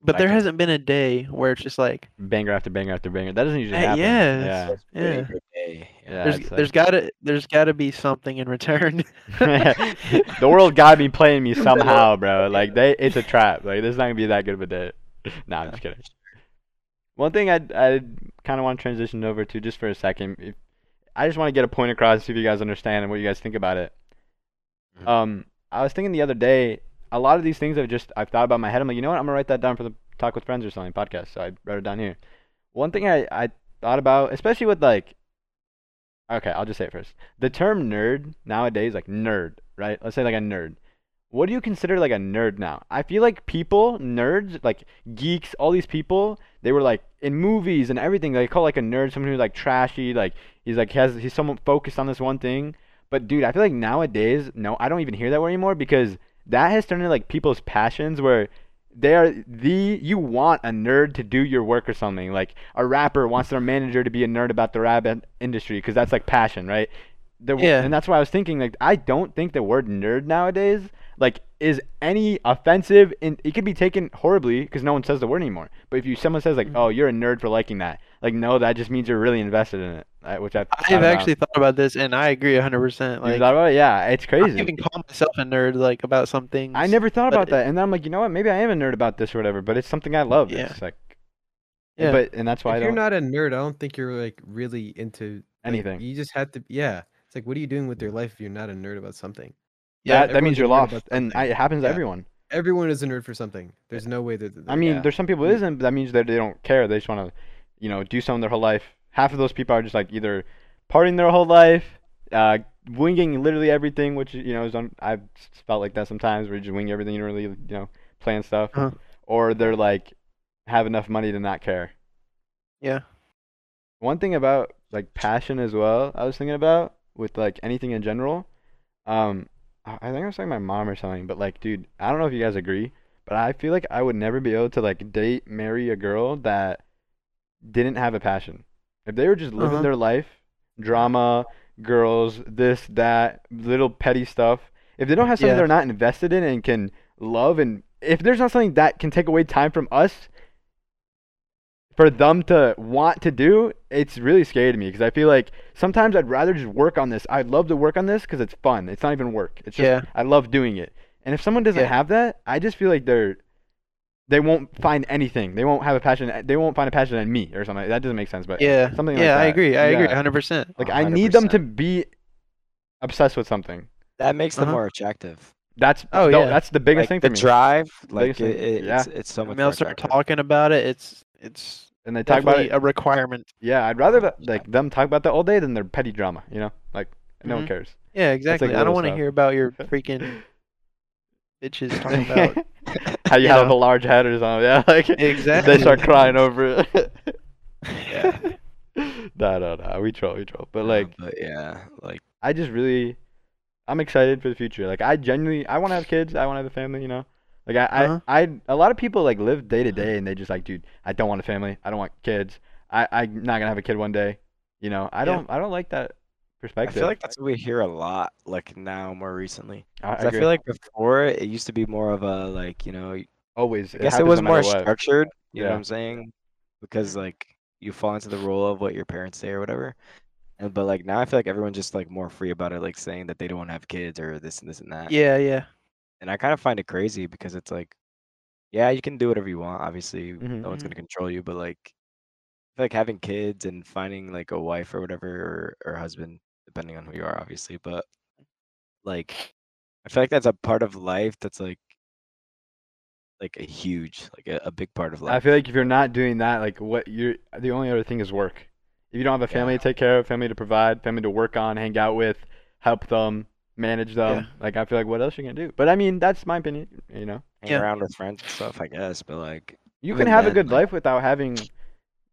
S2: But
S3: I
S2: there
S3: can-
S2: hasn't been a day where it's just like,
S1: banger after banger after banger. That doesn't usually
S2: Hey,
S1: happen.
S2: yeah,
S1: Yeah.
S3: that's pretty
S2: yeah.
S3: good day,
S1: Yeah,
S2: there's
S1: it's like-
S2: there's gotta there's gotta be something in return.
S1: the world gotta be playing me somehow, bro. Like they, it's a trap. Like this is not gonna be that good of a day. nah, I'm just kidding. One thing I I kind of want to transition over to just for a second. If, I just want to get a point across, see if you guys understand and what you guys think about it.
S3: Mhm.
S1: Um, I was thinking the other day, a lot of these things I've just I've thought about in my head. I'm like, you know what? I'm gonna write that down for the talk with friends or something podcast. So I wrote it down here. One thing I I thought about, especially with like, okay, I'll just say it first. The term nerd nowadays, like nerd, right? Let's say like a nerd. What do you consider like a nerd now? I feel like people, nerds, like geeks, all these people, they were like in movies and everything. They call like a nerd someone who's like trashy, like he's like has he's someone focused on this one thing. But dude, I feel like nowadays, no, I don't even hear that word anymore because that has turned into like people's passions where they are the you want a nerd to do your work or something. Like a rapper wants their manager to be a nerd about the rap in- industry because that's like passion, right? The,
S2: Yeah.
S1: And that's why I was thinking like I don't think the word nerd nowadays like is any offensive and it could be taken horribly because no one says the word anymore. But if you someone says like,
S2: Mhm.
S1: "Oh, you're a nerd for liking that," like no, that just means you're really invested in it. I- Which I
S2: I've actually thought about this and I agree hundred percent.
S1: like,
S2: Like
S1: thought about it? yeah, it's
S2: I
S1: crazy.
S2: even call myself a nerd like about some things.
S1: I never thought
S2: but
S1: about
S2: it-
S1: that, and then I'm like, you know what? Maybe I am a nerd about this or whatever. But it's something I love.
S2: Yeah.
S1: It's like,
S2: Yeah.
S1: but and that's why I
S4: if
S1: don't.
S4: you're not a nerd, I don't think you're like really into like,
S1: Anything.
S4: you just have to, yeah. It's like, what are you doing with your life if you're not a nerd about something?
S1: yeah, that, that
S4: everyone's
S1: means
S4: a
S1: you're
S4: nerd
S1: lost,
S4: about
S1: and I,
S4: something.
S1: it happens to
S4: Yeah.
S1: everyone.
S4: Everyone is a nerd for something. There's no way that. that-
S1: Eh, I mean,
S3: Yeah.
S1: there's some people who
S4: Yeah.
S1: isn't, but that means that they don't care. They just want to, you know, do something their whole life. Half of those people are just like either partying their whole life, uh, winging literally everything, which you know is un- I've s- felt like that sometimes, where you just wing everything, you don't really, you know, plan stuff,
S2: Uh-huh.
S1: or they're like have enough money to not care.
S2: Yeah.
S1: One thing about like passion as well, I was thinking about with like anything in general. Um, I I think I was talking to my mom or something, but like, dude, I don't know if you guys agree, but I feel like I would never be able to like date, marry a girl that didn't have a passion. If they were just living
S2: Uh-huh.
S1: their life, drama, girls, this, that, little petty stuff. If they don't have something
S2: Yeah.
S1: they're not invested in and can love, and if there's not something that can take away time from us for them to want to do, it's really scary to me because I feel like sometimes I'd rather just uh, work on this. I'd love to work on this because it's fun. It's not even work. It's just
S2: Yeah.
S1: I love doing it. And if someone doesn't
S2: Yeah.
S1: have that, I just feel like they're they won't find anything. They won't have a passion. They won't find a passion in me or something. That doesn't make sense, but
S2: Yeah.
S1: something like
S2: yeah, I
S1: that.
S2: agree. I agree
S1: Yeah.
S2: 100%.
S1: like I need them to
S3: 100%.
S1: be obsessed with something.
S3: That makes them
S2: Uh-huh.
S3: more attractive.
S1: That's
S2: Oh,
S1: oh yeah.
S2: yeah.
S1: That's the biggest
S3: Like,
S1: thing
S3: the
S1: for me.
S3: drive, like
S1: biggest thing-
S3: it, it,
S1: yeah.
S3: it's, it's so much.
S2: When
S3: more
S2: they'll start
S3: attractive.
S2: talking about it, it's it's
S1: and they talk about
S2: definitely Oh,
S1: it.
S2: a requirement.
S1: Yeah, I'd rather th- like them talk about that all day than their petty drama. You know, like no one
S2: Mhm.
S1: cares.
S2: Yeah, exactly. I
S1: little
S2: don't want to
S1: stuff.
S2: hear about your freaking bitches talking about
S1: How you,
S2: you
S1: have
S2: know.
S1: a large head or something. Yeah, like
S2: Exactly.
S1: they start crying over it.
S2: Yeah.
S1: no, no, no. We troll, we troll. But
S3: Yeah,
S1: like,
S3: Uh, but yeah, like
S1: I just really, I'm excited for the future. Like, I genuinely, I want to have kids. I want to have a family. You know, like I,
S2: Uh-huh.
S1: I, I, a lot of people like live day to day, and they just like, dude, I don't want a family. I don't want kids. I, I'm not gonna have a kid one day. You know, I
S2: Yeah.
S1: don't, I don't like that
S3: I
S1: perspective.
S3: feel like that's what we hear a lot, like now more recently.
S1: I,
S3: 'Cause I,
S1: agree.
S3: feel like before it used to be more of a like you know
S1: always.
S3: I guess it
S1: happens
S3: was
S1: no
S3: more
S1: matter what.
S3: structured. You know
S1: Yeah.
S3: what I'm saying? Because like you fall into the role of what your parents say or whatever. And but like now I feel like everyone's just like more free about it, like saying that they don't want to have kids or this and this and that.
S2: Yeah, yeah.
S3: And I kind of find it crazy because it's like, yeah, you can do whatever you want. Obviously,
S1: Mhm.
S3: no one's gonna control you. But like, I feel like having kids and finding like a wife or whatever or, or husband, depending on who you are, obviously. But like, I feel like that's a part of life that's like, like a huge, like a, a big part of life.
S1: I feel like if you're not doing that, like what you're, the only other thing is work. If you don't have a family to take care of, family to provide, family to work on, hang out with, help them, manage them, like I feel like what else you gonna do? But I mean, that's my opinion. You know,
S3: hang
S2: Yeah.
S3: around with friends and stuff, I guess. But like,
S1: you
S3: Even
S1: can have a
S3: then,
S1: good
S3: like-
S1: life without having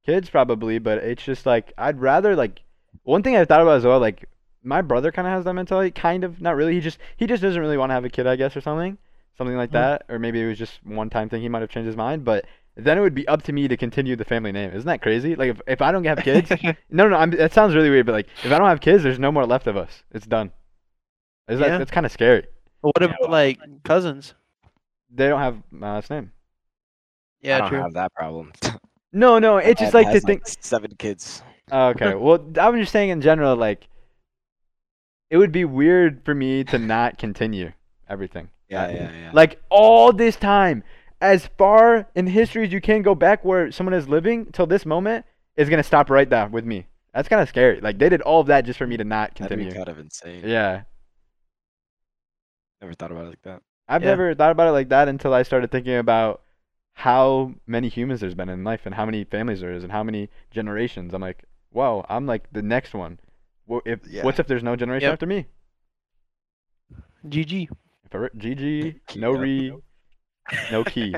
S1: kids, probably. But it's just like I'd rather like one thing I thought about as well. Like my brother kind of has that mentality, kind of not really. He just he just doesn't really want to have a kid, I guess, or something, something like
S2: Mhm.
S1: that. Or maybe it was just one time thing. He might have changed his mind, but. Then it would be up to me to continue the family name. Isn't that crazy? Like if, if I don't have kids, No, no, I'm, that sounds really weird, but like, if I don't have kids, there's no more left of us. It's done. Is
S2: Yeah.
S1: that that's kind of scary.
S2: But what
S3: Yeah,
S2: about
S3: well,
S2: like cousins?
S1: They don't have my last name.
S3: I
S2: Yeah,
S3: don't
S2: true.
S3: have that problem.
S1: No, no, it's just
S3: Dad
S1: like the
S3: has,
S1: thing.
S3: seven kids.
S1: Okay, well, I'm just saying in general, like, it would be weird for me to not continue everything.
S3: Yeah, yeah, yeah.
S1: Like all this time, as far in history as you can go back where someone is living till this moment is gonna stop right there with me. That's kind of scary. Like they did all of that just for me to not
S3: That'd be
S1: continue.
S3: kind of insane.
S1: Yeah.
S3: Never thought about it like that.
S1: I've
S2: Yeah.
S1: never thought about it like that until I started thinking about how many humans there's been in life and how many families there is and how many generations. I'm like, whoa, I'm like the next one. Wha- if
S3: Yeah.
S1: what's if there's no generation
S2: Yep.
S1: after me?
S2: GG.
S1: If I, were- GG,
S3: Key
S1: no
S3: up.
S1: re, no key.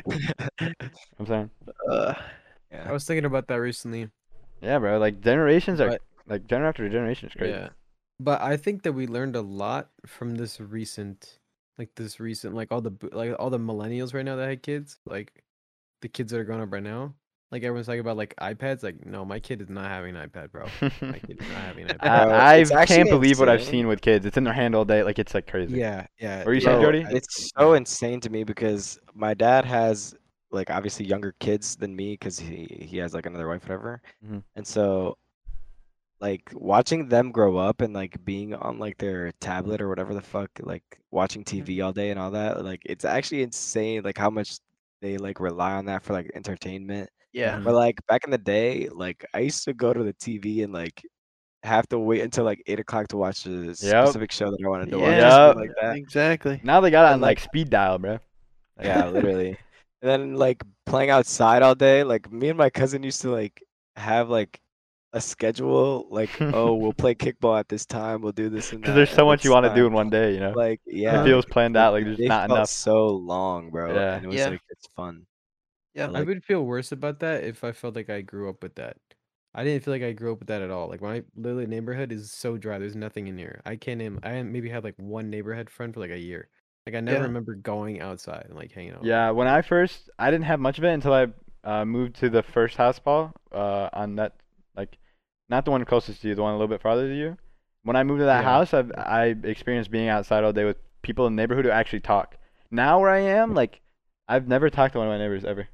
S1: I'm saying,
S2: Uh,
S4: I
S3: Yeah.
S4: was thinking about that recently.
S1: yeah, bro. Like generations are
S4: But-
S1: like generation after generation is crazy.
S4: Yeah. But I think that we learned a lot from this recent, like this recent, like all the bo- like all the millennials right now that had kids, like the kids that are growing up right now. Like everyone's talking about like iPads. Like, no, my kid is not having an iPad, bro. My kid is not having an iPad.
S3: Bro,
S1: I, I
S3: it's actually
S1: can't believe what I've
S3: insane.
S1: seen with kids. It's in their hand all day. Like it's like crazy.
S4: Yeah, yeah.
S1: What were you
S4: yeah,
S1: saying,
S3: Bro,
S1: Jody?
S4: I-
S3: It's so insane to me because my dad has like obviously younger kids than me because he he has like another wife, whatever.
S1: Mhm.
S3: And so, like watching them grow up and like being on like their tablet or whatever the fuck, like watching
S1: Mm-hmm.
S3: TV all day and all that, like it's actually insane like how much they like rely on that for like entertainment.
S2: yeah.
S3: But like back in the day, like I used to go to the TV and like have to wait until like eight o'clock to watch a specific show that I wanted to watch. or
S1: Yeah.
S3: something Like that.
S2: Exactly.
S1: Now they got it on
S3: And,
S1: like
S3: like-
S1: speed dial, bro.
S3: Yeah, literally. And then like playing outside all day. Like me and my cousin used to like have like a schedule. Like oh, we'll play kickball at this time. We'll do this and
S1: Because
S3: that
S1: there's
S3: at
S1: so much you
S3: this
S1: want to do
S3: time."
S1: in one day, you know.
S3: Like yeah,
S1: It feels planned out. Like
S3: it-
S1: there's
S3: they
S1: not
S3: felt
S1: enough.
S3: So long, bro.
S1: Yeah.
S3: And it was
S2: Yeah.
S3: like it's fun.
S2: Yeah.
S3: But,
S4: I
S3: Like,
S4: would feel worse about that if I felt like I grew up with that. I didn't feel like I grew up with that at all. Like my literally neighborhood is so dry. There's nothing in here. I can't name. I maybe had like one neighborhood friend for like a year. Like I never
S2: Yeah.
S4: remember going outside and like hanging out. with
S1: Yeah, when I first, I didn't have much of it until I uh, moved to the first house, Paul, uh, on that, like, not the one closest to you, the one a little bit farther to you. When I moved to that
S4: Yeah.
S1: house, I've, I experienced being outside all day with people in the neighborhood who actually talk. Now where I am, like, I've never talked to one of my neighbors ever.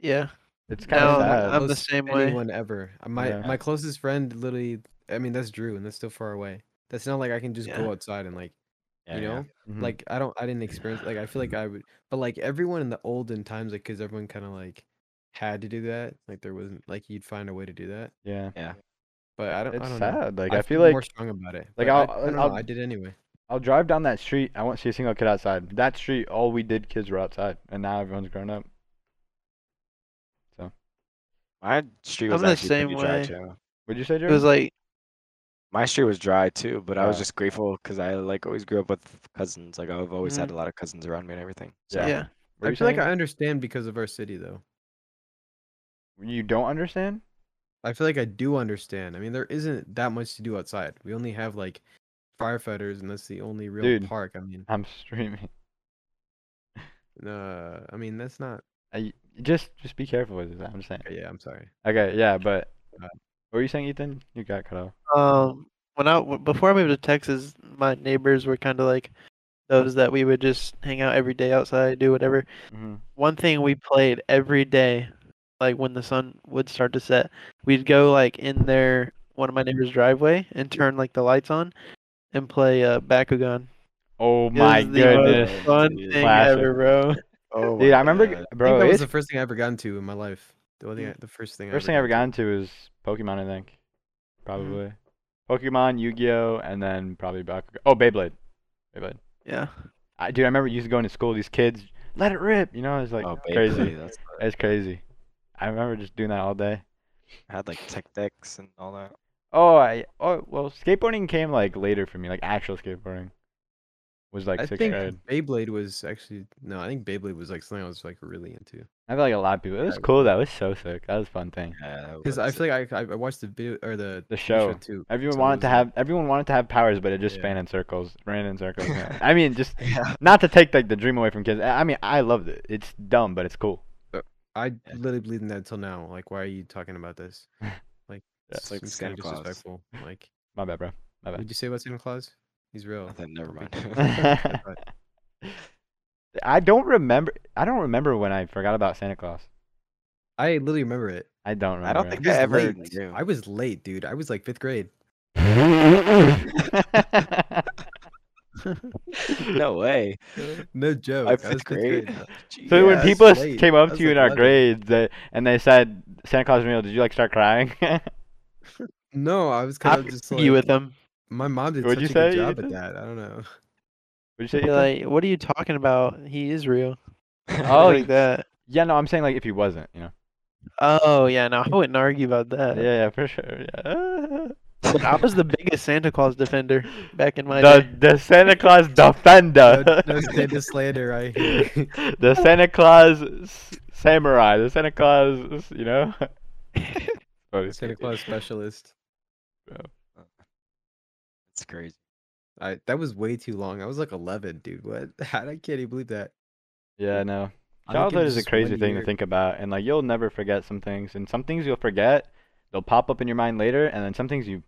S2: Yeah.
S1: It's kind
S2: No,
S1: of
S4: the
S1: sad.
S2: I'm the
S4: most
S2: same way.
S4: anyone ever. Uh, My
S1: Yeah.
S4: my closest friend literally. I mean that's Drew, and that's still far away. That's not like I can just
S2: Yeah.
S4: go outside and like
S3: Yeah,
S4: you
S3: yeah.
S4: know
S1: Mhm.
S4: like i don't i didn't experience like i feel like i would but like everyone in the olden times like because everyone kind of like had to do that like there wasn't like you'd find a way to do that
S1: yeah,
S4: but i don't
S1: it's
S4: i don't know
S1: sad. Like I, feel
S4: feel
S1: like
S4: more strong about it
S1: like,
S4: but I,
S1: I'll-
S4: I, don't
S1: I'll-
S4: know, I did anyway
S1: I'll drive down that street. I won't see a single kid outside. That street, all we did kids were outside, and now everyone's grown up.
S3: My street was
S2: I'm the
S3: actually pretty
S2: same
S3: dry
S2: way.
S3: too.
S1: Would you say,
S2: It
S1: Jeremy?
S2: was like
S3: My street was dry too, but I was
S1: Yeah.
S3: just grateful because I like always grew up with cousins. Like I've always had
S2: Mhm.
S3: a lot of cousins around me and everything. So
S1: Yeah.
S2: yeah.
S1: Were
S4: i
S1: you
S4: feel like i
S1: saying
S4: understand because of our city though
S1: you don't understand?
S4: i feel like i do understand i mean there isn't that much to do outside we only have like firefighters and that's the only real
S1: Dude.
S4: park i mean
S1: I'm streaming.
S4: uh i mean that's not uh,
S1: I, just, just be careful with this. I'm saying.
S4: yeah i'm sorry
S1: Okay, yeah, but
S4: Uh,
S1: what were you saying, Ethan? You got cut off.
S2: um when I w- before I moved to Texas, my neighbors were kind of like those that we would just hang out every day outside, do whatever.
S1: Mm-hmm.
S2: One thing we played every day, like when the sun would start to set, we'd go like in their one of my neighbors' driveway and turn like the lights on and play uh, Bakugan.
S1: Oh
S2: It
S1: my
S2: was the most
S1: goodness,
S2: fun
S3: dude.
S2: thing
S1: Classic.
S2: ever, bro.
S3: Oh
S1: dude!
S3: my
S1: I remember,
S3: God.
S4: I think
S1: bro.
S4: that was
S1: It's, Mm,
S4: the first thing i ever got into in my life the, one thing I- the first thing
S1: first
S4: I
S1: thing I ever got into was Pokemon, I think, probably Pokemon, Yu-Gi-Oh, and then probably Bakugan. Oh, Beyblade, Beyblade.
S2: Yeah.
S1: I, dude, I remember used to going to school. These kids, let it rip. You know, it's like
S3: oh, babe,
S1: crazy.
S3: buddy, that's-
S1: It's crazy. I remember just doing that all day.
S3: I had like tech decks and all that.
S1: Oh, I oh well, skateboarding came like later for me. Like actual skateboarding was like
S4: I
S1: sixth
S4: think
S1: grade.
S4: Beyblade was actually no, I think Beyblade was like something I was like really into.
S1: I feel like a lot of people. It was cool. That was so sick. That was a fun thing.
S3: Yeah, that
S4: Because I
S3: was
S4: feel like I, I watched the video or the
S1: The
S4: TV
S1: show.
S4: too.
S1: Everyone
S4: so it
S1: wanted to
S4: was,
S1: have everyone wanted to have powers, but it just
S4: Yeah.
S1: span in circles, ran in circles. yeah. I mean, just
S3: it. Yeah.
S1: not to take like the dream away from kids. I I mean, I loved it. It's dumb, but it's cool.
S4: I literally believe in that until now. Like, why are you talking about this? Like,
S3: It's like
S4: it's kind
S3: Santa
S4: of
S3: Claus.
S4: disrespectful. Like,
S1: My bad, bro. My
S4: what did
S1: bad.
S4: you say about Santa Claus? He's real.
S3: Then never mind.
S1: I don't remember. I don't remember when I forgot about Santa Claus.
S4: I literally remember it.
S1: I don't remember.
S3: I don't
S4: I
S3: think
S4: was
S3: I ever
S4: late.
S3: knew.
S4: I was late, dude. I was like fifth grade.
S3: no way.
S4: No joke.
S3: I
S4: I was
S3: fifth grade.
S1: So
S4: Yeah,
S1: when
S4: it's
S1: people s-
S4: late.
S1: came
S4: I
S1: up
S4: was
S1: to you
S4: like
S1: in our
S4: 11.
S1: grades they, and they said Santa Claus is real, did you like start crying?
S4: No, I was
S2: How
S4: kind of just like
S2: you with them?
S4: my mom did
S1: What'd
S4: such
S1: you
S4: a good
S1: say,
S4: job
S1: Ethan?
S4: at that. I don't know.
S1: Would you say
S2: Be like, what are you talking about? He is real.
S1: Oh,
S2: like that.
S1: yeah? No, I'm saying like if he wasn't, you know.
S2: Oh yeah, no, I wouldn't argue about that.
S4: Uh,
S1: Yeah, yeah, for sure. Yeah.
S2: I was the biggest Santa Claus defender back in my
S1: the
S2: day.
S1: the Santa Claus defender,
S4: No, no Santa slander right here.
S1: the Santa Claus s- samurai, the Santa Claus, s- you know. Funny.
S4: Santa Claus specialist.
S3: It's crazy.
S4: I that was way too long. I was like 11, dude. What? How- I can't even believe that.
S1: Yeah, no.
S4: I think it
S1: Childhood
S4: was
S1: is a
S4: just
S1: crazy
S4: one
S1: thing to
S4: year.
S1: think about, and like you'll never forget some things, and some things you'll forget, they'll pop up in your mind later, and then some things you.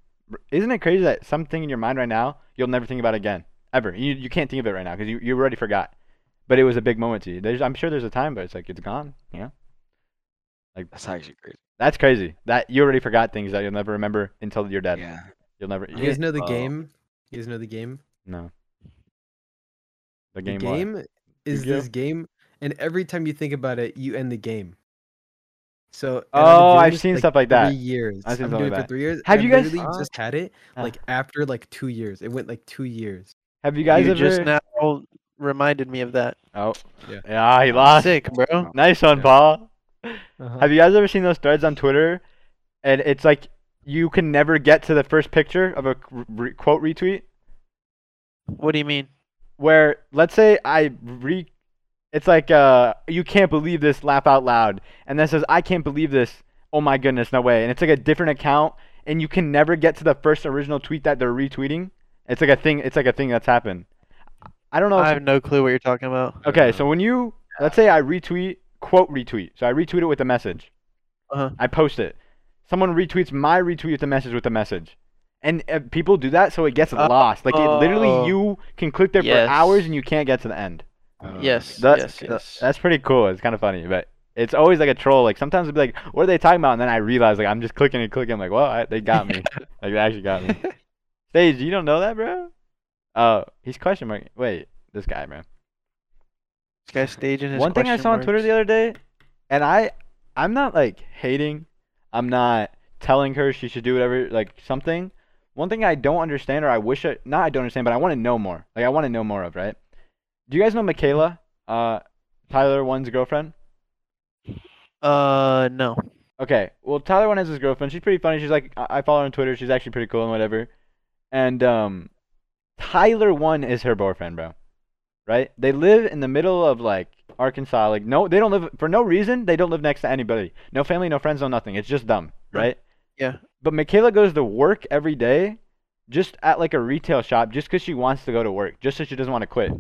S1: Isn't it crazy that something in your mind right now you'll never think about again ever? You you can't think of it right now because you you already forgot, but it was a big moment to you. There's I'm sure there's a time, but it's like it's gone. You know,
S3: That's actually crazy.
S1: that's crazy that you already forgot things that you'll never remember until you're dead.
S3: Yeah.
S1: You'll never.
S4: You guys know the
S3: Oh.
S4: game? You guys know the game?
S1: No. The
S4: The
S1: game. what?
S4: game is
S1: Yu-Gi-Oh?
S4: this game, and every time you think about it, you end the game. So and I've been
S1: Oh,
S4: doing
S1: I've
S4: this,
S1: seen stuff like that.
S4: Three years.
S1: I've seen stuff
S4: I've been doing
S1: like
S4: it
S1: that.
S4: for three years.
S1: Have
S4: and
S1: you
S4: I
S1: guys-
S4: literally just had it
S1: Ah.
S4: like after like two years? It went like two years.
S1: Have you guys
S2: you
S1: ever?
S2: just now reminded me of that.
S1: Oh.
S4: Yeah.
S1: Yeah, he lost.
S2: Sick, bro.
S1: Nice one,
S4: Yeah.
S1: Paul.
S4: Uh-huh.
S1: Have you guys ever seen those threads on Twitter? And it's like you can never get to the first picture of a qu- re- quote retweet.
S2: What do you mean?
S1: Where let's say I re, it's like uh, you can't believe this, laugh out loud, and then says I can't believe this. Oh my goodness, no way. And it's like a different account, and you can never get to the first original tweet that they're retweeting. It's like a thing. It's like a thing that's happened. I don't know.
S2: I
S1: if-
S2: have no clue what you're talking about.
S1: Okay, so when you let's say I retweet quote retweet, so I retweet it with a message.
S2: Uh-huh.
S1: I post it. Someone retweets my retweet with a message with a message, and uh, people do that, so it gets
S2: Oh.
S1: lost. Like it literally, you can click there
S2: Yes.
S1: for hours and you can't get to the end.
S3: Uh,
S2: Yes.
S1: That's
S2: yes. Yes.
S1: that's pretty cool. It's kind of funny, but it's always like a troll. Like sometimes it'd be like, "What are they talking about?" And then I realize, like, I'm just clicking and clicking. I'm like, "Well, I, they got me. like they actually got me." Sage, you don't know that, bro? Uh, he's question mark. Wait, this guy, man.
S2: This guy's staging his
S1: One thing I
S2: question
S1: saw on Twitter
S2: marks.
S1: the other day, and I, I'm not like hating. I'm not telling her she should do whatever, like something. One thing I don't understand, or I wish I not I don't understand, but I want to know more. Like I want to know more of, right? Do you guys know Michaela, uh, Tyler One's girlfriend?
S2: Uh, no.
S1: Okay. Well, Tyler one has his girlfriend. She's pretty funny. She's like I, I follow her on Twitter. She's actually pretty cool and whatever. And um, Tyler one is her boyfriend, bro. Right? They live in the middle of like Arkansas. Like no, they don't live for no reason. They don't live next to anybody. No family, no friends, no nothing. It's just dumb,
S2: Yeah.
S1: right?
S2: Yeah.
S1: But Michaela goes to work every day, just at like a retail shop, just because she wants to go to work, just so she doesn't want to quit.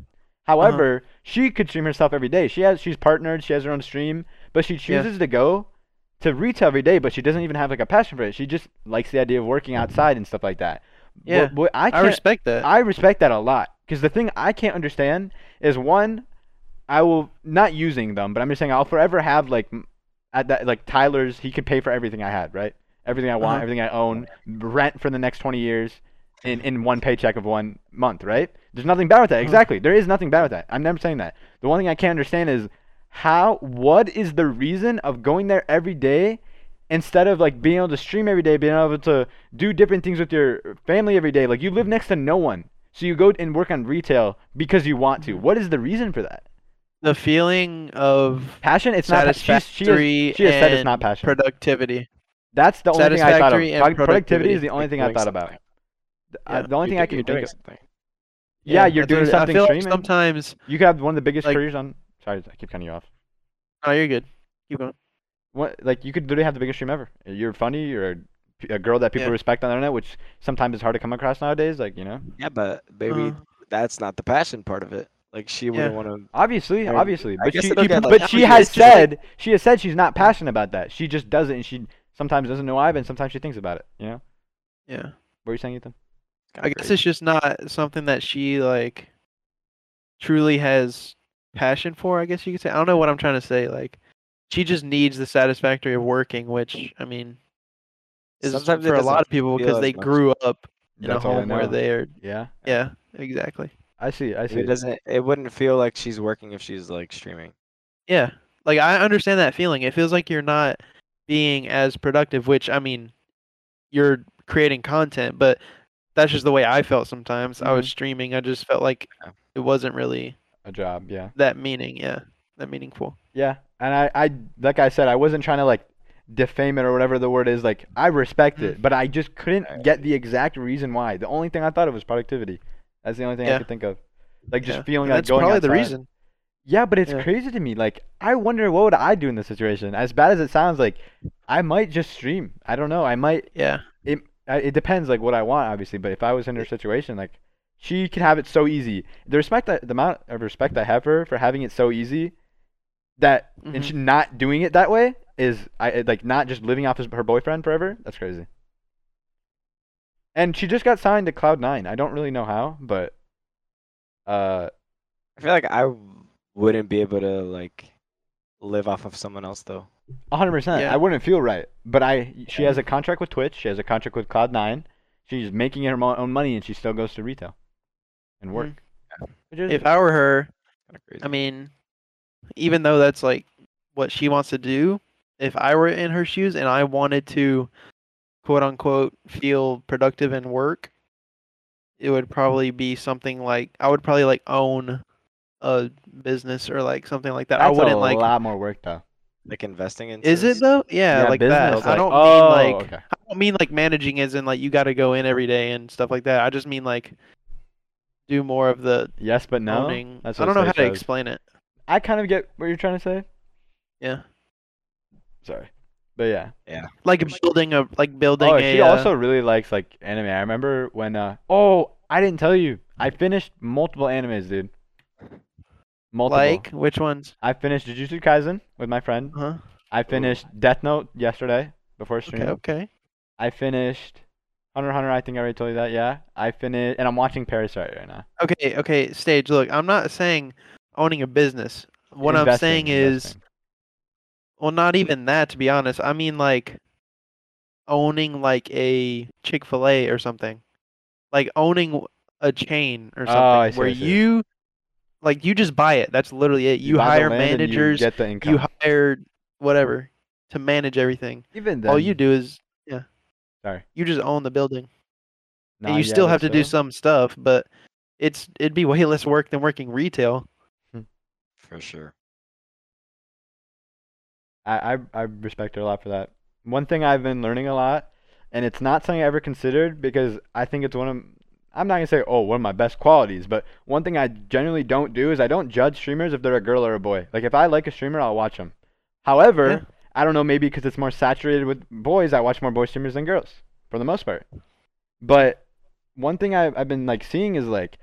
S1: However,
S2: Uh-huh.
S1: she could stream herself every day. She has she's partnered. She has her own stream, but she
S2: Yeah.
S1: chooses to go to retail every day, but she doesn't even have like a passion for it. She just likes the idea of working outside and stuff like that. Wh-
S2: Yeah.
S1: wh- I
S2: I,
S1: can't,
S2: respect that.
S1: I respect that a lot because the thing I can't understand is one, I will not using them, but I'm just saying I'll forever have like m- at that like Tyler's. He could pay for everything I had, right? Everything I want,
S2: Uh-huh.
S1: everything I own, rent for the next 20 years in in one paycheck of one month, right? There's nothing bad with that.
S2: Uh-huh.
S1: Exactly. There is nothing bad with that. I'm never saying that. The one thing I can't understand is how what is the reason of going there every day instead of like being able to stream every day, being able to do different things with your family every day. Like you live next to no one. So you go and work on retail because you want to.
S2: Mm-hmm.
S1: What is the reason for that?
S2: the feeling of
S1: Passion? It's not. pa- she's- She
S2: satisfactory
S1: has, she has said it's not
S2: and
S1: passion.
S2: productivity.
S1: That's the only thing I thought of.
S2: satisfactory and
S1: Pro- productivity is
S2: productivity,
S1: the only
S3: like
S1: thing I
S3: doing
S1: thought about.
S3: something.
S1: Uh,
S2: Yeah.
S1: the only
S3: You're
S1: thing I
S3: do- you're
S1: can
S3: doing
S1: think of.
S3: something.
S1: Yeah, you're
S2: that's what
S1: doing
S2: it is. I
S1: something
S2: feel like
S1: streaming.
S2: sometimes.
S1: You could have one of the biggest
S2: like-
S1: careers on. Sorry, I keep cutting you off.
S2: Oh, you're good. Keep going.
S1: What, like you could literally have the biggest stream ever. You're funny. You're a, p- a girl that people
S2: Yeah.
S1: respect on the internet, which sometimes is hard to come across nowadays. Like you know,
S3: Yeah, but maybe
S2: Uh,
S3: that's not the passion part of it. Like she wouldn't want to.
S1: obviously,
S3: Or-
S1: obviously,
S3: I
S1: but
S3: guess
S1: she,
S3: I look
S1: she-
S3: at, like,
S1: but she
S3: how
S1: has
S3: she is,
S1: said she has said she's not passionate about that. She just does it, and she sometimes doesn't know why, but sometimes she thinks about it. You know,
S2: yeah.
S1: what are you saying, Ethan?
S2: I guess it's just not something that she like truly has passion for, I guess you could say. I don't know what I'm trying to say. Like she just needs the satisfactory of working, which I mean is
S3: Sometimes it
S2: for a
S3: doesn't
S2: lot of people
S3: feel
S2: because
S3: as
S2: they
S3: much.
S2: grew up in
S1: That's
S2: a
S1: all I
S2: home where
S1: know.
S2: they're
S1: Yeah,
S2: yeah, exactly.
S1: I see. I see.
S3: It doesn't. It wouldn't feel like she's working if she's like streaming.
S2: Yeah. Like I understand that feeling. It feels like you're not being as productive, which I mean you're creating content, but that's just the way I felt sometimes. I
S1: Mm-hmm.
S2: was streaming, I just felt like
S3: Yeah.
S2: it wasn't really
S1: a job. Yeah.
S2: that meaning, yeah, that meaningful.
S1: Yeah, and I, I, like I said, I wasn't trying to like defame it or whatever the word is. Like I respect
S2: Mm.
S1: it, but I just couldn't get the exact reason why. The only thing I thought of was productivity. That's the only thing I
S2: Yeah.
S1: could think of. Like just
S2: Yeah.
S1: feeling
S2: And
S1: like
S2: that's
S1: going
S2: probably
S1: outside.
S2: the reason.
S1: Yeah, but it's
S2: Yeah.
S1: crazy to me. Like I wonder what would I do in this situation. As bad as it sounds, like I might just stream. I don't know. I might.
S2: Yeah,
S1: I, it depends, like what I want, obviously. But if I was in her situation, like she could have it so easy. The respect, that, the amount of respect I have for her for having it so easy, that and she not doing it that way is I it, like not just living off his, her boyfriend forever. That's crazy. And she just got signed to Cloud Nine. I don't really know how, but uh,
S3: I feel like I w- wouldn't be able to like live off of someone else though.
S1: 100%.
S2: Yeah.
S1: I wouldn't feel right. But I, she has a contract with Twitch. She has a contract with Cloud Nine. She's making her mo- own money, and she still goes to retail and work. Which is-
S2: Hmm. if I were her,
S3: Kind of crazy.
S2: I mean, even though that's like what she wants to do, if I were in her shoes and I wanted to, quote unquote, feel productive and work, it would probably be something like I would probably like own a business or like something like that.
S1: that's
S2: I wouldn't
S1: a
S2: like.
S1: lot more work though.
S3: like investing in.
S2: Is it though? Yeah, like that.
S1: business,
S2: I don't
S1: oh,
S2: mean like.
S1: okay.
S2: I don't mean like managing as in like you got to go in every day and stuff like that. I just mean like do more of the
S1: yes, but no.
S2: owning.
S1: That's
S2: I
S1: what
S2: don't know how
S1: it
S2: to
S1: says.
S2: explain it.
S1: I kind of get what you're trying to say.
S2: Yeah,
S1: Sorry, but yeah.
S2: like building a like building
S1: Oh,
S2: a.
S1: she
S2: uh,
S1: also really likes like anime. I remember when uh oh, I didn't tell you. I finished multiple animes, dude. Multiple.
S2: like which ones?
S1: I finished Jujutsu Kaisen with my friend.
S2: Huh?
S1: I finished Death Note yesterday before stream.
S2: Okay, okay.
S1: I finished Hunter x Hunter. I think I already told you that. Yeah. I finished, and I'm watching Parasite right now.
S2: Okay, okay. Stage. Look, I'm not saying owning a business. What I'm
S1: Investing,
S2: saying is,
S1: investing.
S2: well, not even that. To be honest, I mean like owning like a Chick Fil A or something, like owning a chain or
S1: Oh,
S2: something
S1: I see,
S2: where
S1: I see.
S2: you like you just buy it. That's literally it. You,
S1: buy the
S2: hire
S1: land and
S2: managers,
S1: you get the
S2: you,
S1: income.
S2: hire whatever to manage everything.
S1: Even
S2: All you
S1: then-
S2: do is yeah.
S1: Sorry.
S2: You just own the building.
S1: Nah,
S2: and you
S1: yeah,
S2: still have to
S1: that's
S2: do
S1: so-
S2: some stuff, but it's it'd be way less work than working retail.
S3: for sure.
S1: I, I I respect her a lot for that. One thing I've been learning a lot, and it's not something I ever considered because I think it's one of I'm not gonna say oh one of my best qualities, but one thing I generally don't do is I don't judge streamers if they're a girl or a boy. Like if I like a streamer, I'll watch them. However,
S2: Yeah.
S1: I don't know maybe because it's more saturated with boys, I watch more boy streamers than girls for the most part. But one thing I've I've been like seeing is like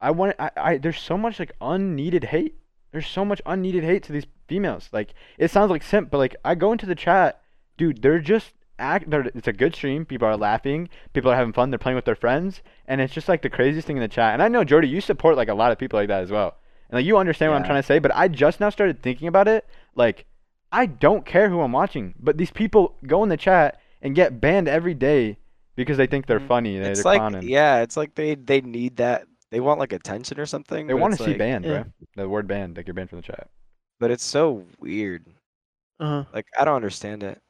S1: I want I, I there's so much like unneeded hate. There's so much unneeded hate to these females. Like it sounds like simp, but like I go into the chat, dude. They're just act. They're, it's a good stream. People are laughing. People are having fun. They're playing with their friends, and it's just like the craziest thing in the chat. And I know Jordy, you support like a lot of people like that as well, and like you understand what I'm
S3: Yeah.
S1: trying to say. But I just now started thinking about it. Like I don't care who I'm watching, but these people go in the chat and get banned every day because they think they're
S2: Mhm.
S1: funny. They,
S3: it's
S1: they're
S3: like
S1: clowning.
S3: yeah, it's like they they need that. They want like attention or something.
S1: They
S3: but
S1: want
S3: it's
S1: to see
S3: like-
S1: banned,
S2: yeah.
S1: bro. The word banned, like you're banned from the chat.
S3: But it's so weird.
S2: Uh-huh.
S3: Like I don't understand it.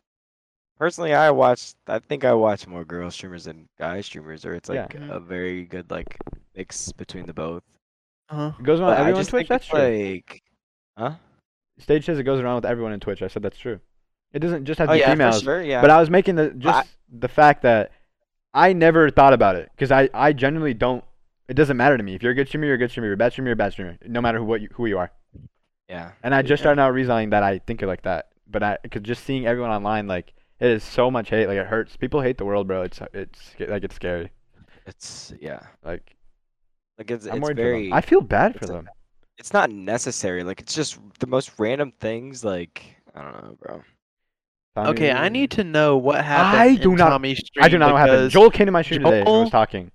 S3: Personally, I watch. I think I watch more girl streamers than guy streamers, or it's
S1: Yeah.
S3: like
S2: Mhm.
S3: a very good like mix between the both.
S2: Uh-huh.
S1: It goes around
S3: But I
S1: everyone on
S3: just
S1: Twitch.
S3: think
S1: That's
S3: it's
S1: true.
S3: like, huh?
S1: Stage says it goes around with everyone in Twitch. I said that's true. It doesn't just have
S3: Oh
S1: to be
S3: yeah,
S1: females.
S3: for sure. Yeah.
S1: But I was making the just the fact that I never thought about it because I I generally don't. It doesn't matter to me if you're a good streamer, you're a good streamer. You're a bad streamer, you're a bad streamer. No matter who what you, who you are.
S3: yeah.
S1: And I just
S2: Yeah.
S1: started out realizing that I think like that. But I because just seeing everyone online like it is so much hate. Like it hurts. People hate the world, bro. It's it's sca- like it's scary.
S3: It's yeah.
S1: Like
S3: Like it's
S1: I'm
S3: it's
S1: worried for
S3: very.
S1: them. I feel bad
S3: it's
S1: for
S3: a-
S1: them.
S3: It's not necessary. Like it's just the most random things. Like I don't know, bro.
S2: Okay, I
S1: Tommy-
S2: need to know what happened.
S1: I do
S2: in
S1: not-
S2: Tommy's stream
S1: I do not know what happened.
S2: because-
S1: Joel came to my stream today and
S2: Joel-
S1: was talking.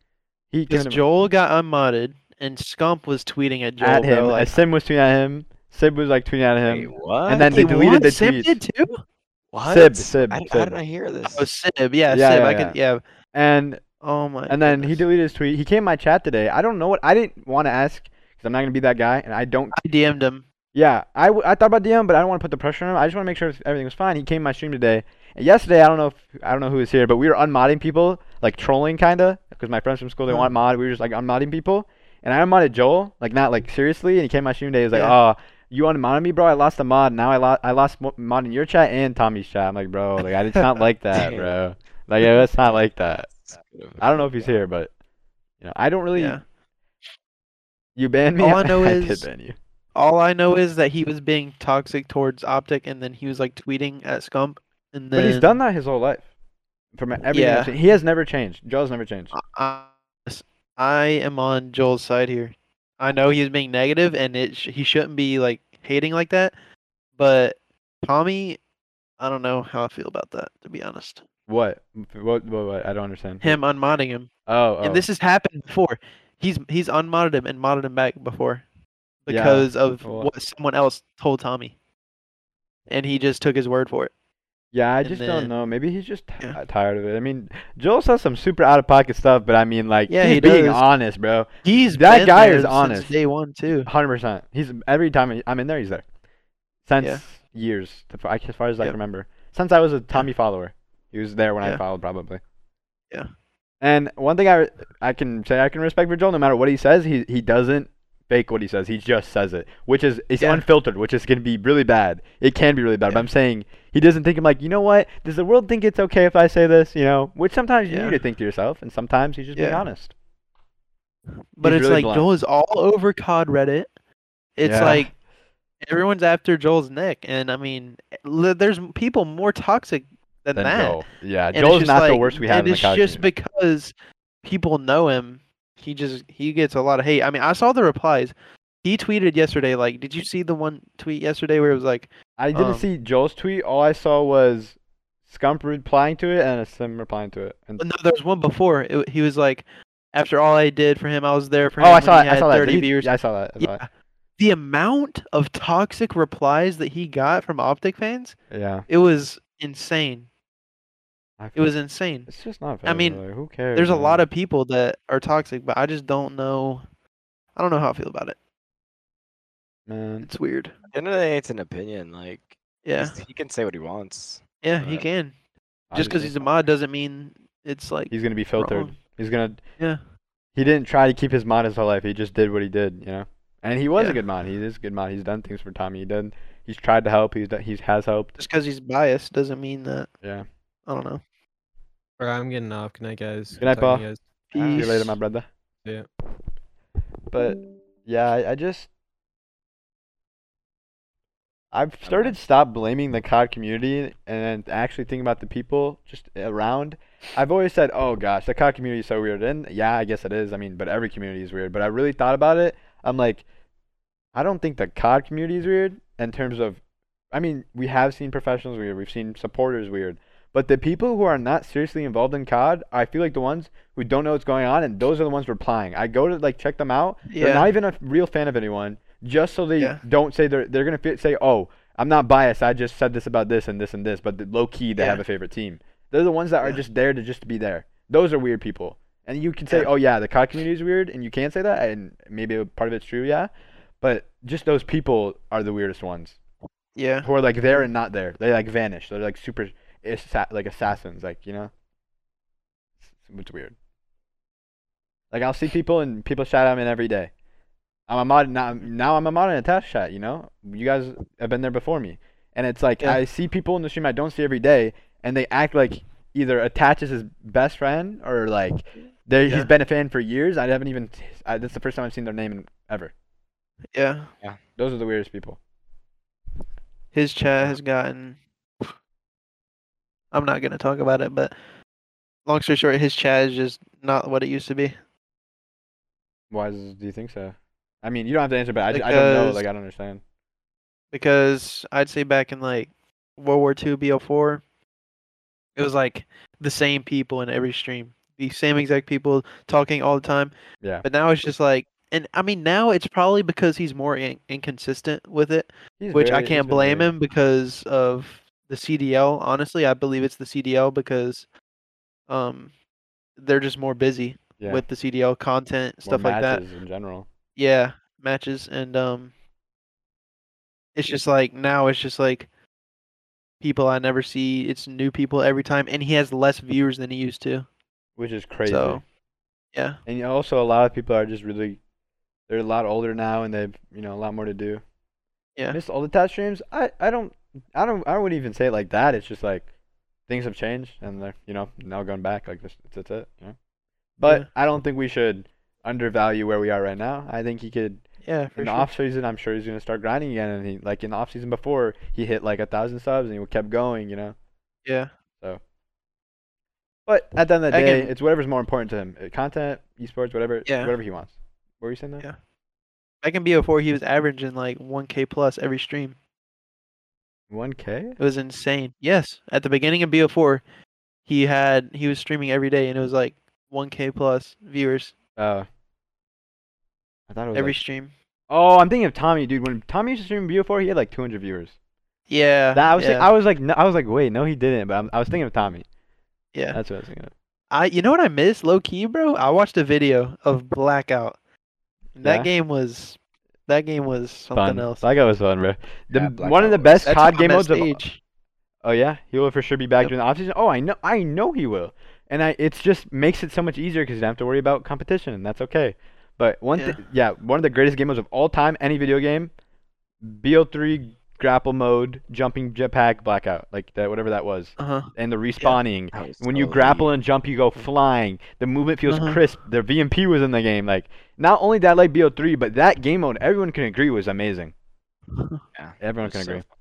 S1: He came
S2: Because
S1: to my-
S2: Joel got unmodded and Scump was tweeting at Joel.
S1: at him.
S2: bro, like,
S1: and Sim was tweeting at him. Sib was like tweeting at him.
S3: Wait, what?
S1: then they
S2: "He
S1: deleted
S2: won?
S1: the
S2: Sib
S1: tweets.
S2: did too?
S3: what?
S1: Sib, Sib,
S3: I, d-
S1: Sib.
S3: How did I hear this?
S2: Oh, Sib. Yeah,
S1: Yeah,
S2: Sib.
S1: yeah,
S2: I can. Yeah.
S1: And
S2: Oh my.
S1: and then he
S2: goodness.
S1: deleted his tweet. He came in my chat today. I don't know what I didn't want to ask because I'm not gonna be that guy. And I don't.
S2: I DM'd him.
S1: Yeah, I, w- I thought about DM, but I don't want to put the pressure on him. I just want to make sure everything was fine. He came to my stream today. And yesterday, I don't know if I don't know who was here, but we were unmodding people, like trolling kinda, because my friends from school they
S2: Huh.
S1: want mod. We were just like unmodding people, and I unmodded Joel, like not like seriously. And he came to my stream today. He was like,
S2: Yeah.
S1: "Oh, you unmodded me, bro. I lost the mod. Now I lost I lost mo- mod in your chat and Tommy's chat." I'm like, "Bro, like I, it's not like that,
S3: Damn.
S1: bro. Like yeah, it's not like that." I don't know if he's
S3: Yeah.
S1: here, but you know, I don't really.
S2: Yeah.
S1: You banned me.
S2: All I know
S1: did
S2: is-
S1: ban you.
S2: All I know is that he was being toxic towards Optic, and then he was like tweeting at Scump, and then.
S1: But he's done that his whole life. From everything
S2: Yeah. Uh,
S1: I've seen. he has never changed. Joel's never changed.
S2: I, I am on Joel's side here. I know he's being negative, and it sh- he shouldn't be like hating like that. But Tommy, I don't know how I feel about that to be honest.
S1: What? What? What? what? I don't understand.
S2: Him unmodding him,
S1: Oh, oh.
S2: and this has happened before. He's he's unmodded him and modded him back before
S1: Yeah,
S2: because of
S1: well-
S2: what someone else told Tommy, and he just took his word for it.
S1: yeah, I
S2: and
S1: just
S2: then-
S1: don't know. Maybe he's just t-
S2: Yeah.
S1: tired of it. I mean, Joel says some super out of pocket stuff, but I mean, like,
S2: Yeah,
S1: he's
S2: he
S1: being
S2: does.
S1: honest, bro.
S2: He's
S1: That
S2: been
S1: guy
S2: there
S1: is
S2: since
S1: honest.
S2: day one too.
S1: Hundred percent. He's every time I- I'm in there, he's there. Since
S2: Yeah.
S1: years, to- I- as far as I
S2: Yep.
S1: can remember, since I was a Tommy follower, he was there when I
S2: Yeah.
S1: followed probably.
S2: Yeah.
S1: And one thing I re- I can say I can respect for Joel, no matter what he says, he he doesn't fake what he says. He just says it, which is it's
S2: Yeah.
S1: unfiltered, which is gonna be really bad. It can be really bad. But
S2: Yeah.
S1: I'm saying he doesn't think I'm like, you know what? Does the world think it's okay if I say this? You know, which sometimes you
S2: Yeah.
S1: need to think to yourself, and sometimes he's just being
S2: Yeah.
S1: honest.
S2: But
S1: He's
S2: it's
S1: really
S2: like
S1: blunt.
S2: Joel is all over COD Reddit. It's
S1: Yeah.
S2: like everyone's after Joel's neck, and I mean, li- there's m- people more toxic than
S1: Then
S2: that.
S1: Joel, yeah,
S2: And it's
S1: Joel's
S2: just
S1: not the
S2: like-
S1: worst we have
S2: and
S1: in the
S2: it's
S1: college
S2: just
S1: community.
S2: because people know him. He just he gets a lot of hate. I mean, I saw the replies. He tweeted yesterday. Like, did you see the one tweet yesterday where it was like,
S1: I didn't
S2: Um,
S1: see Joel's tweet. All I saw was Scump replying to it and a Sim replying to it. And
S2: oh, no, there was one before. It, he was like, after all I did for him, I was there for
S1: oh,
S2: him.
S1: I
S2: when
S1: saw
S2: he
S1: that. I
S2: had
S1: saw that.
S2: 30
S1: He-
S2: viewers.
S1: Yeah, I saw that. I saw
S2: Yeah. The amount of toxic replies that he got from Optic fans,
S1: that. yeah.
S2: it was insane.
S1: I
S2: It
S1: feel-
S2: was insane.
S1: It's just not.
S2: I
S1: Fair,
S2: mean,
S1: like, who cares?
S2: There's a
S1: man?
S2: lot of people that are toxic, but I just don't know. I don't know how I feel about it.
S1: man.
S2: It's weird.
S3: At the end of the day, it's an opinion. Like
S2: Yeah.
S3: he's- he can say what he wants.
S2: Yeah, he
S3: Right.
S2: can. Just because
S1: obviously.
S2: he's a mod doesn't mean it's like
S1: he's gonna be filtered.
S2: wrong.
S1: He's gonna.
S2: Yeah.
S1: He didn't try to keep his mod his whole life. He just did what he did, you know. And he was
S2: Yeah.
S1: a good mod. He is a good mod. He's done things for Tommy. He done. He's tried to help. He's done, he's has helped.
S2: Just because he's biased doesn't mean that.
S1: Yeah.
S2: I don't know.
S4: Or I'm getting off. Good night, guys.
S1: Good night,
S4: Talking to
S1: Paul.
S4: you guys.
S1: See you later,
S2: Peace.
S1: my brother.
S4: Yeah.
S1: But yeah, I, I just I've started stop blaming the COD community and actually thinking about the people just around. I've always said, "Oh gosh, the COD community is so weird," and yeah, I guess it is. I mean, but every community is weird. But I really thought about it. I'm like, I don't think the COD community is weird in terms of. I mean, we have seen professionals weird. We've seen supporters weird. But the people who are not seriously involved in COD, I feel like the ones who don't know what's going on, and those are the ones replying. I go to like check them out. They're
S2: Yeah.
S1: not even a real fan of anyone, just so they
S2: Yeah.
S1: don't say they're they're gonna fe- say, "Oh, I'm not biased. I just said this about this and this and this." But the, low key, they have
S2: Yeah.
S1: a favorite team. They're the ones that are
S2: Yeah.
S1: just there to just be there. Those are weird people, and you can say,
S2: Yeah.
S1: "Oh yeah, the COD community is weird," and you can say that, and maybe a part of it's true, yeah. But just those people are the weirdest ones
S2: Yeah.
S1: who are like there and not there. They like vanish. They're like super assa- like assassins, like you know. It's, it's weird. Like I'll see people and people shout at me every day. I'm a mod now. Now I'm a mod in a task chat. You know, you guys have been there before me, and it's like
S2: Yeah.
S1: I see people in the stream I don't see every day, and they act like either Attach is his best friend or like they
S2: Yeah.
S1: he's been a fan for years. I haven't even. I, that's the first time I've seen their name in, ever.
S2: Yeah.
S1: Those are the weirdest people.
S2: His chat has gotten. I'm not gonna talk about it, but long story short, his chat is just not what it used to be.
S1: Why is, do you think so? I mean, you don't have to answer, but I, ju- I don't know.
S2: Because-
S1: Like, I don't understand.
S2: because I'd say back in like World War II, BO4, it was like the same people in every stream, the same exact people talking all the time.
S1: Yeah,
S2: But now it's just like, and I mean, now it's probably because he's more in- inconsistent with it,
S1: He's
S2: which
S1: very-
S2: I
S1: he's
S2: can't
S1: been
S2: blame
S1: very-
S2: him because of the CDL. Honestly, I believe it's the CDL because, um, they're just more busy
S1: Yeah.
S2: with the CDL content
S1: Well,
S2: stuff like that.
S1: matches In general,
S2: Yeah, matches and um it's just like now it's just like people I never see, it's new people every time and he has less viewers than he used to.
S1: which is crazy.
S2: So yeah.
S1: And you know, also, a lot of people are just really, they're a lot older now, and they've you know a lot more to do.
S2: Yeah.
S1: Miss all the touch streams. I I don't I don't I wouldn't even say it like that. It's just like things have changed, and they're you know now going back like this. That's it. You know? But
S2: Yeah.
S1: I don't think we should undervalue where we are right now. I think he could
S2: Yeah, for
S1: in the
S2: sure.
S1: off season, I'm sure he's gonna start grinding again. And he like in the off season before, he hit like a thousand subs and he kept going, you know.
S2: yeah.
S1: But at the end of the day,
S2: Again-
S1: it's whatever's more important to him: Uh, content, esports, whatever,
S2: Yeah.
S1: whatever he wants. What were you saying there?
S2: Yeah. Back in BO4 he was averaging like 1k plus every stream.
S1: One K.
S2: It was insane. Yes, at the beginning of BO4 he had he was streaming every day and it was like 1k plus viewers
S1: Uh, I thought it was
S2: every
S1: like-
S2: stream.
S1: oh, I'm thinking of Tommy, dude. When Tommy used to stream before, he had like 200 viewers.
S2: Yeah.
S1: That, I was,
S2: Uh, yeah.
S1: think- I was like, no, I was like, wait, no, he didn't. But I'm, I was thinking of Tommy.
S2: yeah.
S1: That's what I was thinking of.
S2: I you know what I miss low key, bro? I watched a video of Blackout. And That
S1: Yeah?
S2: game was that game was something
S1: Fun.
S2: else.
S1: Like I was fun, bro. The,
S3: Yeah,
S1: one of
S3: Blackout
S1: the
S3: was-
S1: best
S2: That's
S1: COD
S2: my
S1: game
S2: best
S1: modes of
S2: age.
S1: Oh yeah, he will for sure be back
S2: Yep.
S1: during the offseason. Oh, I know, I know he will, and I it's just makes it so much easier because you don't have to worry about competition, and that's okay. But one,
S2: Yeah.
S1: yeah. yeah, one of the greatest game modes of all time, any video game, BO3 grapple mode, jumping jetpack, blackout, like that, whatever that was,
S2: Uh-huh.
S1: and the respawning.
S3: That was
S1: When you
S3: so Mm-hmm.
S1: grapple
S3: elite.
S1: and jump, you go flying. The movement feels
S2: Uh-huh.
S1: crisp. The VMP was in the game. Like not only did I like BO3, but that game mode, everyone can agree was amazing.
S3: Yeah,
S1: Everyone can
S3: It's so
S1: agree.
S3: fun.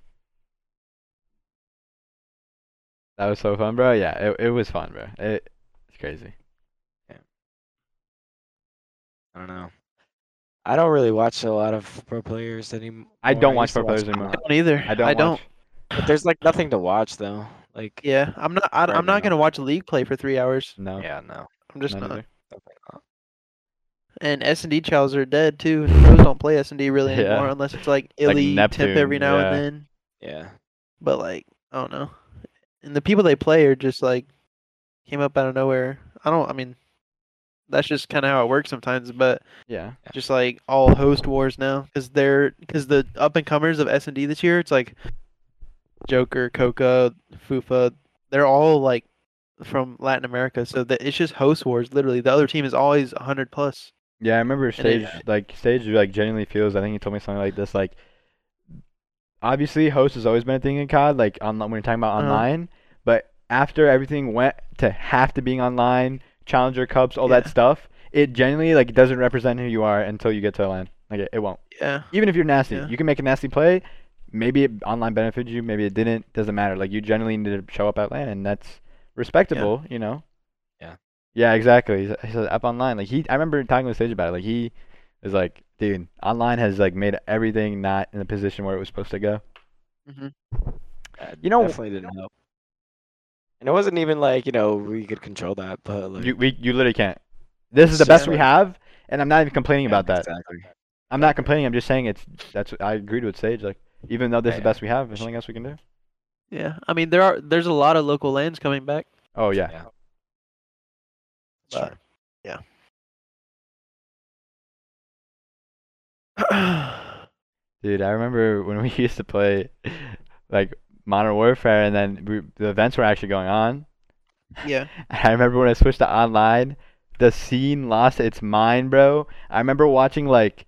S1: That was so fun, bro. Yeah, it, it was fun, bro. It, it's crazy.
S3: I don't know. I don't really watch a lot of pro players anymore.
S1: I don't watch
S3: used to
S1: pro players
S3: a lot,
S1: anymore.
S2: I don't either.
S1: I don't.
S2: I don't.
S1: watch-
S3: But there's like nothing to watch though. Like
S2: Yeah, I'm not I,
S3: Right
S2: I'm not
S3: now.
S2: going to watch league play for 3 hours.
S1: No.
S3: yeah, no.
S2: I'm just
S1: none
S2: not.
S1: either.
S3: definitely not.
S2: And S&D chows are dead too. and Pros don't play S&D really
S1: Yeah.
S2: anymore unless it's like Illy
S1: Neptune,
S2: tip every now
S1: yeah.
S2: and then,
S3: Yeah.
S2: but like I don't know. And the people they play are just like came up out of nowhere. I don't. I mean, that's just kind of how it works sometimes. But
S1: Yeah.
S2: just like all host wars now, because they're because the up and comers of S and D this year, it's like Joker, Coca, Fufa. They're all like from Latin America, so that it's just host wars. Literally, the other team is always hundred plus.
S1: Yeah, I remember
S2: And uh, it-
S1: stage like stage like genuinely feels. I think he told me something like this. Like, obviously, host has always been a thing in COD. Like on when you're talking about
S2: Uh-huh.
S1: online, but after everything went to half to being online, challenger cups, all that
S2: Yeah.
S1: stuff, it genuinely like doesn't represent who you are until you get to online. Like it, it won't.
S2: Yeah,
S1: Even if you're nasty,
S2: Yeah.
S1: you can make a nasty play. Maybe it online benefited you. Maybe it didn't. Doesn't matter. Like you generally need to show up at LAN, and that's respectable. You know.
S3: Yeah.
S1: Yeah, exactly. He's, he's up online. Like he, I remember talking with Sage about it. Like he is like, dude, online has like made everything not in the position where it was supposed to go.
S3: That
S1: You know-
S3: definitely didn't help. And it wasn't even like you know we could control that, but like,
S1: You, we, you literally can't. This is the
S3: It's just
S1: best we
S3: like-
S1: have, and I'm not even complaining
S3: yeah,
S1: about that.
S3: exactly.
S1: I'm not complaining. I'm just saying it's. That's. I agreed with Sage. Like, even though this is the
S3: Yeah.
S1: best we have, there's nothing else we can do.
S2: yeah. I mean, there are there's a lot of local lands coming back.
S1: Oh yeah.
S2: But-
S3: Sure.
S1: Dude, I remember when we used to play like Modern Warfare, and then we, the events were actually going on.
S2: yeah.
S1: I remember when I switched to online, the scene lost its mind, bro. I remember watching like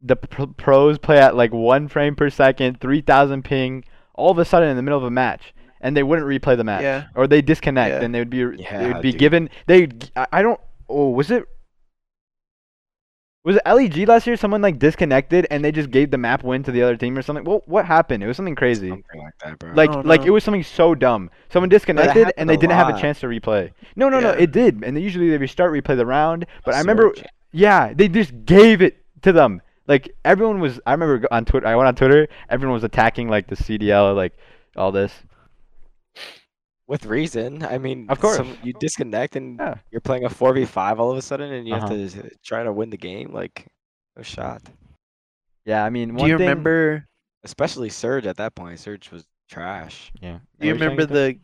S1: the pr- pros play at like one frame per second, three thousand ping, all of a sudden in the middle of a match, and they wouldn't replay the match,
S2: Yeah.
S1: or they disconnect,
S2: Yeah.
S1: and they would be they
S3: Yeah,
S1: would be
S3: dude.
S1: given they. I I don't. Oh, was it? Was it LEG last year? Someone like disconnected and they just gave the map win to the other team or something. Well, what happened? It was something crazy.
S3: Something like that, bro.
S1: Like
S2: Oh,
S1: like it
S2: no.
S1: was something so dumb. Someone disconnected and
S3: happened
S1: they
S3: a
S1: didn't have a
S3: lot.
S1: chance to replay. No, no, no,
S2: Yeah.
S1: it did. And then usually they restart replay the round, but I remember
S3: Surge.
S1: yeah, they just gave it to them. Like everyone was I remember go- on Twitter I went on Twitter, everyone was attacking like the CDL like all this.
S3: with reason. I mean,
S1: Of course.
S3: some- you disconnect and
S1: Yeah.
S3: you're playing a four v five all of a sudden, and you
S1: Uh-huh.
S3: have to try to win the game. Like, no shot.
S1: Yeah, I mean,
S2: Do
S1: one
S2: you
S1: thing-
S2: remember?
S3: Especially Surge at that point. Surge was trash.
S1: Yeah.
S2: Do you
S1: What were saying
S2: remember
S1: again?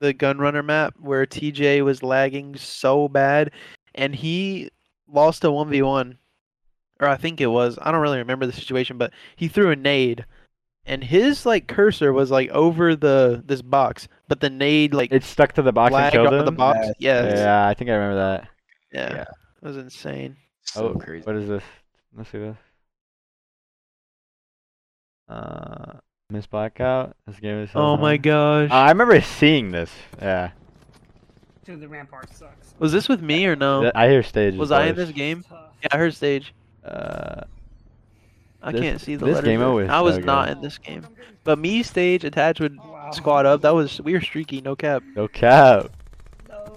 S2: the the Gunrunner map where TJ was lagging so bad, and he lost a one v one, or I think it was. I don't really remember the situation, but he threw a nade, and his like cursor was like over the this box, but the nade like
S1: it stuck to the box and
S2: lagged
S1: killed
S2: onto
S1: them?
S2: the box. Yes. Yeah.
S1: Yeah, I think I remember that.
S3: yeah.
S2: It was insane.
S3: So
S1: oh,
S3: crazy.
S1: What is this? Let's see this. Uh, Miss Blackout. This game is. so
S2: Oh my
S1: fun.
S2: gosh.
S1: Uh, I remember seeing this. Yeah.
S5: Dude, the rampart sucks.
S2: was this with me or no?
S1: Th- I hear stage.
S2: Oh. was I in this game?
S5: Tough.
S2: Yeah, I heard stage.
S1: Uh,
S2: I
S1: This-
S2: can't see the
S1: this
S2: letters
S1: game
S2: there.
S1: always
S2: I was
S1: so
S2: not
S1: good.
S2: in this game. But me, stage, attached with
S5: Wow.
S2: squad up. That was we were streaky, no cap.
S1: no cap.
S5: No.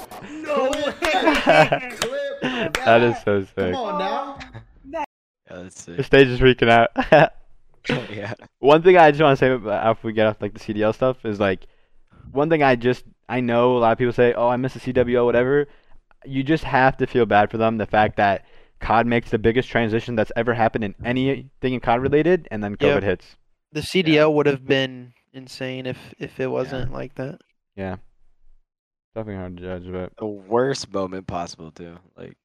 S1: Ooh!
S6: No! No!
S1: that
S6: Clip!
S1: is so
S6: Come
S1: sick.
S6: on now!
S3: Yeah, that's
S1: The
S3: sick.
S1: stage is freaking out.
S3: yeah.
S1: one thing I just want to say about- after we get off like the CDL stuff is like one thing I just I know a lot of people say, "Oh, I miss the CWO whatever." You just have to feel bad for them the fact that COD makes the biggest transition that's ever happened in anything in COD related and then
S2: Yeah.
S1: COVID hits.
S2: The CDL would have been insane if if it wasn't like that.
S1: Definitely hard to judge, but
S3: The worst moment possible too. Like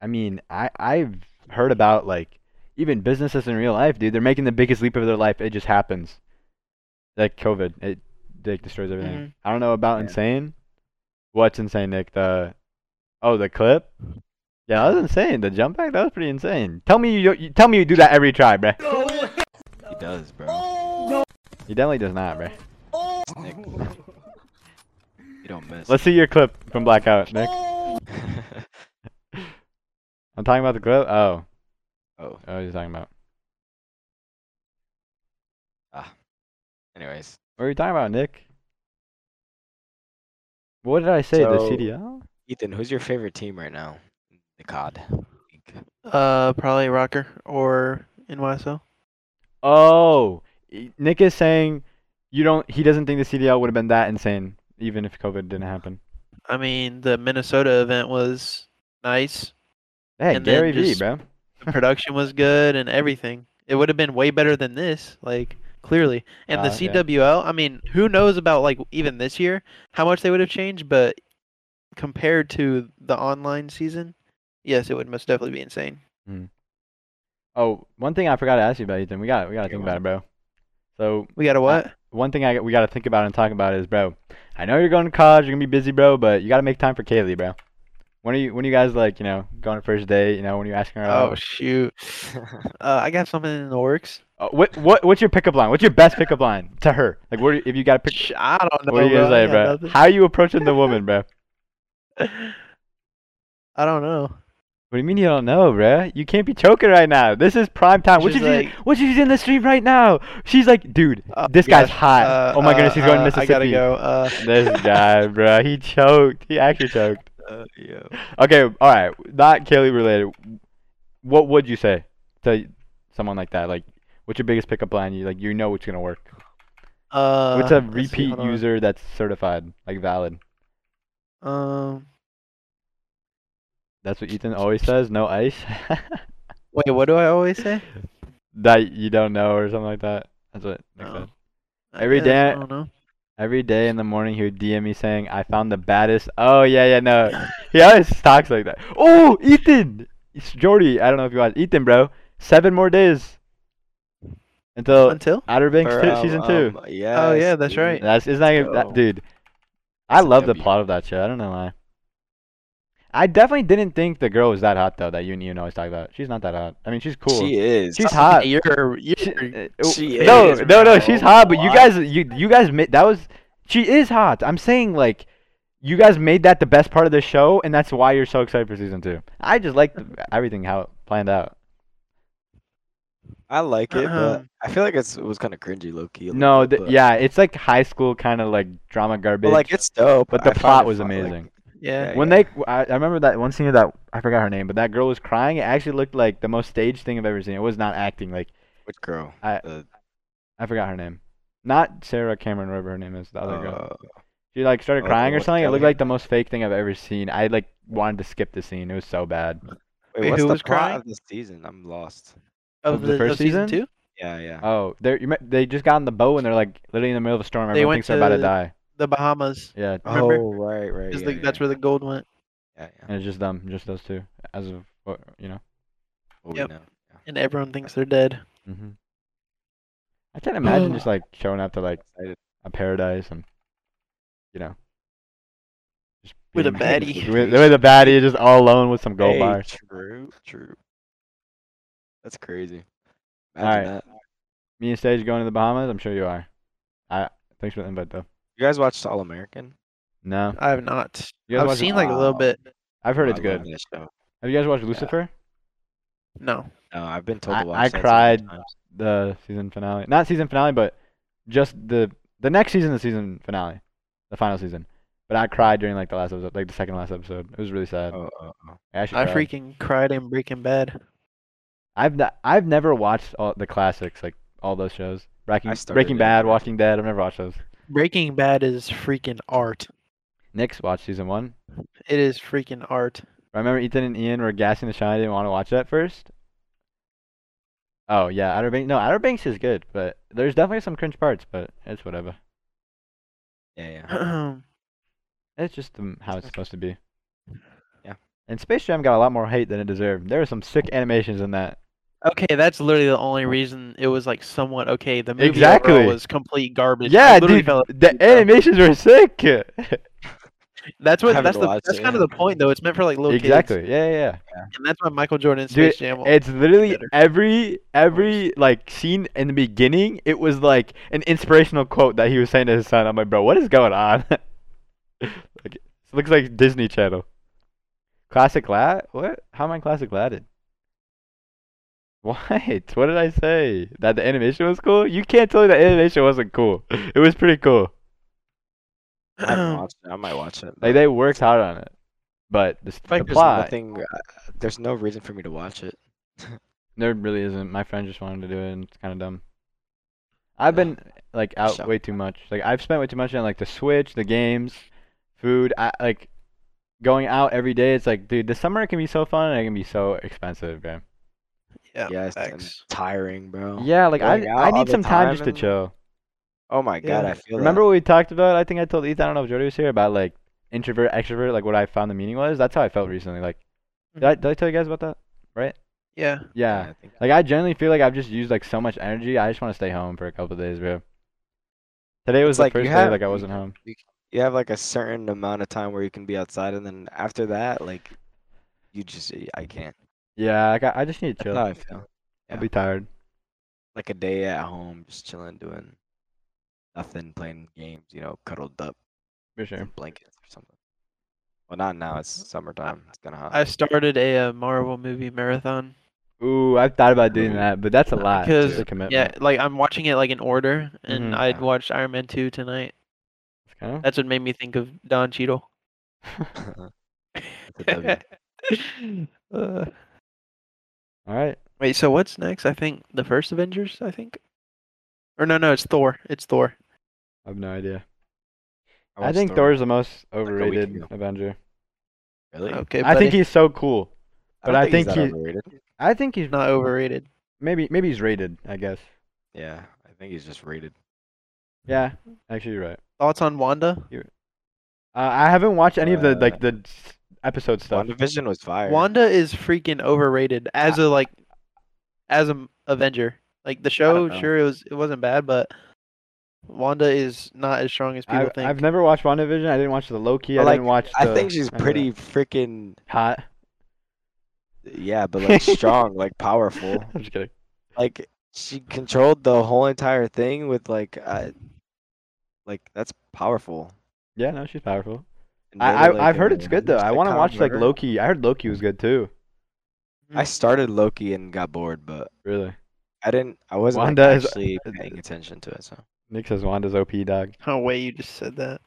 S1: I mean, I I've heard about like even businesses in real life, dude. They're making the biggest leap of their life. It just happens. Like COVID, it like destroys everything.
S2: Mhm.
S1: I don't know about
S3: Yeah.
S1: insane. What's insane, Nick? The oh, the clip. Yeah, that was insane. The jump back, that was pretty insane. Tell me you, you tell me you do that every try, bruh.
S6: No!
S3: he does, bro.
S1: He definitely does not, bruh.
S3: Nick, you don't miss.
S1: Let's see your clip from Blackout, Nick. I'm talking about the clip. Oh,
S3: oh,
S1: oh, you're talking about.
S3: anyways,
S1: What are you talking about, Nick? What did I say? the
S3: So-
S1: CDL.
S3: Ethan, who's your favorite team right now? in The COD. league?
S2: Uh, probably Rocker or NYSL.
S1: Oh, i- Nick is saying you don't. He doesn't think the CDL would have been that insane, even if COVID didn't happen.
S2: I mean, the Minnesota event was nice.
S1: Hey,
S2: And then
S1: Gary Vee,
S2: just-
S1: bro.
S2: The production was good and everything. It would have been way better than this. Like clearly. And
S1: Ah,
S2: the
S1: okay.
S2: CWL, I mean, who knows about like even this year how much they would have changed, but compared to the online season, yes, it would most definitely be insane.
S1: Oh, one thing I forgot to ask you about, Ethan. We got we got to
S3: Okay,
S1: think about
S3: what?
S1: it, bro. So
S2: We got a what?
S1: one thing I we got to think about and talk about is, bro. I know you're going to college. You're gonna be busy, bro. But you got to make time for Kaylee, bro. When are you when are you guys like you know going to first date? You know when you asking her.
S2: oh
S1: out?
S2: shoot. Uh, I got something in the works.
S1: Uh, what what what's your pickup line? What's your best pickup line to her? Like what are- if you got to pick?
S2: Sh- I don't know.
S1: What are you
S2: bro.
S1: gonna say,
S2: I got
S1: bro?
S2: nothing.
S1: How are you approaching the woman, bro?
S2: I don't know.
S1: What do you mean you don't know, bro? You can't be choking right now. This is prime time. What
S2: She's
S1: if she's,
S2: like-
S1: what if she's in the stream right now? She's like, dude,
S2: Oh,
S1: this guy's
S2: gosh.
S1: hot.
S2: Uh,
S1: oh my goodness,
S2: uh,
S1: he's going to
S2: uh,
S1: Mississippi.
S2: I gotta go. Uh,
S1: This guy, bro, he choked. He actually choked.
S2: uh, yo.
S1: Okay, all right, not Kaylee related. What would you say to someone like that? Like, what's your biggest pickup line? You like, you know what's gonna work.
S2: Uh,
S1: What's a
S2: let's see,
S1: repeat
S2: hold on.
S1: user that's certified, like valid?
S2: Um,
S1: That's what Ethan always says. No ice.
S2: wait, what do I always say?
S1: that you don't know or something like that. That's what. Nick
S2: Oh.
S1: said.
S2: I
S1: Every
S2: guess,
S1: day-
S2: I don't know.
S1: Every day in the morning, he would DM me saying, "I found the baddest." Oh yeah, yeah, no. He always talks like that. Oh, Ethan, it's Jordy. I don't know if you watch Ethan, bro. Seven more days until
S2: Until?
S1: Outer Banks
S3: Or,
S1: two,
S3: um,
S1: season two.
S3: um, yes,
S2: yeah, that's
S3: dude.
S2: right.
S1: That's isn't that, even- that
S3: go.
S1: dude? I
S3: That's a
S1: love the
S3: W.
S1: plot of that show. I don't know why. I definitely didn't think the girl was that hot though. That you and Ian always talk about. She's not that hot. I mean, she's cool.
S3: She is.
S1: She's hot.
S2: You're, you're
S1: She- uh,
S3: She
S1: no,
S3: is,
S1: no, no. She's
S3: bro.
S1: hot, but you
S3: I-
S1: guys, you you guys made that was she is hot. I'm saying like you guys made that the best part of the show, and that's why you're so excited for season two. I just like the- everything how it planned out.
S3: I like it, but
S2: Um,
S3: I feel like it's, it was kind of cringy, low key.
S1: Uh-huh. No,
S3: bit,
S1: th-
S3: but-
S1: yeah, it's like high school kind of like drama garbage.
S3: but like it's dope.
S1: but
S3: I
S1: the
S3: found
S1: plot
S3: it
S1: was
S3: fun, like,
S1: amazing.
S2: yeah.
S1: when
S3: yeah.
S1: they, I, I remember that one scene of that I forgot her name, but that girl was crying. It actually looked like the most staged thing I've ever seen. It was not acting. Like
S3: which girl?
S1: I-
S3: The-
S1: I forgot her name. Not Sarah Cameron, whatever her name is, the other girl.
S3: uh,
S1: She like started
S3: Oh,
S1: crying or
S3: what
S1: something. It
S3: the
S1: looked
S3: hell?
S1: like the most fake thing I've ever seen. I like wanted to skip the scene. It was so bad.
S3: Wait,
S2: Wait,
S3: what's
S2: who
S3: the
S2: was
S3: plot
S2: crying?
S3: of this season? I'm lost.
S1: Of the first
S2: season,
S1: season?
S2: two?
S3: Yeah, yeah.
S1: Oh, they you me- they just got on the boat and they're like literally in the middle of a storm.
S2: They
S1: Everyone
S2: went
S1: thinks they're about to
S2: to-
S1: die.
S2: The Bahamas.
S1: Yeah,
S2: remember?
S3: Oh, right, right.
S2: 'cause
S3: Yeah,
S2: the-
S3: yeah,
S2: that's where the gold went.
S3: yeah, yeah.
S1: and it's just them, just those two, as of what you know.
S3: What Oh, we
S2: Yep.
S3: know.
S2: And everyone thinks they're dead.
S1: hmm I can't imagine just like showing up to like
S3: Excited.
S1: a paradise and you know. just
S2: With a
S1: being-
S2: baddie.
S1: With, with a baddie, just all alone with some gold
S3: Hey,
S1: bars.
S3: True, true. That's crazy.
S1: Alright.
S3: Imagine that.
S1: Me and Stage going to the Bahamas. I'm sure you are. I thanks for the invite though.
S3: You guys watched All American?
S1: No,
S2: I have not.
S1: You guys
S2: I've
S1: watch-
S2: seen like a little
S3: Wow.
S2: bit.
S1: I've heard
S3: Oh,
S1: it's
S3: I love
S1: good.
S3: that show.
S1: Have you guys watched Lucifer?
S2: No.
S3: No, I've been told
S1: I-
S3: to watch
S1: I
S3: that so many
S1: cried.
S3: times.
S1: The season finale, not season finale, but just the the next season, the season finale, the final season. But I cried during like the last episode, like the second last episode. It was really sad.
S3: Oh, oh, oh.
S1: I actually
S2: I
S1: cried.
S2: freaking cried in Breaking Bad.
S1: I've not, I've never watched all the classics like all those shows. Breaking
S3: started
S1: Breaking
S3: it,
S1: Bad,
S3: but-
S1: Walking Dead. I've never watched those.
S2: Breaking Bad is freaking art.
S1: Nick's watched season one.
S2: It is freaking art.
S1: I remember Ethan and Ian were gassing the show. and I didn't want to watch that first. Oh yeah, Outer Banks. No, Outer Banks is good, but there's definitely some cringe parts, but it's whatever.
S3: Yeah, yeah.
S2: yeah,
S1: It's just the, how it's supposed to be.
S3: Yeah.
S1: And Space Jam got a lot more hate than it deserved. There were some sick animations in that.
S2: Okay, that's literally the only reason it was like somewhat okay. The movie
S1: Exactly.
S2: overall was complete garbage. I
S1: yeah,
S2: literally
S1: dude,
S2: felt like-
S1: the animations were sick.
S2: that's
S3: I
S2: what
S3: haven't
S2: that's the
S3: watched
S2: that's
S3: it,
S2: kind of
S3: yeah.
S2: the point though. It's meant for like little
S1: exactly. Yeah, yeah, yeah.
S2: kids, and that's why Michael Jordan and
S1: Dude,
S2: Space Jam. will-
S1: It's literally
S2: better.
S1: every every like scene in the beginning. It was like an inspirational quote that he was saying to his son. I'm like, bro, what is going on? like, it looks like Disney Channel. Classic lad? What? How am I classic ladded? What? What did I say? That the animation was cool? You can't tell me the animation wasn't cool. It was pretty cool.
S3: I haven't watched it. I might watch it.
S1: Like
S3: but
S1: they worked hard on it, but the, s-
S3: I feel
S1: the
S3: like there's
S1: plot
S3: nothing. Uh, there's no reason for me to watch it.
S1: There really isn't. My friend just wanted to do it, and it's kind of dumb. I've
S3: Yeah.
S1: been like out
S3: Shut
S1: way too much. Like I've spent way too much on like the Switch, the games, food. I like going out every day. It's like, dude, the summer can be so fun, and it can be so expensive, man.
S2: Yeah.
S3: yes, and
S2: facts.
S3: tiring, bro.
S1: Yeah, like I,
S3: Oh. Going out
S1: I
S3: all
S1: need
S3: the
S1: some time,
S3: time
S1: just to
S3: and-
S1: chill.
S3: Oh my god,
S4: Yeah.
S3: I feel.
S1: Remember
S3: that.
S1: what we talked about? I think I told Ethan. I don't know if Jody was here about like introvert, extrovert, like what I found the meaning was. That's how I felt recently. Like, did I, did I tell you guys about that?
S2: Yeah.
S1: Yeah.
S3: I think-
S1: Like I generally feel like I've just used like so much energy. I just want to stay home for a couple days, bro. Today was the
S3: like you
S1: first day
S3: have-
S1: like I wasn't home.
S3: you have like a certain amount of time where you can be outside, and then after that, like, you just eh, I can't.
S1: Yeah, like I, I just need to
S3: That's
S1: chill.
S3: how I feel.
S1: I'll
S3: yeah.
S1: be tired.
S3: Like a day at home, just chilling, doing nothing, playing games. You know, cuddled up,
S1: For
S3: in
S1: sure.
S3: blankets or something. Well, not now. It's summertime. It's kind of hot.
S2: I started a, uh Marvel movie marathon.
S1: Ooh, I've thought about doing
S3: Ooh.
S1: that, but that's a lot. It's
S2: Because-
S1: a commitment.
S2: Yeah, like I'm watching it like in order, and
S1: Mhm.
S2: I'd
S3: Yeah.
S2: watched Iron Man two tonight.
S1: It's kinda-
S2: That's what made me think of Don Cheadle.
S3: It's a W.
S2: uh,
S1: All right.
S2: wait, so what's next? I think the first Avengers. I think, or no, no, it's Thor. It's Thor.
S1: I have no idea. I,
S3: watched
S1: think
S3: Thor,
S1: Thor's the most
S3: week
S1: overrated
S3: ago.
S1: Avenger.
S3: Really?
S2: Okay,
S1: I think
S2: buddy.
S1: he's so cool. but
S3: don't
S1: I
S3: he's
S1: think
S3: that
S1: he-
S3: overrated.
S1: I think he's
S2: not overrated.
S1: maybe maybe he's rated, I guess.
S3: Yeah, I think he's just rated.
S1: Yeah, actually you're right.
S2: Thoughts on Wanda?
S1: Uh, I haven't watched any of the
S3: Uh,
S1: like the s- episode stuff.
S3: WandaVision was fire.
S2: Wanda is freaking overrated as a like, as a m- Avenger. Like the show,
S3: know.
S2: sure it was it wasn't bad, but Wanda is not as strong as people
S1: I've,
S2: think.
S1: I've never watched WandaVision. I didn't watch the Loki. I
S3: But,
S1: didn't watch.
S3: I
S1: the-
S3: think she's
S1: none of
S3: pretty
S1: that.
S3: freaking
S1: hot.
S3: yeah, but like strong, like powerful.
S1: I'm just kidding.
S3: Like she controlled the whole entire thing with like uh, like that's powerful.
S1: Yeah, no, she's powerful.
S3: And
S1: I,
S3: really,
S1: I I've
S3: like,
S1: heard it's
S3: uh,
S1: good though.
S3: just
S1: I
S3: the
S1: want to watch like
S3: convert.
S1: Loki. I heard Loki was good too.
S3: I started Loki and got bored, but
S1: Really.
S3: I didn't. I wasn't like,
S1: Wanda is-
S3: actually paying attention to it. So
S1: Nick says Wanda's OP dog.
S2: Oh wait, you just said that.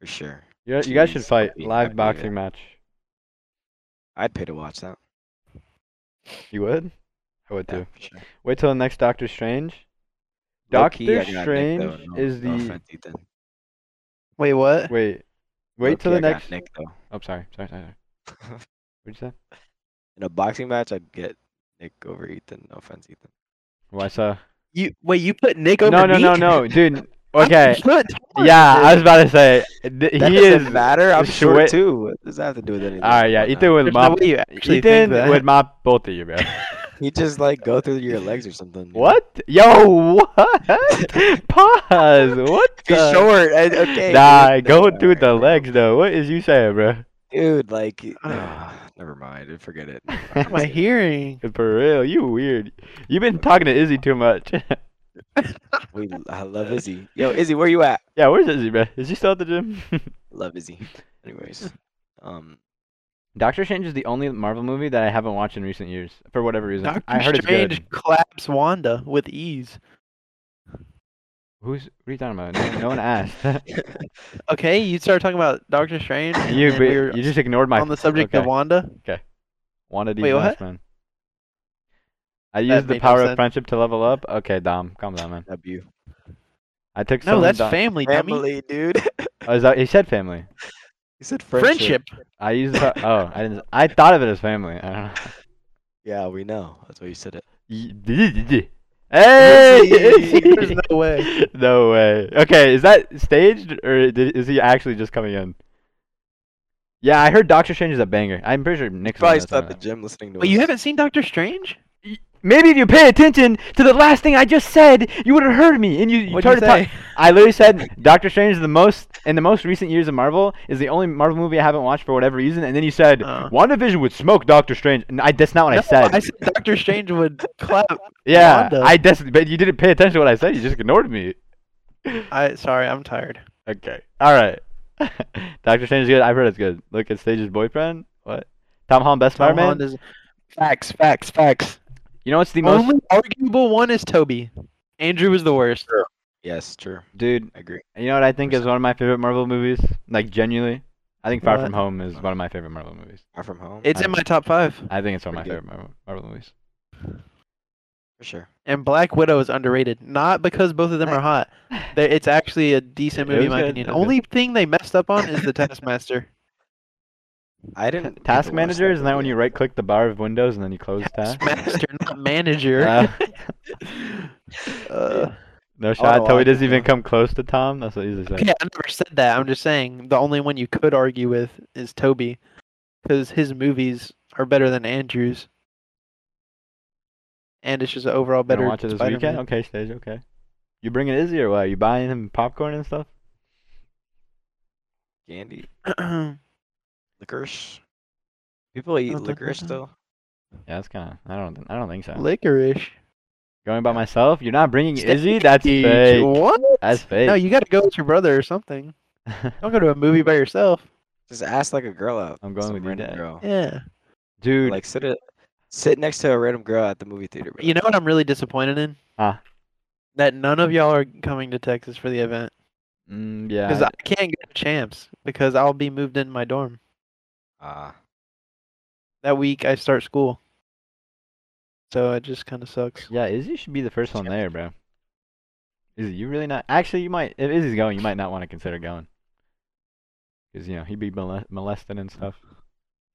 S3: for sure,
S1: You, you guys should
S3: Jeez,
S1: fight
S3: OP,
S1: live
S3: yeah.
S1: boxing match.
S3: I'd pay to watch that.
S1: You would? I would
S3: Yeah,
S1: too.
S3: for sure.
S1: Wait till the next Doctor Strange.
S3: Low-key,
S1: Doctor
S3: I got Nick, though,
S1: Strange
S3: no-
S1: is
S3: no
S1: the-
S3: offense, Ethan.
S2: Wait, what?
S1: Wait. Wait till the
S3: Low-key, I
S1: next.
S3: got Nick, though.
S1: Oh, sorry. Sorry. Sorry. sorry. What'd you say?
S3: In a boxing match, I'd get Nick over Ethan. No offense, Ethan.
S1: Why so?
S2: You wait, you put Nick
S1: No,
S2: over
S1: no,
S2: me?
S1: no, no, dude.
S2: I'm
S1: Okay.
S2: short.
S1: Yeah, I was about to say th-
S3: That
S1: he
S3: doesn't
S1: is.
S3: matter. I'm
S1: is
S3: short
S1: wit-
S3: too. What does that have to do with anything?
S1: All right, yeah.
S3: Come on
S1: Ethan
S3: now.
S1: would
S2: There's no
S1: mop.
S2: way you actually
S1: Ethan
S2: think that.
S1: would mop both of you, bro.
S3: You just like go through your legs or something. you know?
S1: What? Yo, what? Pause. What?
S3: Be
S1: the-
S3: short. I, okay.
S1: Nah,
S3: dude,
S1: go
S3: no,
S1: through the
S3: alright, bro.
S1: legs though. What is you saying, bro?
S3: dude. Like, never mind. Forget it.
S2: What am I hearing?
S1: For real, you weird. You've been talking to Izzy too much.
S3: We, I love Izzy. Yo, Izzy, where you at?
S1: yeah, where's Izzy, bro? Is she still at the gym?
S3: Love Izzy. Anyways, um,
S1: Doctor Strange is the only Marvel movie that I haven't watched in recent years for whatever reason.
S2: Doctor
S1: I heard
S2: Strange
S1: it's good.
S2: claps Wanda with ease.
S1: Who's what are you talking about? No, no one asked.
S2: Okay, you started talking about Doctor Strange. and
S1: you
S2: then
S1: but
S2: we were
S1: you just ignored my
S2: on the subject of
S1: okay.
S2: Wanda.
S1: Wanted
S2: Wait,
S1: these
S2: what?
S1: last man. I used the
S2: made no
S1: power of
S2: sense.
S1: friendship to level up. Okay, Dom, calm down, man.
S3: W.
S1: I took
S2: No,
S1: someone
S2: that's
S1: down-
S2: family, dummy.
S3: Family, dude.
S1: Oh, is that he said family?
S3: He said
S2: Friendship.
S1: I used the oh, I didn't. I thought of it as family. I don't know.
S3: Yeah, we know. That's why you said it.
S1: Ye- Hey!
S2: There's no way.
S1: no way. Okay, is that staged or di- is he actually just coming in? Yeah, I heard Doctor Strange is a banger. I'm pretty sure Nick's the one
S3: Probably
S1: that's
S3: still at
S1: on
S3: the
S1: that.
S3: gym listening to.
S2: Wait, you
S3: us.
S2: haven't seen Doctor Strange?
S1: Maybe if you pay attention to the last thing I just said, you would have heard me. And you, you
S2: What'd you
S1: started talk-
S2: say?
S1: I literally said Doctor Strange is the most in the most recent years of Marvel is the only Marvel movie I haven't watched for whatever reason. And then you said
S2: Uh.
S1: WandaVision would smoke Doctor Strange. And I that's not what I
S2: No,
S1: said.
S2: I said Doctor Strange would clap.
S1: yeah,
S2: Wanda.
S1: I that's but you didn't pay attention to what I said. You just ignored me.
S2: I sorry, I'm tired.
S1: Okay. All right. Doctor Strange is good. I've heard it's good. Look at Stage's boyfriend. What? Tom Holland best
S2: Tom
S1: Spider-Man.
S2: Holland is- Facts, facts, facts.
S1: You know what's the
S2: The
S1: most
S2: only arguable one is Toby. Andrew was the worst.
S3: Yes, true.
S1: dude?
S3: I agree.
S1: You know what I think is one of my favorite Marvel movies. Like genuinely, I think Far
S2: What?
S1: From Home is one of my favorite Marvel movies.
S3: Far from home.
S2: It's in my top five.
S1: I think it's one of my
S3: Pretty
S1: favorite Marvel, Marvel movies.
S3: for sure.
S2: And Black Widow is underrated, not because both of them are hot. They- It's actually a decent
S1: It
S2: movie, in
S1: was
S2: my
S1: good,
S2: opinion.
S1: it was good.
S2: Only thing they messed up on is the Taskmaster.
S3: I didn't. do the
S1: Task
S3: worst
S1: manager
S3: thing
S1: isn't that when
S3: really.
S1: you right click the bar of Windows and then you close task?
S2: Master, not manager.
S1: Uh,
S2: Uh,
S1: no shot.
S3: no,
S1: Toby
S3: I
S1: doesn't even
S3: know.
S1: come close to Tom. That's what he usually says.
S2: okay, I never said that. I'm just saying the only one you could argue with is Toby, because his movies are better than Andrew's, and it's just an overall
S1: Gonna
S2: better.
S1: watch it this
S2: Spider-Man.
S1: weekend. Okay, stage. Okay. You bringing Izzy or what? You buying him popcorn and stuff?
S3: Candy,
S2: I
S3: licorice. People eat
S2: Nothing,
S3: licorice
S2: nothing.
S3: still.
S1: Yeah, that's kind of. I don't. I don't think so.
S2: Licorice.
S1: Going by myself? You're not bringing Izzy? That's
S2: Stage.
S1: fake.
S2: What?
S1: That's fake.
S2: No, you got to go with your brother or something. Don't go to a movie by yourself.
S3: Just ask like a girl out.
S1: I'm going
S3: some
S1: with you,
S3: random
S1: Dad.
S3: girl.
S2: Yeah.
S1: Dude,
S3: Like sit a, sit next to a random girl at the movie theater. bro.
S2: You know what I'm really disappointed in?
S1: Huh.
S2: That none of y'all are coming to Texas for the event.
S1: mm, yeah.
S2: Because I can't go to champs because I'll be moved in my dorm.
S3: Ah,
S2: That week I start school. So it just kind of sucks.
S1: Yeah, Izzy should be the first one there, bro. Izzy, you really not? Actually, you might. If Izzy's going, you might not want to consider going. Because, you know, he'd be mole- molested and stuff.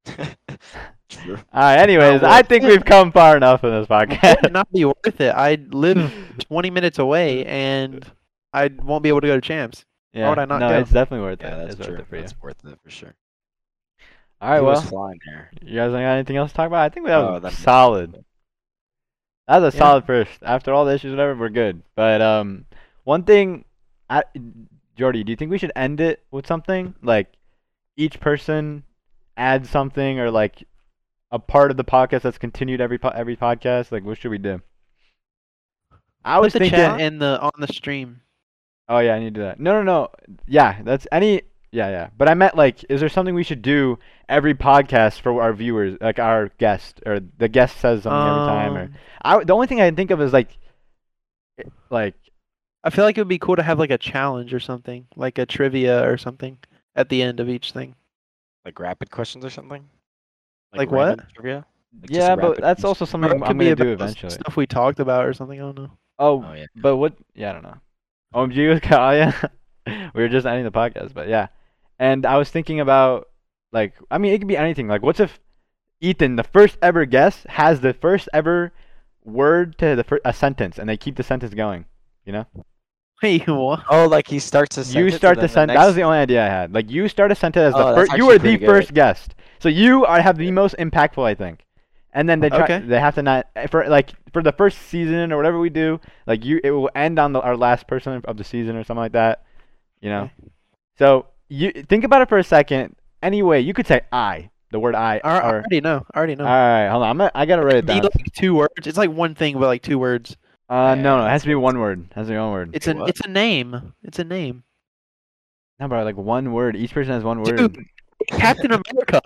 S3: true.
S1: All right, anyways, I think we've come far enough in this
S2: It would
S1: podcast.
S2: not be worth it. I live 20 minutes away and I won't be able to go to champs.
S1: yeah,
S2: would I not
S1: no,
S2: go?
S1: it's definitely worth
S3: Yeah,
S1: it.
S3: that's
S1: it's
S3: true.
S1: worth it for you.
S3: That's worth it for sure.
S1: All right,
S3: He was
S1: well,
S3: flying there.
S1: you guys got anything else to talk about? I think that
S3: Oh,
S1: was
S3: that's-
S1: solid. That was a
S2: Yeah.
S1: solid first. After all the issues, whatever, we're good. But um, one thing, I, Jordy, do you think we should end it with something like each person add something or like a part of the podcast that's continued every po- every podcast? Like, what should we do? I
S2: Put
S1: was
S2: the
S1: thinking.
S2: chat in the on the stream.
S1: Oh yeah, I need to do that. No, no, no. Yeah, that's any. Yeah, yeah. But I meant like, is there something we should do every podcast for our viewers, like our guest or the guest says something every time? Or
S2: Um,
S1: I, the only thing I can think of is like, it- like
S2: I feel like it would be cool to have like a challenge or something, like a trivia or something at the end of each thing.
S3: Like rapid questions or something.
S2: Like what?
S3: random Trivia. Like, just
S1: yeah, but
S3: rapid
S1: that's
S3: question.
S1: also something
S2: Or it
S1: I'm
S2: could
S1: gonna
S2: be
S1: do
S2: about s-
S1: eventually.
S2: Stuff we talked about or something. I don't know.
S1: Oh,
S3: Oh yeah.
S1: but what? Yeah, I don't know. OMG was oh yeah. we were just ending the podcast, but yeah. And I was thinking about like, I mean, it could be anything. Like, what's if Ethan, the first ever guest, has the first ever word to the fir- a sentence, and they keep the sentence going.
S2: Hey, what?
S3: Oh, like he starts a
S1: you
S3: sentence.
S1: start the sentence. That was the only idea I had. Like, you start a sentence as
S3: Oh,
S1: the
S3: that's
S1: first. You
S3: actually
S1: are the
S3: pretty good.
S1: first guest, so you are have the most impactful, I think. And then they try,
S2: Okay.
S1: they have to not for like for the first season or whatever we do. Like you, it will end on the, our last person of the season or something like that. You know,
S2: Okay.
S1: so you think about it for a second. Anyway, you could say I, the word I,
S2: I, I
S1: or
S2: already know. I already know.
S1: all right. Hold on, I'm gonna, I gotta write it
S2: Be
S1: down.
S2: like two words. It's like one thing, but like two words.
S1: Uh, no, no, it has to be one word. It has to be one word.
S2: It's an
S3: what?
S2: it's a name. It's a name.
S1: No, but like one word. Each person has one word.
S2: Dude, Captain America.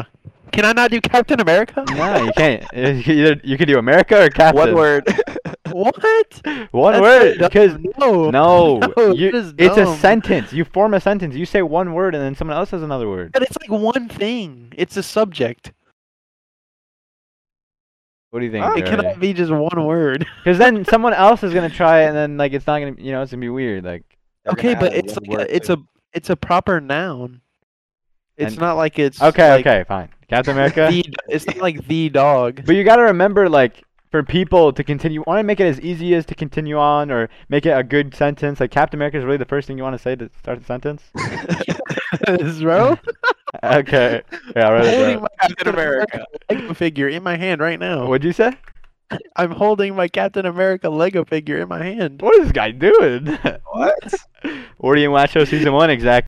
S2: Can I not do Captain America?
S1: No, you can't. You can Either you could do America or Captain.
S3: one word.
S2: What?
S1: One
S2: That's
S1: word.
S2: so dumb.
S1: Because
S2: no.
S1: no,
S2: No,
S1: you-
S2: that is
S1: it's a
S2: dumb.
S1: sentence. You form a sentence. You say one word, and then someone else has another word.
S2: But it's like one thing. It's a subject.
S1: What do you think?
S2: Oh, it cannot be just one word.
S1: Because then someone else is gonna try, it, and then like it's not gonna. You know, it's gonna be weird. Like
S3: They're
S2: Okay,
S3: gonna
S2: but
S3: add
S2: it's
S3: one
S2: like
S3: word
S2: a, it's
S3: too.
S2: a it's a proper noun. It's
S1: And-
S2: not like it's
S1: okay,
S2: like
S1: okay, fine. Captain America.
S2: The, it's not like the dog.
S1: But you gotta remember, like, for people to continue, want to make it as easy as to continue on, or make it a good sentence. Like Captain America is really the first thing you want to say to start the sentence.
S2: bro.
S1: okay. Yeah, I wrote it
S2: holding
S1: down.
S2: my Captain America Lego figure in my hand right now.
S1: What'd you say?
S2: I'm holding my Captain America Lego figure in my hand.
S1: What is this guy doing?
S3: What?
S1: Orty and Watch Show season one, exactly.